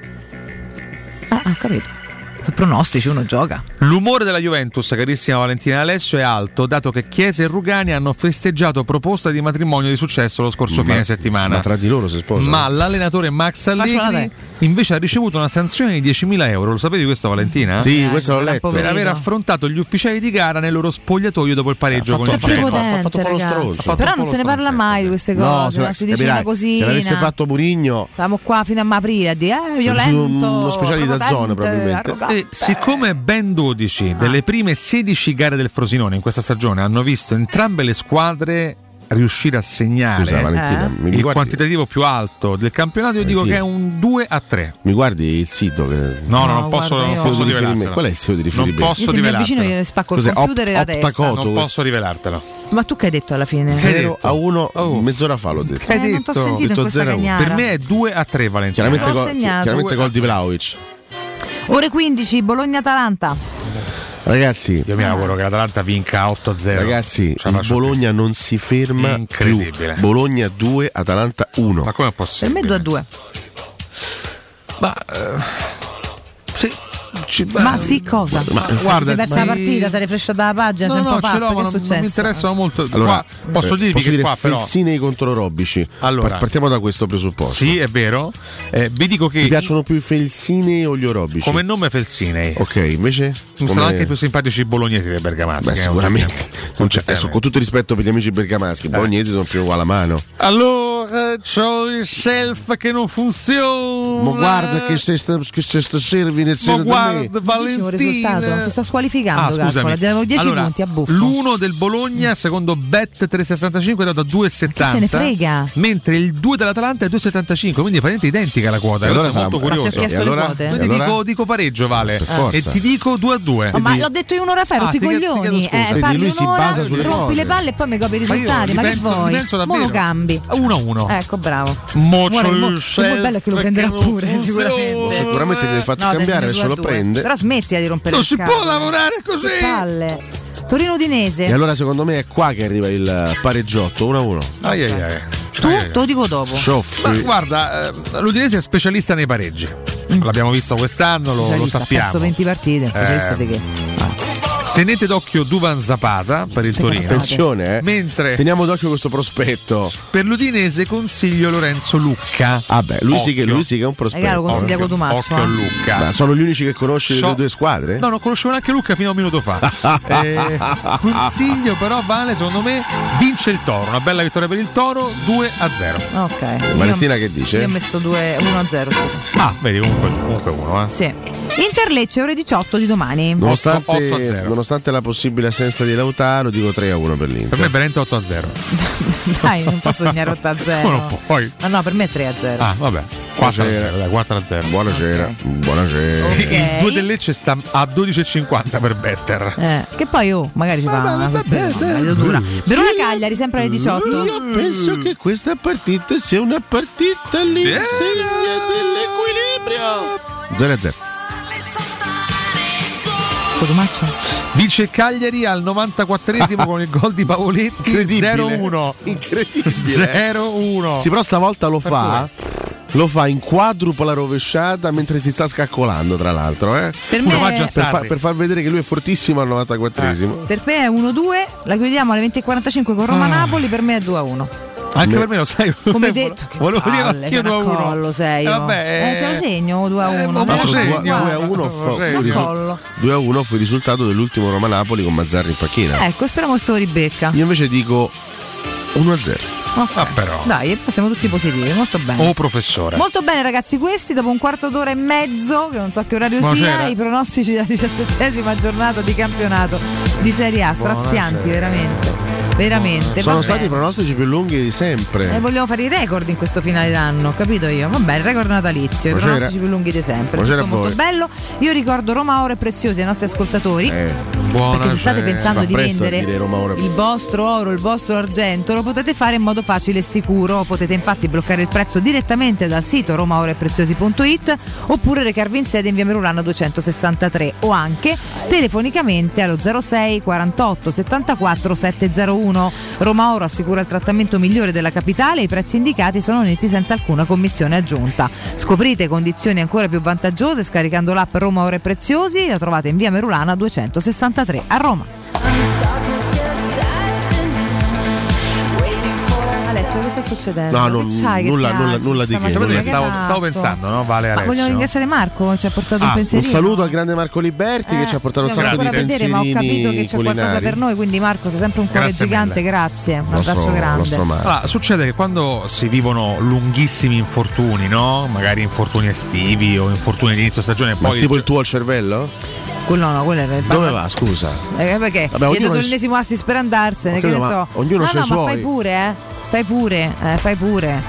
Speaker 9: Ah, ho capito. Sono pronostici, uno gioca.
Speaker 10: L'umore della Juventus, carissima Valentina Alessio, è alto, dato che Chiesa e Rugani hanno festeggiato proposta di matrimonio di successo lo scorso fine settimana.
Speaker 11: Ma tra di loro si sposano.
Speaker 10: Ma l'allenatore Max Allegri invece ha ricevuto una sanzione di 10.000 euro. Lo sapevi questo, Valentina?
Speaker 11: Sì, Eh, questo l'ho sarà un letto.
Speaker 10: Per
Speaker 11: poverino.
Speaker 10: aver affrontato gli ufficiali di gara nel loro spogliatoio dopo il
Speaker 11: Eh,
Speaker 10: pareggio con il
Speaker 9: È
Speaker 10: Genoa.
Speaker 9: prepotente,
Speaker 11: stronzo.
Speaker 9: ragazzi.
Speaker 11: Ha fatto
Speaker 9: Però
Speaker 11: un po'
Speaker 9: non
Speaker 11: lo
Speaker 9: se ne parla mai di queste cose,
Speaker 11: se,
Speaker 9: no? si dice
Speaker 11: capirai,
Speaker 9: una cosina.
Speaker 11: se l'avesse fatto Murigno
Speaker 9: Siamo qua fino a aprile a dire eh, violento.
Speaker 11: uno speciale da zona
Speaker 9: prepotente,
Speaker 11: probabilmente.
Speaker 9: arrogante.
Speaker 10: E siccome ben
Speaker 9: Ah.
Speaker 10: 12 delle prime 16 gare del Frosinone in questa stagione hanno visto entrambe le squadre riuscire a segnare
Speaker 11: Scusa, Valentina, Eh. mi
Speaker 10: il
Speaker 11: guardi-
Speaker 10: quantitativo più alto del campionato, io dico che è un 2 a 3.
Speaker 11: Mi guardi il sito che...
Speaker 10: No, no, non No, posso- guarda, non io- posso
Speaker 11: Sito di
Speaker 10: rivelartelo.
Speaker 11: riferimento. Qual è il sito di riferimento?
Speaker 10: Non posso
Speaker 9: Io se mi avvicino io spacco il
Speaker 11: Cos'è,
Speaker 9: computer e la
Speaker 11: Opt-
Speaker 9: testa.
Speaker 11: Optacoto?
Speaker 10: Non posso rivelartelo.
Speaker 9: Ma tu che hai detto alla fine?
Speaker 11: 0 a 1
Speaker 10: Oh.
Speaker 11: mezz'ora fa l'ho detto.
Speaker 9: Eh, non t'ho sentito in
Speaker 11: Detto
Speaker 9: questa
Speaker 11: 0 a 1.
Speaker 9: cagnara. Per me
Speaker 10: è 2 a 3 Valentina.
Speaker 11: Chiaramente,
Speaker 9: L'ho
Speaker 11: gol,
Speaker 9: segnato.
Speaker 11: chiaramente gol di Vlaovic.
Speaker 9: Ore 15, Bologna-Atalanta.
Speaker 11: Ragazzi,
Speaker 10: io mi auguro che l'Atalanta vinca 8-0.
Speaker 11: Ragazzi, il Bologna non si ferma più.
Speaker 10: Incredibile.
Speaker 11: Bologna 2, Atalanta 1. Ma
Speaker 10: come è
Speaker 9: Per me 2 a 2.
Speaker 10: Ma sì.
Speaker 9: ma sì, cosa?
Speaker 11: Ma-
Speaker 9: si
Speaker 11: guarda,
Speaker 9: è persa
Speaker 11: ma-
Speaker 9: la partita, si è rifresciata la pagina,
Speaker 10: No,
Speaker 9: c'è un
Speaker 10: no,
Speaker 9: po'
Speaker 10: ce
Speaker 9: pappa,
Speaker 10: l'ho,
Speaker 9: che
Speaker 10: ma
Speaker 9: è
Speaker 10: non- non mi
Speaker 9: successo?
Speaker 10: interessa molto.
Speaker 11: Allora,
Speaker 10: Qua- posso
Speaker 11: eh,
Speaker 10: dirvi
Speaker 11: posso
Speaker 10: che
Speaker 11: dire
Speaker 10: qua però-
Speaker 11: Fezzine contro Robbici.
Speaker 10: Allora.
Speaker 11: Par- partiamo da questo presupposto.
Speaker 10: Sì, è vero. Eh, vi dico che
Speaker 11: Ti piacciono più i Felsini o gli Orobici?
Speaker 10: come nome Felsinei.
Speaker 11: Ok, invece?
Speaker 10: Mi
Speaker 11: Come-
Speaker 10: sono anche più simpatici i bolognesi dei bergamaschi.
Speaker 11: Beh,
Speaker 10: eh,
Speaker 11: sicuramente. Non c'è- adesso, con tutto il rispetto per gli amici bergamaschi, i bolognesi sono più uguali a mano.
Speaker 10: Allora, c'ho il self che non funziona.
Speaker 11: Ma guarda che se, sta, che se sta servi nel
Speaker 10: Ma
Speaker 11: seno di
Speaker 10: guarda,
Speaker 11: me.
Speaker 9: Dicevo il risultato, ti
Speaker 10: Valentina.
Speaker 9: sto squalificando,
Speaker 10: Ah,
Speaker 9: calcola.
Speaker 10: scusami.
Speaker 9: Ti avevo 10
Speaker 10: Allora,
Speaker 9: punti ah, a buffo.
Speaker 10: L'1 del Bologna, secondo Bet 365, è dato a 2,70.
Speaker 9: Mm. Ma chi se ne frega?
Speaker 10: Mentre il 2 dell'Atalanta è 2,75, quindi è praticamente identica la quota.
Speaker 11: E allora
Speaker 10: Questo è molto
Speaker 11: sarà
Speaker 10: curioso.
Speaker 11: un- Ma ti ho chiesto
Speaker 10: E
Speaker 11: le
Speaker 10: allora?
Speaker 11: quote?
Speaker 10: Quindi
Speaker 11: E allora?
Speaker 10: dico, dico pareggio, Vale.
Speaker 11: Per forza.
Speaker 10: E ti dico 2 a 2.
Speaker 9: Oh, ma l'ho detto io un'ora fa,
Speaker 10: Eh. Ah,
Speaker 9: rotti i
Speaker 10: ti chiedo- ti
Speaker 9: coglioni.
Speaker 10: chiedo scusa.
Speaker 9: Eh, parli
Speaker 10: Vedi, lui si
Speaker 9: un'ora,
Speaker 10: basa sulle
Speaker 9: rompi
Speaker 10: cose.
Speaker 9: le palle e poi mi copi i
Speaker 10: Ma io
Speaker 9: risultati.
Speaker 10: li
Speaker 9: Ma, che
Speaker 10: penso- li
Speaker 9: vuoi?
Speaker 10: penso
Speaker 9: Mo
Speaker 10: davvero. Uh,
Speaker 9: lo cambi.
Speaker 10: Uno a uno.
Speaker 9: Ecco, bravo.
Speaker 10: Mo
Speaker 9: Guarda,
Speaker 10: c'ho
Speaker 9: il mo-
Speaker 10: il
Speaker 9: il
Speaker 10: self
Speaker 9: mo bello è che lo
Speaker 10: che
Speaker 9: prenderà
Speaker 10: non
Speaker 9: pure, eh,
Speaker 10: funziona.
Speaker 9: sicuramente.
Speaker 11: Sicuramente deve fatto
Speaker 9: No, adesso
Speaker 11: cambiare,
Speaker 9: ne
Speaker 11: adesso lo
Speaker 9: due a due.
Speaker 11: prende.
Speaker 9: Però smettila di rompere
Speaker 10: Non
Speaker 9: le
Speaker 10: si può
Speaker 9: scatole.
Speaker 10: lavorare così.
Speaker 9: Che palle. Torino Udinese.
Speaker 11: E allora secondo me è qua che arriva il pareggiotto 1-1.
Speaker 10: Ai, ai, ai.
Speaker 9: Tu te lo dico dopo.
Speaker 11: Scioffi.
Speaker 10: Eh. Ma guarda, eh, l'Udinese è specialista nei
Speaker 9: Mm.
Speaker 10: pareggi. L'abbiamo visto quest'anno, lo, lo
Speaker 9: Socialista, Ha perso
Speaker 10: sappiamo.
Speaker 9: 20 partite.
Speaker 10: Eh,
Speaker 9: Socialista di che? Ah.
Speaker 10: Tenete d'occhio Duvan Zapata per il Torino.
Speaker 11: Attenzione, eh.
Speaker 10: Mentre
Speaker 11: Teniamo d'occhio questo prospetto.
Speaker 10: per l'Udinese consiglio Lorenzo Lucca.
Speaker 11: Ah, beh, lui sì, che,
Speaker 10: Occhio.
Speaker 11: lui sì che è un prospetto.
Speaker 9: Raga, lo consiglia
Speaker 11: Occhio.
Speaker 9: Cotumaccio, Occhio a eh.
Speaker 10: Lucca.
Speaker 11: Ma sono gli unici che conosce le due squadre?
Speaker 10: No, non conoscevo neanche Lucca fino a un minuto fa. Eh, consiglio però vale, secondo me, vince il Toro. Una bella vittoria per il Toro, 2 a 0.
Speaker 9: Ok.
Speaker 11: Valentina
Speaker 9: Io-
Speaker 11: che dice?
Speaker 9: Io ho messo 1-0. scusa.
Speaker 10: Ah, vedi, comunque, comunque uno, eh.
Speaker 9: Sì. Interlecce ore 18 di domani.
Speaker 10: Otto- otto a
Speaker 11: Nonostante,
Speaker 10: zero.
Speaker 11: nonostante la possibile assenza di Lautaro, dico 3 a 1 per l'Inter. Per me
Speaker 10: è veramente 8 a 0.
Speaker 9: Dai, non posso sognare 8 a 0.
Speaker 11: Come non puoi?
Speaker 9: No, no, per me è 3 a 0.
Speaker 10: Ah, vabbè. 4 a 0, dai, 4 a 0.
Speaker 11: Buonasera, buonasera.
Speaker 9: Ok.
Speaker 10: Il 2 del Lecce sta a 12,50 per Better.
Speaker 9: Eh, che poi oh, magari ci
Speaker 11: Eh,
Speaker 9: fa una sorpresa, una vedo dura. Verona Cagliari sempre alle 18.
Speaker 11: Io penso che questa partita sia una partita all'insegna dell'equilibrio. 0 a 0.
Speaker 9: Cotumaccio.
Speaker 10: Vince il Cagliari al 94esimo con il gol di Pavoletti. 0-1.
Speaker 11: Incredibile.
Speaker 10: 0-1.
Speaker 11: Sì, però stavolta lo
Speaker 10: Per
Speaker 11: fa. Lo fa in quadrupla rovesciata mentre si sta scaccolando, tra l'altro. Eh?
Speaker 9: Per me- Lo fa già
Speaker 11: per,
Speaker 9: Sarri. Eh,
Speaker 11: per far vedere che lui è fortissimo al 94esimo.
Speaker 9: Per me è 1-2, la chiudiamo alle 20.45 con
Speaker 11: Mm.
Speaker 9: Roma Napoli, per me è 2-1.
Speaker 10: Anche per me lo sai.
Speaker 9: Come
Speaker 11: Eh,
Speaker 9: detto, che
Speaker 10: volevo dire
Speaker 9: palle,
Speaker 10: anch'io
Speaker 9: che
Speaker 10: 2 a 1.
Speaker 9: collo sei.
Speaker 10: Eh,
Speaker 9: oh.
Speaker 10: vabbè.
Speaker 9: Eh, te lo segno 2 a 1.
Speaker 11: Tra l'altro, due- due a 1 fu, fu il risu-
Speaker 9: collo.
Speaker 11: due a uno fu il risultato dell'ultimo Roma Napoli con Mazzarri in panchina.
Speaker 9: Ecco, speriamo che se lo ribecca.
Speaker 11: Io invece dico 1 a 0.
Speaker 9: Ok.
Speaker 11: Ah, però.
Speaker 9: Dai, siamo tutti positivi, molto bene.
Speaker 11: Oh,
Speaker 10: professore.
Speaker 9: Molto bene ragazzi, questi dopo un quarto d'ora e mezzo, che non so a che orario
Speaker 10: Buonasera.
Speaker 9: sia, i pronostici della diciassettesima giornata di campionato di Serie A, strazianti
Speaker 11: Buonasera.
Speaker 9: veramente, veramente.
Speaker 11: Sono
Speaker 9: va
Speaker 11: stati i
Speaker 9: bene.
Speaker 11: pronostici più lunghi di sempre.
Speaker 9: Eh, vogliamo fare i record in questo finale d'anno, ho capito io? Va bene, record natalizio, i
Speaker 11: Buonasera.
Speaker 9: pronostici più lunghi di sempre.
Speaker 11: Buonasera
Speaker 9: Tutto
Speaker 11: a
Speaker 9: molto
Speaker 11: voi.
Speaker 9: bello. Io ricordo Roma Oro e Preziosi ai nostri ascoltatori. Perché se state pensando di vendere il vostro oro, il vostro argento, lo potete fare in modo facile e sicuro. Potete infatti bloccare il prezzo direttamente dal sito romaorepreziosi.it oppure recarvi in sede in via Merulana 263 o anche telefonicamente allo 06 48 74 701. Roma Oro assicura il trattamento migliore della capitale e i prezzi indicati sono netti senza alcuna commissione aggiunta. Scoprite condizioni ancora più vantaggiose scaricando l'app Roma Ore Preziosi, la trovate in via Merulana 263 a Roma. Alessio, che sta succedendo?
Speaker 11: No,
Speaker 9: Che
Speaker 11: non-
Speaker 9: c'hai che
Speaker 11: nulla-
Speaker 9: ti
Speaker 11: nulla-
Speaker 9: alzi
Speaker 11: nulla di
Speaker 9: stamattina?
Speaker 11: che, nulla di
Speaker 9: Che
Speaker 11: che.
Speaker 9: hai
Speaker 10: Stavo, stavo
Speaker 9: fatto?
Speaker 10: pensando, no? Vale
Speaker 9: Ma vogliamo
Speaker 10: Alessio.
Speaker 9: ringraziare Marco, ci ha portato un
Speaker 10: Ah, un
Speaker 11: Un
Speaker 9: pensierino.
Speaker 11: saluto al grande Marco Liberti che
Speaker 9: Eh,
Speaker 11: ci ha portato un
Speaker 9: dobbiamo
Speaker 11: sacco di
Speaker 9: ancora vedere, ma ho capito che
Speaker 11: pensierini
Speaker 9: c'è qualcosa per
Speaker 11: culinari.
Speaker 9: noi, quindi Marco, sei sempre un cuore
Speaker 10: Grazie
Speaker 9: gigante,
Speaker 10: mille.
Speaker 9: grazie. Un
Speaker 11: Nostro-
Speaker 9: abbraccio grande.
Speaker 11: nostro Marco.
Speaker 10: Allora, succede che quando si vivono lunghissimi infortuni, no? Magari infortuni estivi o infortuni di inizio stagione,
Speaker 11: Ma
Speaker 10: poi
Speaker 11: tipo il tuo al cervello?
Speaker 9: Quello no, quello era il
Speaker 11: Dove va, scusa?
Speaker 9: Eh, perché?
Speaker 11: Vabbè,
Speaker 9: Gli
Speaker 11: ognuno
Speaker 9: è dato
Speaker 11: ha i-
Speaker 9: l'ennesimo assist per andarsene,
Speaker 11: Ho
Speaker 9: che ne
Speaker 11: capito,
Speaker 9: so.
Speaker 11: ma ognuno
Speaker 9: no,
Speaker 11: c'ha i
Speaker 9: no, ma
Speaker 11: suoi.
Speaker 9: fai pure, eh. Fai pure, eh, fai pure.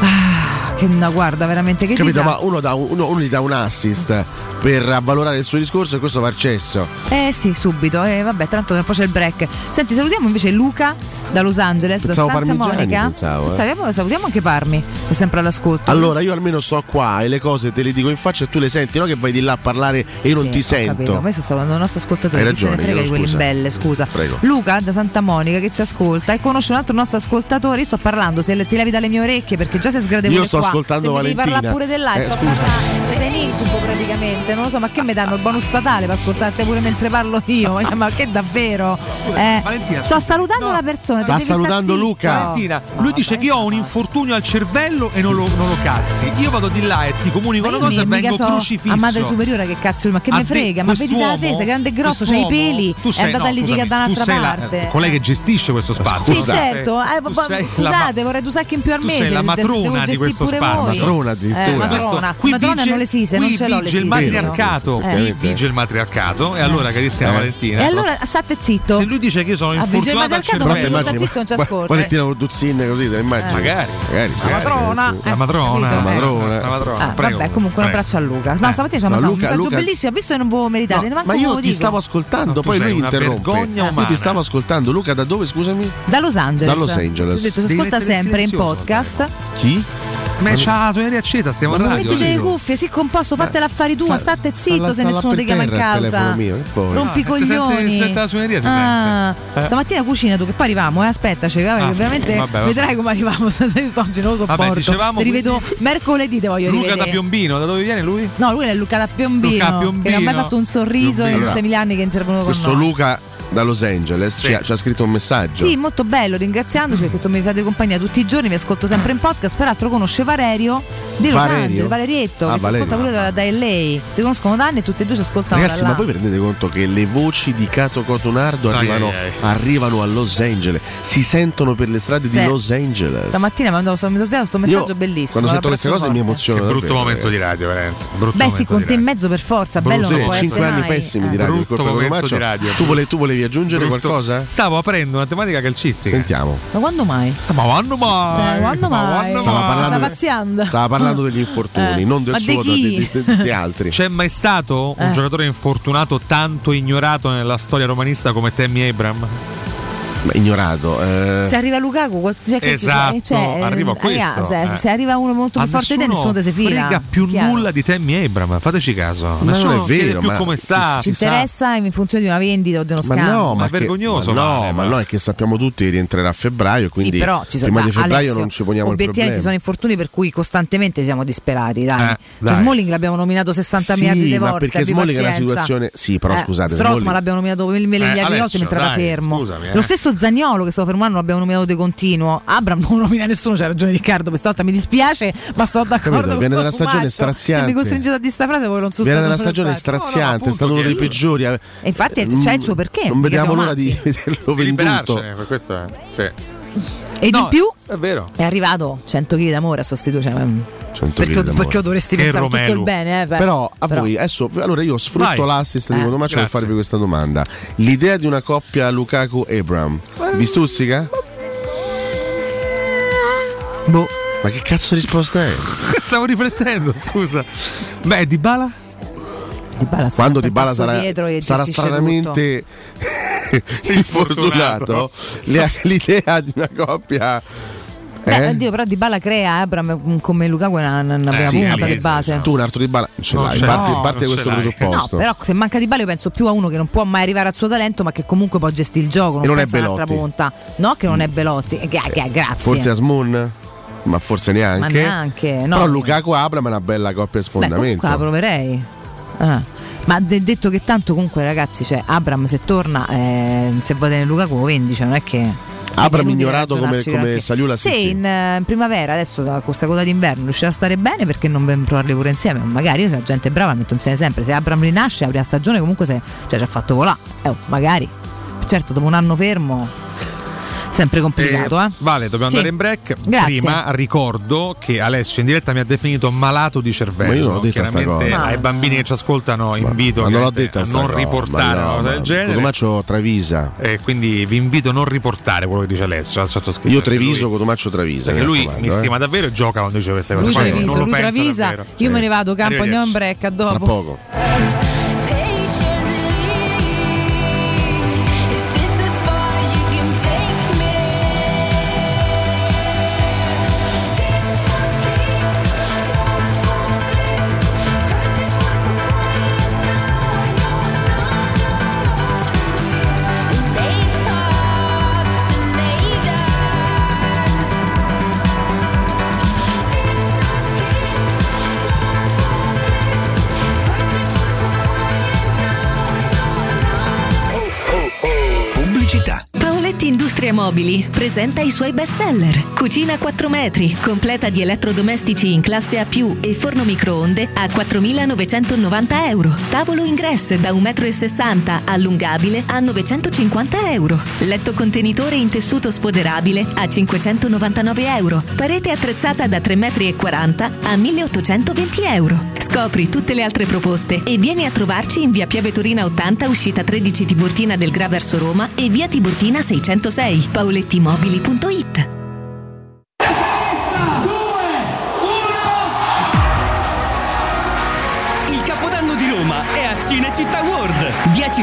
Speaker 9: Ah, che no, guarda, veramente che
Speaker 11: Capito? Ma
Speaker 9: disastro.
Speaker 11: uno, dà un- uno- uno gli dà un assist per avvalorare il suo discorso e questo va al cesso.
Speaker 9: Eh sì, subito. Eh, vabbè, tanto poi c'è il break. Senti, salutiamo invece Luca da Los Angeles,
Speaker 11: Pensavo
Speaker 9: da Santa
Speaker 11: Parmigiani,
Speaker 9: Monica.
Speaker 11: pensavo, eh. Certo.
Speaker 9: Salutiamo, salutiamo anche Parmi, che è sempre all'ascolto.
Speaker 11: Allora io almeno sto qua e le cose te le dico in faccia e tu le senti, no che vai di là a parlare e io non
Speaker 9: Sì,
Speaker 11: ti
Speaker 9: ho capito.
Speaker 11: sento.
Speaker 9: A me sto salutando il nostro ascoltatore,
Speaker 11: Hai
Speaker 9: chi se ne
Speaker 11: ragione,
Speaker 9: frega di
Speaker 11: chiedo
Speaker 9: quelli
Speaker 11: scusa.
Speaker 9: belle, scusa.
Speaker 11: Prego.
Speaker 9: Luca da Santa Monica che ci ascolta e conosce un altro nostro ascoltatore. Io sto parlando, se le- ti levi dalle mie orecchie perché già sei sgradevole
Speaker 11: Io sto
Speaker 9: qua. se
Speaker 11: ascoltando
Speaker 9: mi devi
Speaker 11: Valentina.
Speaker 9: parlare pure dell'A,
Speaker 11: Eh,
Speaker 9: sto
Speaker 11: scusa.
Speaker 9: parlando. Sei in incubo praticamente, non lo so, ma che mi danno il bonus statale per ascoltarti pure mentre parlo io? ma che davvero? Eh,
Speaker 10: Valentina,
Speaker 9: sto salutando una persona, te devi star zitto.
Speaker 10: Valentina, lui dice che io ho un infortunio al cervello e non lo, non lo cazzi. Io vado di là e ti comunico una
Speaker 9: Io
Speaker 10: cosa e
Speaker 9: mi- mica
Speaker 10: vengo
Speaker 9: so
Speaker 10: crucifisso.
Speaker 9: a madre superiore che cazzo ma che
Speaker 10: Ha
Speaker 9: mi
Speaker 10: de-
Speaker 9: frega ma vedi dalla
Speaker 10: quest'uomo-
Speaker 9: tesa grande e grosso c'hai i
Speaker 10: quest'uomo-
Speaker 9: peli
Speaker 10: tu sei-
Speaker 9: è andata
Speaker 10: no,
Speaker 9: a litigare
Speaker 10: scusami,
Speaker 9: da un'altra
Speaker 10: tu sei la-
Speaker 9: parte
Speaker 10: eh, colei che gestisce questo spazio.
Speaker 9: Sì, certo. Eh,
Speaker 10: Tu
Speaker 9: ma-
Speaker 10: sei la
Speaker 9: scusate, vorrei usare anche in più al
Speaker 10: tu
Speaker 9: mese.
Speaker 10: sei la
Speaker 9: de-
Speaker 10: matrona
Speaker 9: devo
Speaker 10: di
Speaker 9: gestire
Speaker 10: questo
Speaker 9: pure
Speaker 10: spazio.
Speaker 9: voi.
Speaker 10: Matrona addirittura.
Speaker 9: Eh, matrona.
Speaker 10: Questo- qui
Speaker 9: Matrona
Speaker 10: vige-
Speaker 9: non le sise, non
Speaker 10: qui
Speaker 9: ce l'ho le
Speaker 10: vige il
Speaker 9: sise.
Speaker 10: matriarcato,
Speaker 9: Eh.
Speaker 10: qui vige il matriarcato, e allora carissima Valentina.
Speaker 9: E allora state zitto.
Speaker 10: ecco. se lui dice che io sono
Speaker 9: Ah, vige il
Speaker 10: infortunato al
Speaker 9: matriarcato,
Speaker 10: cervello,
Speaker 9: perché tu sta zitto non ci ascolta.
Speaker 11: Valentina Rodduzzin così, te la immagini?
Speaker 9: Eh. Magari.
Speaker 11: sì.
Speaker 9: La matrona, eh,
Speaker 11: La
Speaker 9: capito?
Speaker 11: matrona. La
Speaker 9: Eh.
Speaker 11: matrona.
Speaker 9: Ah, vabbè, comunque un abbraccio a Luca.
Speaker 10: Eh.
Speaker 9: No, stamattina ci ha
Speaker 11: No,
Speaker 9: mandato un
Speaker 11: Luca-
Speaker 9: messaggio
Speaker 11: Luca-
Speaker 9: bellissimo, ha visto che non voi meritate, neanche
Speaker 11: ma
Speaker 9: ve
Speaker 11: io
Speaker 9: lo
Speaker 11: ti
Speaker 9: dico.
Speaker 11: stavo ascoltando,
Speaker 10: No, tu
Speaker 11: poi
Speaker 10: sei
Speaker 11: lui
Speaker 10: una
Speaker 11: interrompe.
Speaker 10: vergogna
Speaker 11: Io ti
Speaker 10: umana.
Speaker 11: stavo ascoltando, Luca, da dove scusami?
Speaker 9: da Los Angeles.
Speaker 11: Da Los
Speaker 9: Ti
Speaker 11: Angeles.
Speaker 9: ho detto, si
Speaker 11: Devi
Speaker 9: ascolta
Speaker 11: mettere
Speaker 9: sempre in
Speaker 11: silenzioso,
Speaker 9: podcast.
Speaker 11: Chi?
Speaker 10: Ma c'ha la suoneria accesa, stiamo alla radio.
Speaker 9: Mettiti le cuffie, sì, composto, fate l'affari tua, state zitto se nessuno ti chiama in causa. Rompi i
Speaker 10: No, Eh, se sente- se
Speaker 9: coglioni.
Speaker 10: sente la suoneria si
Speaker 9: Ah,
Speaker 10: sente. Eh.
Speaker 9: Stamattina cucina tu che poi arriviamo, eh, aspettaci, eh,
Speaker 10: Ah,
Speaker 9: veramente
Speaker 10: vabbè, vabbè.
Speaker 9: vedrai come arriviamo senza oggi non lo sopporto.
Speaker 10: dicevamo,
Speaker 9: ti rivedo mercoledì te voglio
Speaker 10: Luca da
Speaker 9: rivedere.
Speaker 10: Piombino, da dove viene lui?
Speaker 9: No, lui è Luca da Piombino,
Speaker 10: Luca
Speaker 9: che non ha mai
Speaker 10: Piombino.
Speaker 9: fatto un sorriso in
Speaker 11: Piombino.
Speaker 9: sei mila anni che è intervenuto con
Speaker 11: Questo
Speaker 9: noi.
Speaker 11: Luca da Los Angeles ci, ha, ci ha scritto un messaggio.
Speaker 9: Sì, molto bello, ringraziandoci perché tu mi fate compagnia tutti i giorni, vi ascolto sempre in podcast. Peraltro conosce Valerio di Los
Speaker 11: Valerio?
Speaker 9: Angeles, Valerietto,
Speaker 11: Ah,
Speaker 9: che
Speaker 11: Valerio.
Speaker 9: ci ascolta pure da, da LA. Si conoscono da anni e tutti e due ci ascoltano
Speaker 11: Ragazzi,
Speaker 9: da là.
Speaker 11: ma voi vi rendete conto che le voci di Cato Cotonardo
Speaker 10: Ai,
Speaker 11: arrivano,
Speaker 10: ai, ai.
Speaker 11: arrivano a Los Angeles, si sentono per le strade di
Speaker 9: Sì.
Speaker 11: Los Angeles.
Speaker 9: Stamattina mi andavo- mi sono svegliato questo messaggio
Speaker 11: Io,
Speaker 9: bellissimo.
Speaker 11: Quando
Speaker 9: la
Speaker 11: sento queste cose
Speaker 9: prossima
Speaker 11: mi
Speaker 9: volta.
Speaker 11: emoziono.
Speaker 10: Che brutto
Speaker 11: davvero, eh.
Speaker 10: momento di
Speaker 11: ragazzi.
Speaker 10: radio, veramente. Brutto
Speaker 9: Beh,
Speaker 10: momento
Speaker 9: sì, con
Speaker 10: di
Speaker 9: te
Speaker 10: radio.
Speaker 9: in mezzo per forza, bello non
Speaker 11: Sì,
Speaker 9: può essere
Speaker 11: 5 anni
Speaker 9: mai.
Speaker 11: pessimi di
Speaker 9: Eh.
Speaker 11: radio.
Speaker 10: Brutto
Speaker 11: colpa con
Speaker 10: momento
Speaker 11: Maccio.
Speaker 10: di radio.
Speaker 11: Tu, vole- tu volevi aggiungere
Speaker 10: Brutto.
Speaker 11: qualcosa?
Speaker 10: Stavo aprendo una tematica calcistica. Ah,
Speaker 11: Sentiamo.
Speaker 9: Ma quando mai?
Speaker 10: Ma quando mai?
Speaker 9: Sì, quando
Speaker 10: Ma
Speaker 9: mai?
Speaker 10: quando
Speaker 11: Stava
Speaker 10: mai?
Speaker 11: parlando-
Speaker 9: eh. Sta pazziando.
Speaker 11: Stava parlando degli infortuni,
Speaker 9: Eh,
Speaker 11: non del
Speaker 9: ma di
Speaker 11: suo,
Speaker 9: chi?
Speaker 11: di, di- di- di altri.
Speaker 10: C'è mai stato un
Speaker 9: Eh.
Speaker 10: giocatore infortunato tanto ignorato nella storia romanista come Tammy Abram?
Speaker 11: Ma ignorato. eh.
Speaker 9: Se arriva Lukaku, qual- cioè che-
Speaker 10: Esatto,
Speaker 9: eh, cioè,
Speaker 10: arriva
Speaker 9: eh, raga,
Speaker 10: questo,
Speaker 9: cioè,
Speaker 10: eh.
Speaker 9: Se arriva uno molto
Speaker 10: A
Speaker 9: più forte di te, nessuno te si fila.
Speaker 10: frega più
Speaker 9: Chiaro.
Speaker 10: nulla di Tammy Abram, fateci caso.
Speaker 11: Ma
Speaker 10: nessuno
Speaker 11: non è
Speaker 10: chiede
Speaker 11: vero,
Speaker 10: più
Speaker 11: ma
Speaker 10: come
Speaker 11: si-
Speaker 10: sta.
Speaker 9: Ci
Speaker 11: si sa.
Speaker 9: interessa in funzione di una vendita o di uno
Speaker 11: Ma
Speaker 9: scambio.
Speaker 11: no, ma
Speaker 10: è
Speaker 11: che-
Speaker 10: vergognoso,
Speaker 11: ma no,
Speaker 10: Vale,
Speaker 11: ma
Speaker 10: ma-
Speaker 11: no, è che sappiamo tutti che rientrerà a febbraio, quindi
Speaker 9: sì, però ci sono
Speaker 11: prima di
Speaker 9: ah,
Speaker 11: febbraio
Speaker 9: Alessio,
Speaker 11: non ci poniamo il
Speaker 9: obiettivamente
Speaker 11: problema.
Speaker 9: ci sono infortuni per cui costantemente siamo disperati, dai.
Speaker 11: Eh,
Speaker 9: Cioè,
Speaker 11: dai.
Speaker 9: Smalling l'abbiamo nominato 60 miliardi di
Speaker 11: ma
Speaker 9: volte.
Speaker 11: perché
Speaker 9: abbi
Speaker 11: Smalling è una
Speaker 9: pazienza.
Speaker 11: situazione- sì, però
Speaker 9: Eh,
Speaker 11: scusate,
Speaker 9: Strootman
Speaker 11: Smalling-
Speaker 9: l'abbiamo nominato mille
Speaker 11: Eh,
Speaker 9: miliardi di volte
Speaker 11: Alessio,
Speaker 9: mentre era
Speaker 11: dai,
Speaker 9: fermo.
Speaker 11: scusami, eh.
Speaker 9: Lo stesso Zagnolo che stava fermando l'abbiamo nominato di continuo. Abram non nomina nessuno, c'ha ragione Riccardo, questa volta mi dispiace, ma sono d'accordo
Speaker 11: Capito,
Speaker 9: con
Speaker 11: viene dalla
Speaker 9: Tommaso.
Speaker 11: stagione
Speaker 9: Cioè,
Speaker 11: straziante.
Speaker 9: mi costringete a dire sta frase, voi non
Speaker 11: Viene dalla
Speaker 9: sultate
Speaker 11: stagione
Speaker 9: sul palco.
Speaker 11: straziante, è stato uno dei peggiori. eh,
Speaker 9: E infatti
Speaker 11: eh,
Speaker 9: c'è
Speaker 11: non-
Speaker 9: il suo perché,
Speaker 11: Non
Speaker 9: mica
Speaker 11: vediamo
Speaker 9: siamo
Speaker 11: l'ora di vederlo
Speaker 10: Di
Speaker 11: venduto.
Speaker 10: liberarcene, per Eh, questo è. Sì.
Speaker 9: E di
Speaker 10: No,
Speaker 9: più
Speaker 10: È vero.
Speaker 9: è arrivato 100 kg d'amore a sostituire. cioè, mm. Perché,
Speaker 11: d'amore.
Speaker 9: perché dovresti pensare tutto il bene, eh, beh.
Speaker 11: Però a voi adesso allora io sfrutto
Speaker 9: Vai.
Speaker 11: l'assist di
Speaker 9: Eh.
Speaker 11: Codomaccio per
Speaker 9: Grazie.
Speaker 11: farvi questa domanda. L'idea di una coppia Lukaku Ebram vi stuzzica?
Speaker 9: Boh.
Speaker 11: Ma che cazzo di risposta è?
Speaker 10: Stavo riflettendo, scusa. Beh, di Bala?
Speaker 11: Quando Di Bala
Speaker 9: passo
Speaker 11: sarà,
Speaker 9: dietro e
Speaker 11: sarà
Speaker 9: gestisce
Speaker 11: stranamente infortunato, le- l'idea di una coppia...
Speaker 9: Beh,
Speaker 11: eh?
Speaker 9: oddio, però Di Balla crea Abram mm, come Lukaku è una, una una prima
Speaker 11: sì,
Speaker 9: punta di
Speaker 11: Alice,
Speaker 9: base.
Speaker 11: Tu un altro di Bala ce
Speaker 10: Non
Speaker 11: l'hai,
Speaker 10: ce
Speaker 11: parte,
Speaker 10: l'ho,
Speaker 11: parte
Speaker 10: non
Speaker 11: questo
Speaker 10: ce l'hai.
Speaker 9: No,
Speaker 11: presupposto.
Speaker 9: però se manca Di Bala io penso più a uno che non può mai arrivare al suo talento, ma che comunque può gestire il gioco. Non,
Speaker 11: E non è
Speaker 9: penso a un'altra
Speaker 11: Belotti.
Speaker 9: punta. No, che non è Belotti. Eh, gra- gra- grazie.
Speaker 11: Forse Asmun? Ma forse neanche.
Speaker 9: Ma neanche, no.
Speaker 11: Però Lukaku Abram è una bella coppia a
Speaker 9: Beh, comunque la
Speaker 11: sfondamento.
Speaker 9: proverei. Ah. Ma de- detto che tanto comunque ragazzi, cioè Abram se torna, eh, se va bene Lukaku lo vendi, cioè non è che...
Speaker 11: Abram
Speaker 9: è inutile
Speaker 11: ignorato come-
Speaker 9: ragionarci
Speaker 11: come
Speaker 9: granché.
Speaker 11: Saliula, sì,
Speaker 9: Se
Speaker 11: sì.
Speaker 9: in, eh, in primavera, adesso da- con questa coda d'inverno, riuscirà a stare bene perché non ben provarle pure insieme? Magari io se la gente è brava la metto insieme sempre. Se Abram rinasce, la prima stagione comunque se, cioè, ci ha fatto volà. Eh, oh, magari. Certo, dopo un anno fermo, sempre complicato. eh.
Speaker 10: Vale, dobbiamo
Speaker 9: Sì.
Speaker 10: andare in break.
Speaker 9: Grazie.
Speaker 10: Prima ricordo che Alessio in diretta mi ha definito malato di cervello.
Speaker 11: Ma io non l'ho detta sta
Speaker 10: Chiaramente
Speaker 11: cosa.
Speaker 10: ai bambini che ci ascoltano invito
Speaker 11: Ma non l'ho
Speaker 10: chiaramente
Speaker 11: detta
Speaker 10: a
Speaker 11: sta
Speaker 10: non
Speaker 11: cosa,
Speaker 10: riportare
Speaker 11: ma
Speaker 10: una
Speaker 11: no,
Speaker 10: cosa
Speaker 11: ma
Speaker 10: del genere.
Speaker 11: Cotomaccio travisa.
Speaker 10: E quindi vi invito a non riportare quello che dice Alessio al sottoscritto.
Speaker 11: Io
Speaker 10: Perché
Speaker 11: Treviso,
Speaker 10: lui-
Speaker 11: Cotomaccio Travisa.
Speaker 10: Perché
Speaker 11: mi
Speaker 10: lui
Speaker 11: raccomando,
Speaker 10: mi
Speaker 11: eh.
Speaker 10: stima davvero e gioca quando dice
Speaker 11: Cioè,
Speaker 10: queste cose.
Speaker 9: Lui
Speaker 10: Poi non
Speaker 9: Treviso,
Speaker 10: lo
Speaker 9: lui
Speaker 10: penso
Speaker 9: Travisa,
Speaker 10: davvero.
Speaker 9: io me ne vado, campo, andiamo in
Speaker 10: Arrivederci.
Speaker 9: break, a dopo.
Speaker 11: Tra poco.
Speaker 1: Pubblicità. Paoletti Industria Mobili presenta i suoi best seller. Cucina 4 metri, completa di elettrodomestici in classe A e forno microonde a 4.990 euro. Tavolo ingresso da 1,60 m allungabile a 950 euro. Letto contenitore in tessuto sfoderabile a 599 euro. Parete attrezzata da 3,40 m a 1.820 euro. Scopri tutte le altre proposte e vieni a trovarci in via Piave Torina 80, uscita 13 Tiburtina del Gra verso Roma e via Tiburtina 606, paolettimobili.it.
Speaker 2: Il capodanno
Speaker 36: solo di Roma è a Cinecittà World. 10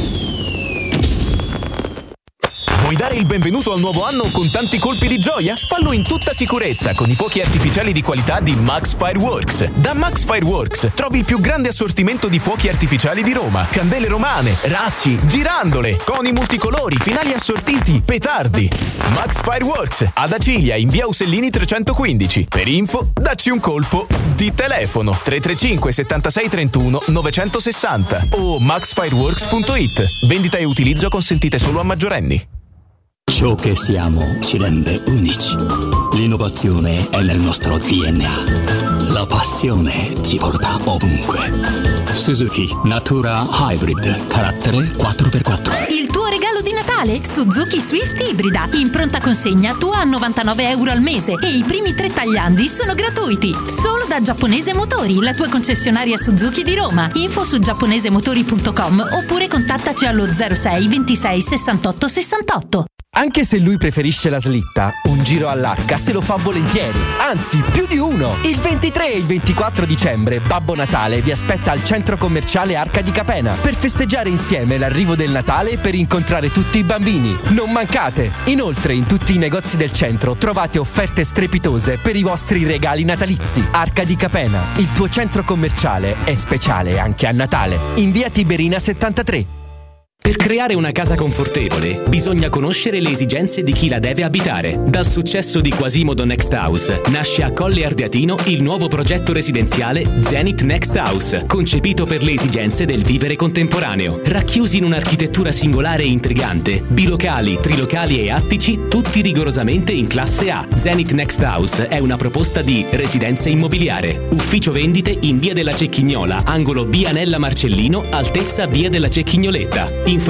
Speaker 43: Vuoi dare il benvenuto al nuovo anno con tanti colpi di gioia? Fallo in tutta sicurezza con i fuochi artificiali di qualità di Max Fireworks. Da Max Fireworks trovi il più grande assortimento di fuochi artificiali di Roma. Candele romane, razzi, girandole, coni multicolori, finali assortiti, petardi. Max Fireworks ad Acilia in via Usellini 315. Per info, dacci un colpo di telefono 335 76 31 960 o maxfireworks.it. Vendita e utilizzo consentite solo a maggiorenni.
Speaker 38: Ciò che siamo ci rende unici. L'innovazione è nel nostro DNA. La passione ci porta ovunque. Suzuki Natura Hybrid, carattere 4x4.
Speaker 13: Il tuo regalo di Natale? Suzuki Swift Ibrida. In pronta consegna tua a 99 euro al mese e i primi tre tagliandi sono gratuiti. Solo da Giapponese Motori, la tua concessionaria Suzuki di Roma. Info su giapponesemotori.com oppure contattaci allo 06 26 68 68.
Speaker 4: Anche se lui preferisce la slitta, un giro all'arca se lo fa volentieri. Anzi, più di uno! Il 23 e il 24 dicembre Babbo Natale vi aspetta al centro commerciale Arca di Capena per festeggiare insieme l'arrivo del Natale e per incontrare tutti i bambini. Non mancate! Inoltre, in tutti i negozi del centro trovate offerte strepitose per i vostri regali natalizi. Arca di Capena, il tuo centro commerciale è speciale anche a Natale. In via Tiberina 73.
Speaker 44: Per creare una casa confortevole bisogna conoscere le esigenze di chi la deve abitare. Dal successo di Quasimodo Next House nasce a Colle Ardeatino il nuovo progetto residenziale Zenith Next House, concepito per le esigenze del vivere contemporaneo. Racchiusi in un'architettura singolare e intrigante, bilocali, trilocali e attici, tutti rigorosamente in classe A. Zenith Next House è una proposta di residenza immobiliare. Ufficio vendite in via della Cecchignola, angolo via Anella Marcellino, altezza via della Cecchignoletta. Info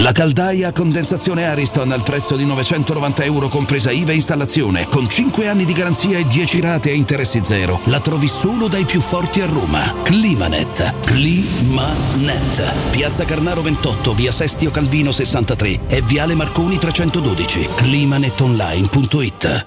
Speaker 45: La caldaia a condensazione Ariston al prezzo di 990 euro compresa IVA e installazione, con 5 anni di garanzia e 10 rate a interessi zero. La trovi solo dai più forti a Roma. Climanet. Climanet. Piazza Carnaro 28, via Sestio Calvino 63 e viale Marconi 312. Climanetonline.it.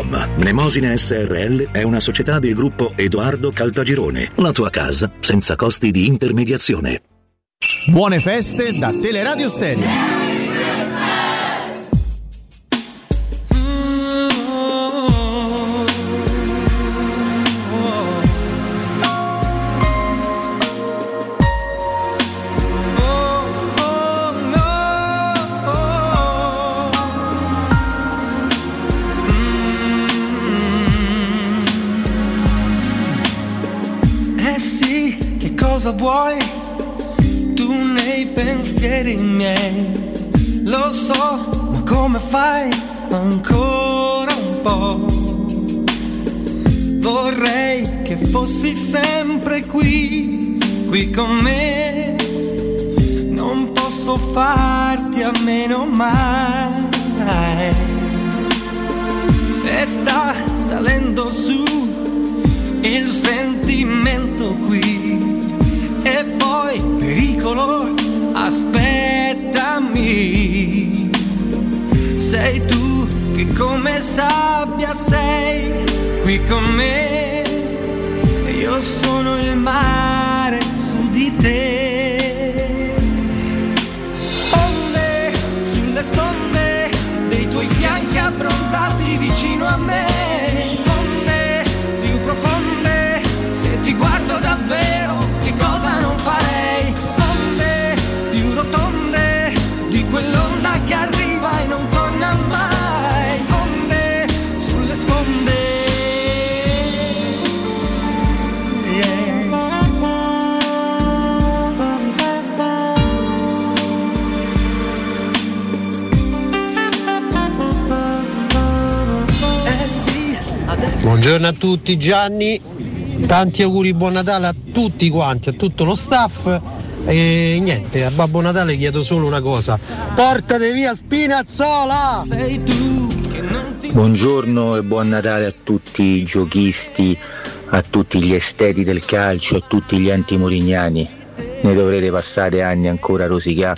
Speaker 18: Nemosine SRL è una società del gruppo Edoardo Caltagirone, la tua casa senza costi di intermediazione.
Speaker 46: Buone feste da Teleradio Stereo.
Speaker 41: Eh sì, che cosa vuoi? Tu nei pensieri miei, lo so, ma come fai ancora un po'? Vorrei che fossi sempre qui, qui con me. Non posso farti a meno mai. E sta salendo su il sentimento qui e poi pericolo aspettami sei tu che come sabbia sei qui con me e io sono il mare su di te onde sulle sponde dei tuoi fianchi abbronzati vicino a me onde più profonde se ti guardo davvero che cosa non farei onde più rotonde di quell'onda che arriva e non torna mai onde sulle sponde Eh sì, adesso
Speaker 1: Buongiorno a tutti Gianni, tanti auguri buon Natale a tutti quanti, a tutto lo staff e niente, a Babbo Natale chiedo solo una cosa, portate via Spinazzola!
Speaker 4: Buongiorno e buon Natale a tutti i giochisti, a tutti gli esteti del calcio, a tutti gli antimurignani. Ne dovrete passare anni ancora a rosicà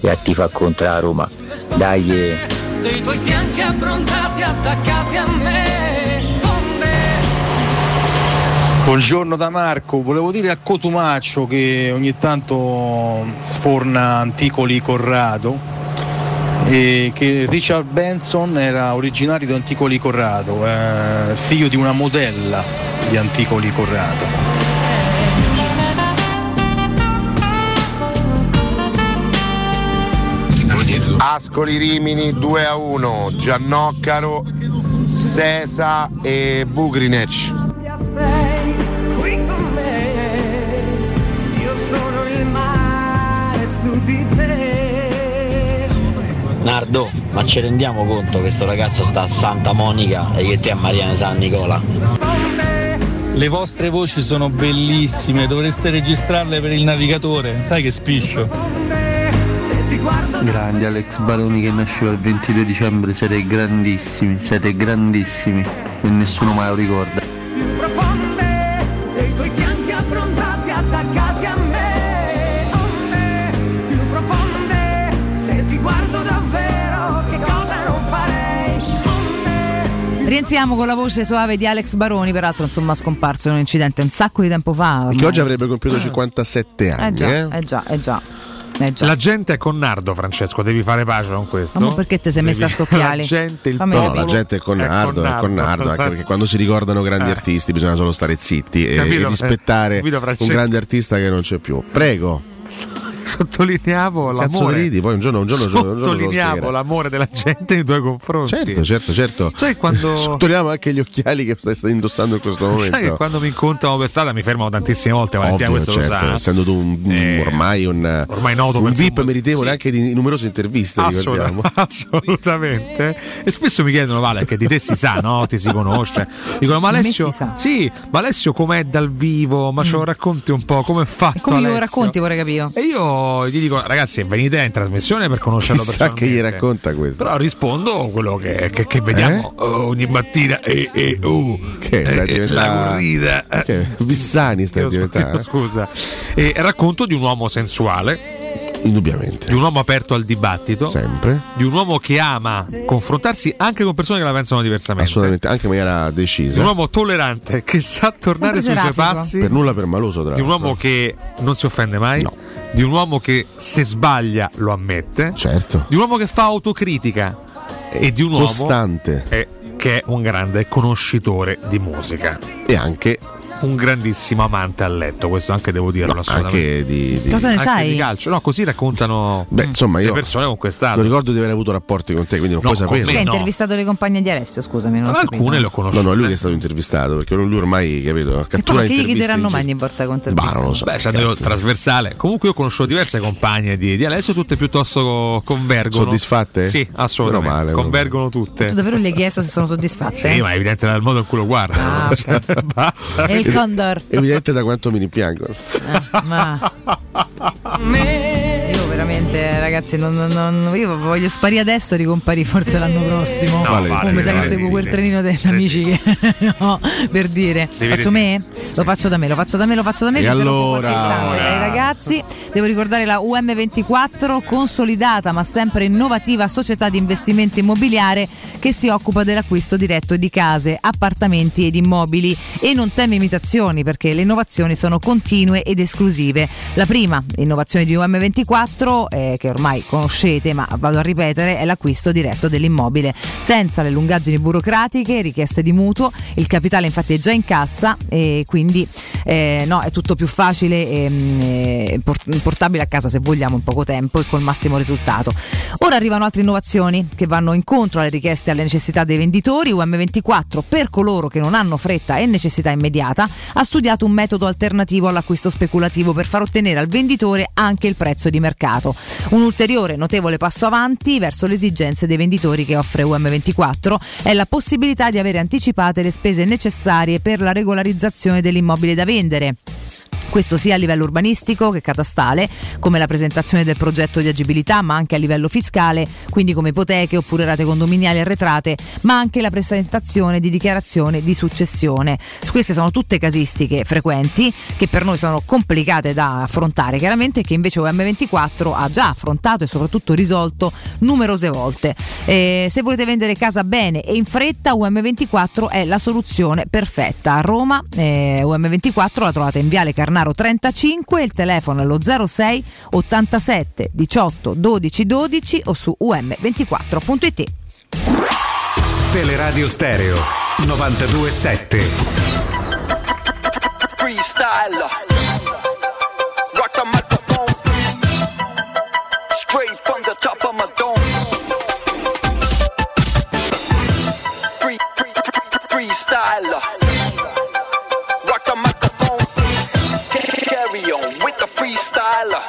Speaker 4: e a tifar contro la Roma. Dai! eh.
Speaker 41: dei tuoi fianchi abbronzati attaccati a me onde
Speaker 17: Buongiorno da Marco, volevo dire a Cotumaccio che ogni tanto sforna Anticoli Corrado e che Richard Benson era originario di Anticoli Corrado, eh, figlio di una modella di Anticoli Corrado.
Speaker 5: Ascoli Rimini 2 a 1, Giannoccaro, Sesa e Bugrinec.
Speaker 41: qui con me io sono il mare su di te
Speaker 4: Nardo, ma ci rendiamo conto che sto ragazzo sta a Santa Monica e che te a Mariana San Nicola?
Speaker 47: Le vostre voci sono bellissime, dovreste registrarle per il navigatore, sai che spiscio.
Speaker 42: Grandi Alex Baroni che nasceva il 22 dicembre, siete grandissimi, siete grandissimi e nessuno mai lo ricorda.
Speaker 41: dei tuoi fianchi abbronzati attaccati a me onde più profonde se ti guardo davvero che cosa non farei
Speaker 9: Rientriamo con la voce soave di Alex Baroni, peraltro insomma scomparso in un incidente un sacco di tempo fa. ormai.
Speaker 11: Che oggi avrebbe compiuto 57
Speaker 9: Ah. Eh
Speaker 11: anni.
Speaker 9: già,
Speaker 11: eh.
Speaker 9: eh già, eh già. Eh già.
Speaker 10: La gente è con Nardo, Francesco, devi fare pace con questo.
Speaker 9: Ma mo perché te sei messa a
Speaker 10: Devi-
Speaker 9: stoppiali?
Speaker 10: La gente, il
Speaker 9: Fammi
Speaker 11: No,
Speaker 9: capire.
Speaker 11: la gente è con Nardo, è con Nardo, anche perché quando si ricordano grandi artisti bisogna solo stare zitti e,
Speaker 10: Eh. Capito,
Speaker 11: e rispettare
Speaker 10: eh, capito,
Speaker 11: un
Speaker 10: Francesco?
Speaker 11: grande artista che non c'è più. Prego.
Speaker 10: Sottolineiamo
Speaker 11: Cazzo
Speaker 10: l'amore.
Speaker 11: ridi, poi un giorno, un giorno, un giorno, un giorno te lo
Speaker 10: Sottolineiamo
Speaker 11: spiegherà.
Speaker 10: l'amore della gente nei tuoi confronti.
Speaker 11: Certo, certo, certo.
Speaker 10: Sai quando-
Speaker 11: Sottolineiamo anche gli occhiali che stai, stai indossando in questo momento.
Speaker 10: Sai che quando mi incontrano per strada mi fermano tantissime volte, Valentina,
Speaker 11: Ovvio,
Speaker 10: questo
Speaker 11: certo,
Speaker 10: lo sa.
Speaker 11: essendo tu un- un- ormai un,
Speaker 10: ormai noto
Speaker 11: un
Speaker 10: per- Ah,
Speaker 11: VIP meritevole anche di numerose interviste,
Speaker 10: Assolut-
Speaker 11: ricordiamo.
Speaker 10: assolutamente. E spesso mi chiedono, Vale, che di te si sa, no? Ti si conosce. Dicono, ma
Speaker 9: Di me
Speaker 10: Alessio,
Speaker 9: si sa." Mm.
Speaker 10: sì, ma Alessio com'è dal vivo? Ma ce lo racconti un po', come è fatto?
Speaker 9: Come glielo
Speaker 10: Alessio?"
Speaker 9: racconti, vorrei capire.
Speaker 10: E io gli dico, ragazzi, venite in trasmissione per conoscerlo
Speaker 11: Chissà che gli
Speaker 10: personalmente.
Speaker 11: racconta questo.
Speaker 10: Però rispondo quello che, che- che vediamo eh, ogni mattina. E, e, oh,
Speaker 11: Eh? Che
Speaker 10: eh,
Speaker 11: stai
Speaker 10: eh,
Speaker 11: diventando-
Speaker 10: la corrida.
Speaker 11: Che Vissani stai diventando.
Speaker 10: Scusa, e racconto di un uomo sensuale.
Speaker 11: Indubbiamente.
Speaker 10: Di un uomo aperto al dibattito.
Speaker 11: Sempre.
Speaker 10: Di un uomo che ama confrontarsi anche con persone che la pensano diversamente.
Speaker 11: Assolutamente, anche in maniera
Speaker 10: Di un
Speaker 11: decisa.
Speaker 10: uomo tollerante che sa tornare sui
Speaker 11: Sempre
Speaker 10: suoi
Speaker 11: gerafico.
Speaker 10: passi.
Speaker 11: Per nulla per maloso, tra
Speaker 10: Di un
Speaker 11: l'altro.
Speaker 10: uomo che non si offende mai. Di un uomo che se sbaglia lo ammette.
Speaker 11: Certo.
Speaker 10: Di un uomo che fa autocritica. E di un uomo.
Speaker 11: Costante.
Speaker 10: eh, che è un grande conoscitore di musica.
Speaker 11: E anche.
Speaker 10: Un grandissimo amante a letto, questo anche devo dirlo assolutamente.
Speaker 11: anche di- di- Cosa ne
Speaker 10: anche
Speaker 11: sai? Mm.
Speaker 10: di calcio. No, così raccontano
Speaker 11: Beh, insomma,
Speaker 10: le
Speaker 11: io
Speaker 10: persone con quest'altro.
Speaker 11: non ricordo di aver avuto rapporti con te, quindi non
Speaker 10: No,
Speaker 11: puoi
Speaker 10: con
Speaker 11: sapere.
Speaker 9: Che ha intervistato le compagne di Alessio, scusami. Non ho capito.
Speaker 11: conosciuto. No, no, è lui che è stato intervistato, perché lui ormai, capito,
Speaker 9: E poi
Speaker 11: cattura
Speaker 9: che gli
Speaker 11: interviste.
Speaker 9: chiederanno
Speaker 11: in
Speaker 9: mai ogni volta con te?
Speaker 11: Bah, non lo so.
Speaker 10: Beh, essendo io trasversale. Comunque io ho conosciuto diverse compagne di, di Alessio, tutte piuttosto co- convergono.
Speaker 11: Soddisfatte?
Speaker 10: Sì, assolutamente.
Speaker 11: Meno male, meno
Speaker 10: convergono
Speaker 9: Tu
Speaker 10: tutte.
Speaker 9: davvero gli hai chiesto se sono soddisfatte?
Speaker 10: Sì, ma è evidente dal modo in cui lo guardano. Cioè, basta.
Speaker 9: Ah, E il condor.
Speaker 11: Evidente da quanto mi rimpiango.
Speaker 9: Ma io veramente, ragazzi, non, non- non- io voglio sparire adesso e ricomparire forse l'anno prossimo.
Speaker 10: Eh. No, vale,
Speaker 9: Come sai
Speaker 10: vale,
Speaker 9: che seguo
Speaker 10: vale.
Speaker 9: quel trenino degli amici che- no, per dire.
Speaker 10: Devi
Speaker 9: faccio me? Lo faccio da me, lo faccio da me, lo faccio da me.
Speaker 11: E
Speaker 9: che te lo
Speaker 11: allora?
Speaker 9: porto in salvo. Dai, ragazzi, devo ricordare la UM24, consolidata ma sempre innovativa società di investimento immobiliare che si occupa dell'acquisto diretto di case, appartamenti ed immobili e non teme imitazioni perché le innovazioni sono continue ed esclusive. La prima innovazione di UM24, eh, che ormai conoscete ma vado a ripetere, è l'acquisto diretto dell'immobile, senza le lungaggini burocratiche, richieste di mutuo, il capitale infatti è già in cassa e quindi eh, no, è tutto più facile e mm, eh, port- portabile a casa se vogliamo in poco tempo e col massimo risultato. Ora arrivano altre innovazioni che vanno incontro alle richieste e alle necessità dei venditori. UM24 per coloro che non hanno fretta e necessità immediata ha studiato un metodo alternativo all'acquisto speculativo per far ottenere al venditore anche il prezzo di mercato. Un ulteriore notevole passo avanti verso le esigenze dei venditori che offre UM24 è la possibilità di avere anticipate le spese necessarie per la regolarizzazione dell'immobile da vendere. Questo sia a livello urbanistico che catastale, come la presentazione del progetto di agibilità, ma anche a livello fiscale, quindi come ipoteche oppure rate condominiali arretrate, ma anche la presentazione di dichiarazione di successione. Queste sono tutte casistiche frequenti che per noi sono complicate da affrontare, chiaramente che invece OM24 ha già affrontato e soprattutto risolto numerose volte. Eh, se volete vendere casa bene e in fretta, UM24 è la soluzione perfetta. A Roma, eh, UM24 la trovate in Viale Carnaro 35, il telefono è lo 06 87 18 12 12 o su um24.it.
Speaker 1: Teleradio Stereo 927.
Speaker 41: Freestyle. Rock the microphone. Straight from the top of my dome. Free, free, free, freestyle. Rock the microphone. Carry on with the freestyler.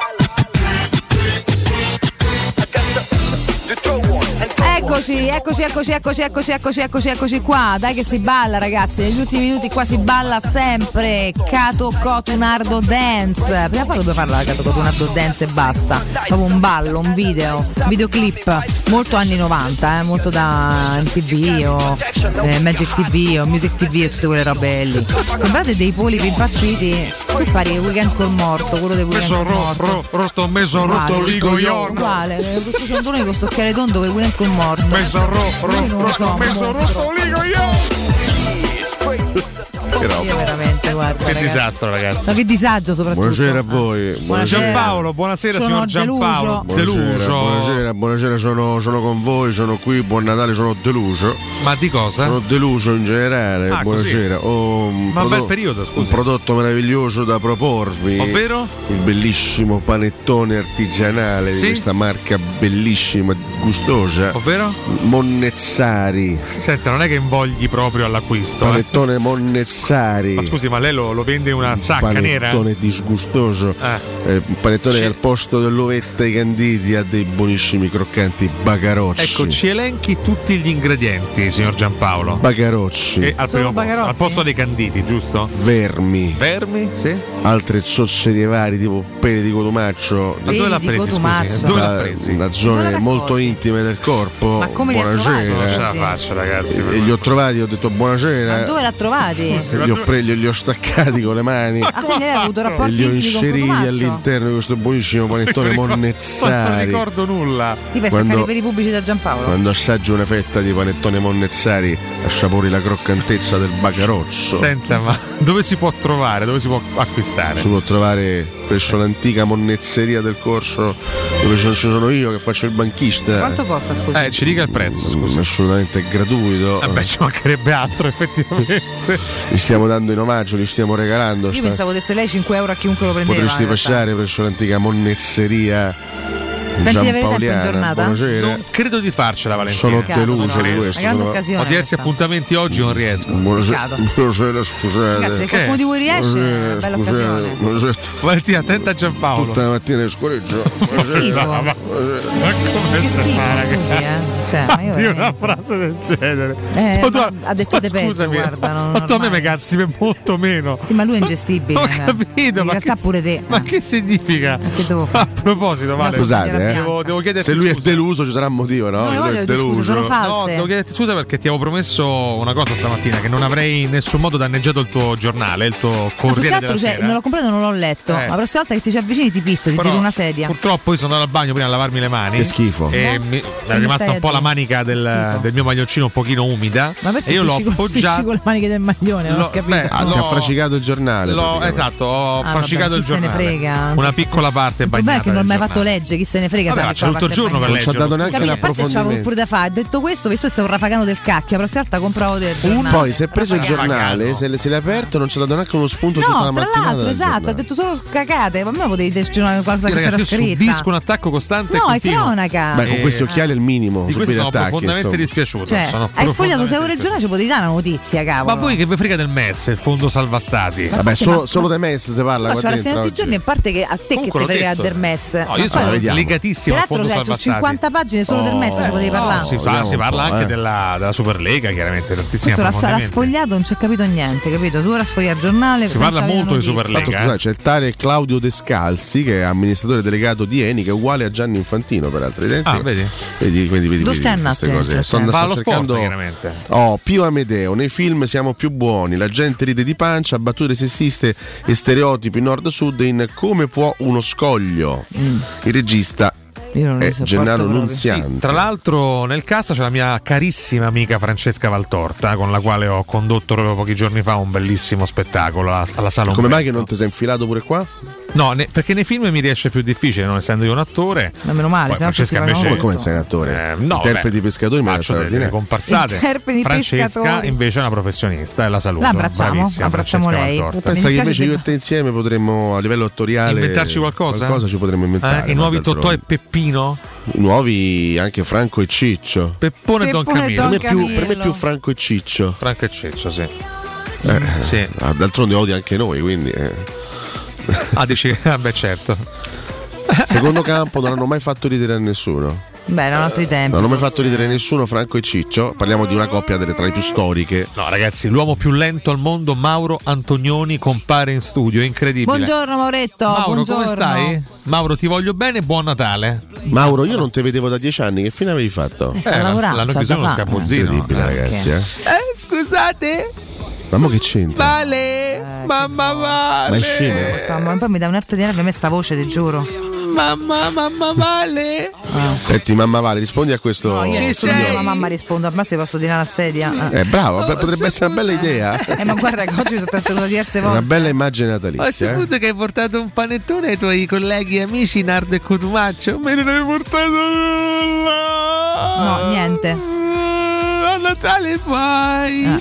Speaker 9: Eccoci, eccoci, eccoci, eccoci, eccoci, eccoci, eccoci, eccoci qua. Dai che si balla, ragazzi. Negli ultimi minuti qua si balla sempre. Cato Cotunardo Dance. Prima o poi dobbiamo farla la Cato Cotunardo Dance e basta. Proprio un ballo, un video, un videoclip. Molto anni 90, eh, molto da MTV o eh, Magic TV o Music TV e tutte quelle robe lì. Sembrate dei polipi impazziti. Che pare weekend col morto, quello dei weekend col morto.
Speaker 10: rotto, meso
Speaker 9: Uguale,
Speaker 10: rotto, ligo io.
Speaker 9: Uguale, eh, questo ciondone con sto occhiale tondo che quello è morto.
Speaker 10: Meso rotto,
Speaker 9: Io non lo so,
Speaker 10: rotto,
Speaker 9: mostro.
Speaker 10: meso rotto, ligo io. Però-
Speaker 9: Io veramente, guarda.
Speaker 10: Che
Speaker 9: ragazzi.
Speaker 10: disastro, ragazzi.
Speaker 9: No, che disagio soprattutto.
Speaker 11: Buonasera a voi. Buonasera.
Speaker 10: Giampaolo, buonasera
Speaker 9: Sono
Speaker 10: signor Giampaolo.
Speaker 11: Buonasera, buonasera, buonasera, sono, sono con voi, sono qui, buon Natale, sono deluso.
Speaker 10: Ma di cosa?
Speaker 11: Sono deluso in generale,
Speaker 10: Ah, così.
Speaker 11: buonasera. Ho un,
Speaker 10: Ma un bel
Speaker 11: prodotto-
Speaker 10: periodo,
Speaker 11: un prodotto meraviglioso da proporvi.
Speaker 10: Ovvero?
Speaker 11: Il bellissimo panettone artigianale
Speaker 10: Sì?
Speaker 11: di questa marca bellissima, gustosa.
Speaker 10: Ovvero?
Speaker 11: Monnezzari.
Speaker 10: Senta, non è che invogli proprio all'acquisto. eh.
Speaker 11: Panettone Monnezzari.
Speaker 10: Ma scusi, ma lei lo, lo vende in una sacca nera? eh?
Speaker 11: panettone disgustoso. Eh, un panettone che al posto dell'ovetta ai canditi ha dei buonissimi croccanti bagarocci.
Speaker 10: Ecco, ci elenchi tutti gli ingredienti, signor Giampaolo.
Speaker 11: Bagarocci.
Speaker 10: E al, primo posto, al posto dei canditi, giusto?
Speaker 11: Vermi.
Speaker 10: Vermi, sì.
Speaker 11: Altre zozzerie varie tipo pene di cotumaccio.
Speaker 10: Ma dove l'ha Pene di presi, scusi? cotumaccio. Dove l'ha
Speaker 11: Da-
Speaker 10: presi?
Speaker 11: Da
Speaker 10: Dove
Speaker 11: zone
Speaker 10: l'ha
Speaker 11: molto intime del corpo.
Speaker 9: Ma come li ha
Speaker 11: buonasera.
Speaker 9: trovati,
Speaker 10: Non ce la faccio, ragazzi.
Speaker 11: E li ho trovati, ho detto buonasera.
Speaker 9: Ma dove l'ha trovati?
Speaker 11: Li ho, presi, li ho staccati con le mani.
Speaker 9: Ah, quindi lei ha avuto
Speaker 11: e
Speaker 9: rapporti
Speaker 11: li ho
Speaker 9: intimi con
Speaker 11: inseriti
Speaker 9: Cotumaccio?
Speaker 11: all'interno di questo buonissimo panettone
Speaker 10: Non mi ricordo- Non
Speaker 11: monnezzari.
Speaker 10: ricordo nulla.
Speaker 9: Ti fai staccare i
Speaker 11: Quando-
Speaker 9: peli pubblici da Giampaolo?
Speaker 11: Quando assaggio una fetta di panettone monnezzari, assapori la croccantezza del bagaroccio.
Speaker 10: Senta, ma dove si può trovare? Dove si può acquistare?
Speaker 11: Si può trovare presso l'antica monnezzeria del corso dove ci sono io che faccio il banchista.
Speaker 9: Quanto costa, scusa?
Speaker 10: Eh, ci dica il prezzo, scusa.
Speaker 11: Assolutamente gratuito.
Speaker 10: Vabbè, ci mancherebbe altro, effettivamente.
Speaker 11: Li stiamo dando in omaggio, li stiamo regalando.
Speaker 9: Io
Speaker 11: Sta-
Speaker 9: pensavo desse lei 5 euro a chiunque lo prendeva.
Speaker 11: Potresti
Speaker 9: in realtà.
Speaker 11: passare presso l'antica monnezzeria.
Speaker 9: Pensi di avere tempo in
Speaker 11: giampaoliana.
Speaker 9: giornata?
Speaker 11: Buonasera.
Speaker 10: Non credo di farcela, Valentina.
Speaker 11: Eh, Sono Peccato, deluso però, di eh. questo, Una grande però. occasione
Speaker 10: Ho diversi appuntamenti oggi, non riesco. Eh.
Speaker 11: Buonasera,
Speaker 9: Peccato.
Speaker 11: buonasera, scusate.
Speaker 9: Ragazzi, se qualcuno di voi riesce,
Speaker 11: Buonasera,
Speaker 9: bella
Speaker 11: scusate,
Speaker 9: occasione. Eh,
Speaker 11: buonasera.
Speaker 10: Valentina, attenta a Giampaolo.
Speaker 11: Tutta la mattina scoreggio.
Speaker 10: Ma,
Speaker 11: Buonasera.
Speaker 10: ma- ma
Speaker 9: Che
Speaker 10: come si
Speaker 9: schifo,
Speaker 10: fa,
Speaker 9: scusi,
Speaker 10: ragazzi?
Speaker 9: eh. Cioè, ma io
Speaker 10: Fatti una
Speaker 9: veramente-
Speaker 10: frase del genere.
Speaker 9: Eh,
Speaker 10: Ma tu-
Speaker 9: ma ha detto
Speaker 10: ma
Speaker 9: te peggio,
Speaker 10: Oh, scusami,
Speaker 9: guarda, non-
Speaker 10: ma tu a me
Speaker 9: ormai.
Speaker 10: mi cazzi per molto meno.
Speaker 9: Sì, ma lui è ingestibile.
Speaker 10: Ho
Speaker 9: cioè.
Speaker 10: capito,
Speaker 9: In
Speaker 10: ma
Speaker 9: realtà pure te.
Speaker 10: Ma che significa? A proposito, Vale,
Speaker 11: Scusate, eh.
Speaker 10: devo, devo chiederti
Speaker 11: se lui
Speaker 10: scusa.
Speaker 11: è deluso ci sarà un motivo, no?
Speaker 10: No,
Speaker 11: Lui
Speaker 10: voglio
Speaker 11: è
Speaker 10: le tue
Speaker 11: deluso.
Speaker 10: No, devo chiederti scusa perché ti avevo promesso una cosa stamattina: che non avrei in nessun modo danneggiato il tuo giornale, il tuo
Speaker 9: Ma più che
Speaker 10: corriere
Speaker 9: altro
Speaker 10: della
Speaker 9: cioè,
Speaker 10: sera.
Speaker 9: non l'ho comprato, non l'ho letto.
Speaker 10: Eh.
Speaker 9: La prossima volta che ti ci avvicini ti pisto, ti
Speaker 10: Però,
Speaker 9: tiro una sedia.
Speaker 10: Purtroppo io sono andato al bagno prima a lavarmi le mani.
Speaker 11: Che schifo.
Speaker 10: E
Speaker 9: No?
Speaker 10: mi
Speaker 9: Quindi
Speaker 10: era rimasta
Speaker 9: stai
Speaker 10: un po'
Speaker 9: a
Speaker 10: la
Speaker 9: dire.
Speaker 10: manica del, del mio maglioncino un pochino umida.
Speaker 9: Ma perché
Speaker 10: e io l'ho
Speaker 9: pisci con- pisci
Speaker 10: appoggiato.
Speaker 9: con le maniche del maglione? Non
Speaker 10: L'ho-
Speaker 9: ho capito.
Speaker 10: beh,
Speaker 11: Ah, ti
Speaker 10: l'ho-
Speaker 11: ha frascicato il giornale.
Speaker 10: l'ho-
Speaker 11: praticamente.
Speaker 10: esatto, ho
Speaker 9: Ah,
Speaker 10: frascicato
Speaker 9: vabbè,
Speaker 10: il
Speaker 9: chi se ne
Speaker 10: giornale.
Speaker 9: frega?
Speaker 10: Una piccola parte
Speaker 9: Il problema è
Speaker 10: bagnata.
Speaker 9: che non l'hai
Speaker 10: del
Speaker 9: mai
Speaker 10: giornale.
Speaker 9: fatto leggere, chi se ne frega.
Speaker 10: Vabbè,
Speaker 9: sa
Speaker 10: ma
Speaker 9: che
Speaker 10: c'è tutto il giorno per
Speaker 11: Non ci ha
Speaker 10: leggere.
Speaker 11: dato neanche
Speaker 9: Capito, a parte c'avevo pure da fare, ho detto questo, questo stavo rafagano del cacchio, la prossima volta compravo del giornale.
Speaker 11: Poi se è preso il
Speaker 9: Rafagano.
Speaker 11: giornale, se, l- se l'è aperto non ci ha dato neanche uno spunto tutta la
Speaker 9: No, tra
Speaker 11: mattinata.
Speaker 9: l'altro,
Speaker 11: del
Speaker 9: esatto, ha
Speaker 11: giornale.
Speaker 9: detto solo cacate, ma a me potevi dirci una cosa
Speaker 10: Io,
Speaker 9: che c'era
Speaker 10: ragazzi, io
Speaker 9: scritta.
Speaker 10: subisco un attacco costante. e
Speaker 9: No, è
Speaker 10: continuo.
Speaker 9: cronaca.
Speaker 11: Beh, con
Speaker 10: Eh,
Speaker 11: questi occhiali è il
Speaker 10: Di
Speaker 11: minimo.
Speaker 10: questo
Speaker 11: subire
Speaker 10: sono
Speaker 11: attacchi.
Speaker 10: profondamente
Speaker 11: insomma.
Speaker 10: dispiaciuto.
Speaker 9: Cioè,
Speaker 10: sono
Speaker 9: hai sfogliato
Speaker 10: profondamente
Speaker 9: 6 ore il giornale, ci potevi dare una notizia,
Speaker 10: Ma
Speaker 9: cavolo.
Speaker 10: voi che vi frega del MES, il fondo salva stati?
Speaker 11: Vabbè, solo, solo dei mess si parla.
Speaker 9: No,
Speaker 11: qua
Speaker 9: c'era
Speaker 11: dentro
Speaker 9: tutti i
Speaker 11: oggi.
Speaker 9: giorni, in parte che a te
Speaker 10: Comunque
Speaker 9: che
Speaker 10: l'ho
Speaker 9: ti frega
Speaker 10: detto.
Speaker 9: del MES.
Speaker 10: No, io sono legatissimo al
Speaker 9: Peraltro,
Speaker 10: fondo
Speaker 9: cioè, su
Speaker 10: salvastati.
Speaker 9: 50 pagine solo del MES ci potevi
Speaker 10: No,
Speaker 9: parlare.
Speaker 10: si, fa-
Speaker 11: vediamo
Speaker 10: si
Speaker 11: un
Speaker 10: parla
Speaker 11: po',
Speaker 10: anche
Speaker 11: eh.
Speaker 10: della, della Superlega, chiaramente, tantissimi
Speaker 9: Questo l'ha, l'ha
Speaker 10: approfondimenti.
Speaker 9: sfogliato, non ci ha capito niente, capito? Tu ora sfogli il giornale.
Speaker 10: Si
Speaker 9: senza
Speaker 10: parla
Speaker 9: avere
Speaker 10: molto di eh.
Speaker 9: notizie.
Speaker 10: Superlega.
Speaker 11: Tanto, scusate, c'è il tale Claudio Descalzi che è amministratore delegato di Eni che è uguale a Gianni Infantino peraltro identico.
Speaker 10: Ah, vedi?
Speaker 11: Vedi, quindi, vedi,
Speaker 9: Dove
Speaker 11: vedi
Speaker 9: stai
Speaker 11: queste
Speaker 9: andando?
Speaker 11: cose.
Speaker 9: Cioè,
Speaker 11: Sto,
Speaker 10: Va
Speaker 11: sto
Speaker 10: allo sport,
Speaker 11: cercando
Speaker 10: chiaramente.
Speaker 11: Oh, Pio Amedeo, nei film siamo più buoni, la gente ride di pancia, battute sessiste e stereotipi nord-sud in Come può uno scoglio.
Speaker 9: Mm.
Speaker 11: Il regista è Gennaro Nunziante.
Speaker 10: Sì, tra l'altro nel cast c'è la mia carissima amica Francesca Valtorta con la quale ho condotto proprio pochi giorni fa un bellissimo spettacolo alla, alla sala
Speaker 11: Come
Speaker 10: Umberto.
Speaker 11: mai che non ti sei infilato pure qua?
Speaker 10: No, ne- perché nei film mi riesce più difficile, non essendo io un attore.
Speaker 9: Ma meno male,
Speaker 10: Poi
Speaker 9: sennò tutti
Speaker 10: Francesca
Speaker 9: pagano
Speaker 10: invece
Speaker 11: Come, come sei un attore?
Speaker 10: Eh, no,
Speaker 11: Interpreti
Speaker 10: beh,
Speaker 11: pescatori, ma
Speaker 10: faccio delle
Speaker 11: straordinario.
Speaker 10: comparsate.
Speaker 9: Interpreti
Speaker 10: Francesca
Speaker 9: pescatori.
Speaker 10: invece è una professionista e la saluto.
Speaker 9: La abbracciamo,
Speaker 10: Bravissima,
Speaker 9: abbracciamo
Speaker 10: Francesca
Speaker 9: lei.
Speaker 10: Valtorta.
Speaker 11: Pensa che invece io e te insieme potremmo a livello attoriale
Speaker 10: Inventarci qualcosa?
Speaker 11: Qualcosa ci potremmo inventare.
Speaker 10: Eh, I
Speaker 11: ma
Speaker 10: nuovi
Speaker 11: d'altronde.
Speaker 10: Totò e Peppino?
Speaker 11: I nuovi anche Franco e Ciccio.
Speaker 10: Peppone e Don
Speaker 9: Peppone e Don
Speaker 10: Camillo.
Speaker 11: per, me più,
Speaker 9: Camillo.
Speaker 11: per me più Franco e Ciccio.
Speaker 10: Franco e Ciccio, sì.
Speaker 11: Eh,
Speaker 10: Sì.
Speaker 11: ah, D'altronde odia anche noi, quindi. eh.
Speaker 10: Ah, dici, vabbè, certo.
Speaker 11: Secondo campo non hanno mai fatto ridere a nessuno.
Speaker 10: eh.
Speaker 9: Beh, erano altri tempi.
Speaker 11: Non hanno mai fatto ridere a nessuno Franco e Ciccio. Parliamo di una coppia delle tra le più storiche.
Speaker 10: No, ragazzi, l'uomo più lento al mondo, Mauro Antonioni, compare in studio, è incredibile.
Speaker 9: Buongiorno Mauretto,
Speaker 10: Mauro,
Speaker 9: buongiorno.
Speaker 10: come stai? Mauro, ti voglio bene, buon Natale.
Speaker 11: Mauro, io non te vedevo da dieci anni, che fine avevi fatto?
Speaker 9: Eh, sta lavorando,
Speaker 10: l'hanno
Speaker 9: c'ha
Speaker 10: chiuso
Speaker 9: da
Speaker 10: uno
Speaker 9: fare.
Speaker 10: scappozzino.
Speaker 11: Incredibile,
Speaker 10: Eh.
Speaker 11: ragazzi. Eh.
Speaker 4: Eh, scusate,
Speaker 11: Ma mo che c'entra?
Speaker 4: Vale, mamma
Speaker 9: Eh,
Speaker 11: Ma è scemo.
Speaker 4: Vale.
Speaker 9: Sta- ma poi mi dà un atto di nervi a me sta voce, ti giuro.
Speaker 10: Mamma, mamma vale.
Speaker 9: Ah.
Speaker 11: Senti, mamma Vale, rispondi a questo.
Speaker 10: Oh,
Speaker 9: No, io
Speaker 11: signore.
Speaker 9: rispondo quando la mamma risponde, a me se posso dire una sedia.
Speaker 11: Eh,
Speaker 10: Oh,
Speaker 11: bravo, beh, potrebbe essere una bella idea.
Speaker 9: Eh, ma guarda che oggi sono tentato diverse
Speaker 11: Una
Speaker 9: volte.
Speaker 11: bella immagine
Speaker 10: Ho
Speaker 11: natalizia. eh.
Speaker 10: saputo che hai portato un panettone ai tuoi colleghi e amici Nardo e Cotumaccio. Me ne hai portato
Speaker 9: No, niente.
Speaker 10: A Natale fai.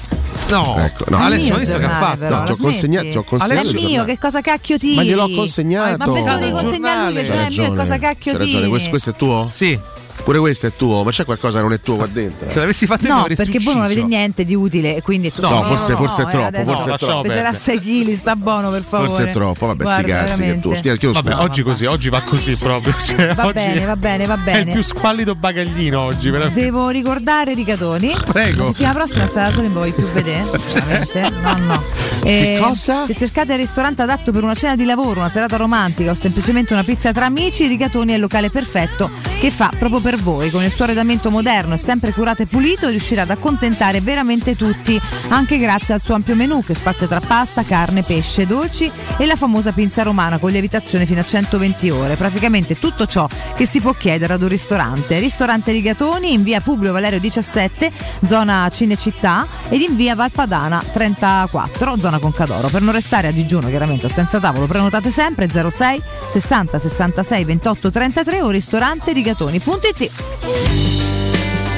Speaker 10: No,
Speaker 11: Ecco, no.
Speaker 10: Alessio,
Speaker 11: È mio
Speaker 10: hai visto che ha
Speaker 11: giornale,
Speaker 10: fatto?
Speaker 11: però, No, la ti ho smetti? consegnato- ti ho consegnato
Speaker 9: È
Speaker 11: il
Speaker 9: mio,
Speaker 11: giornale.
Speaker 9: che cosa cacchio tiri?
Speaker 11: Ma gliel'ho consegnato.
Speaker 9: Ma perché lo devi consegnare Ah, lui che il giornale è
Speaker 11: Hai
Speaker 9: mio, che
Speaker 11: ragione,
Speaker 9: cosa cacchio
Speaker 11: hai ragione.
Speaker 9: tiri?
Speaker 11: Questo, questo è tuo?
Speaker 10: Sì.
Speaker 11: Pure questo è tuo, ma c'è qualcosa che non è tuo qua dentro.
Speaker 10: Se l'avessi fatto
Speaker 9: No, perché voi non avete niente di utile, e quindi è tutto.
Speaker 11: No, forse- forse è
Speaker 9: eh,
Speaker 11: troppo, forse è troppo.
Speaker 9: Peserà 6 kg, sta buono, per favore.
Speaker 11: Forse è troppo, vabbè, sti
Speaker 9: Guarda,
Speaker 11: cazzi che tu.
Speaker 9: veramente.
Speaker 11: Stia, chiedo
Speaker 4: Vabbè,
Speaker 11: scusa.
Speaker 4: oggi così, oggi va così proprio. Cioè,
Speaker 9: Va
Speaker 4: oggi
Speaker 9: bene, va bene, va
Speaker 4: È il
Speaker 9: bene.
Speaker 4: più squallido bagaglino oggi, veramente.
Speaker 9: Devo ricordare Rigatoni.
Speaker 4: Prego.
Speaker 9: La settimana prossima sarà solo in voi più vedere. Veramente? No, no.
Speaker 4: Che
Speaker 9: cosa? Se cercate il ristorante adatto per una cena di lavoro, una serata romantica o semplicemente una pizza tra amici, Rigatoni è il locale perfetto che fa proprio per voi. Con il suo arredamento moderno e sempre curato e pulito, riuscirà ad accontentare veramente tutti, anche grazie al suo ampio menù che spazia tra pasta, carne, pesce, dolci e la famosa pinza romana con lievitazione fino a 120 ore. Praticamente tutto ciò che si può chiedere ad un ristorante. Ristorante Rigatoni in via Publio Valerio 17, zona Cinecittà, ed in via Valpadana 34, zona Concadoro. Per non restare a digiuno, chiaramente o senza tavolo, prenotate sempre 06 60 66 28 33 o ristorante rigatoni.it.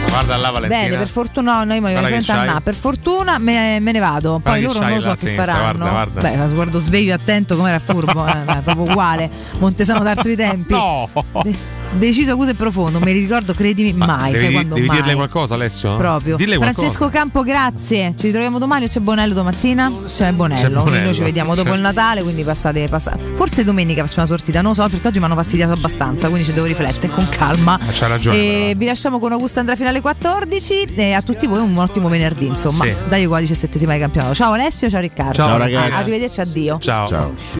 Speaker 4: Guarda là, Valentina.
Speaker 9: Bene, per fortuna noi mi
Speaker 4: Guarda che
Speaker 9: solamente
Speaker 4: c'hai.
Speaker 9: Anna, per fortuna me, me ne vado.
Speaker 4: Guarda
Speaker 9: Poi
Speaker 4: che
Speaker 9: loro
Speaker 4: c'hai
Speaker 9: non lo so
Speaker 4: là a
Speaker 9: che
Speaker 4: sinistra,
Speaker 9: faranno.
Speaker 4: guarda, guarda.
Speaker 9: Beh, ma sguardo sveglio attento com'era furbo, eh, beh, proprio uguale. Montesano d'altri tempi. De- deciso acuto e profondo, mi ricordo, credimi, mai, sai
Speaker 4: devi
Speaker 9: quando
Speaker 4: devi
Speaker 9: mai.
Speaker 4: dirle qualcosa, Alessio?
Speaker 9: Proprio.
Speaker 4: Dille qualcosa.
Speaker 9: Francesco Campo, grazie. Ci ritroviamo domani o c'è Bonello domattina? C'è Bonello.
Speaker 4: C'è
Speaker 9: Quindi
Speaker 4: Bonello.
Speaker 9: Noi ci vediamo dopo
Speaker 4: C'è.
Speaker 9: il Natale, quindi passate, passate. Forse domenica faccio una sortita, non lo so, perché oggi mi hanno fastidiato abbastanza, quindi ci devo riflettere con calma.
Speaker 4: Ma Ah, c'ha ragione,
Speaker 9: E vi lasciamo con Augusta Andrea Finale 14 e a tutti voi un ottimo venerdì, insomma.
Speaker 4: Sì.
Speaker 9: Dai qua 17 di campionato. Ciao Alessio, ciao Riccardo.
Speaker 4: Ciao, ragazzi.
Speaker 9: Arrivederci, addio.
Speaker 4: Ciao.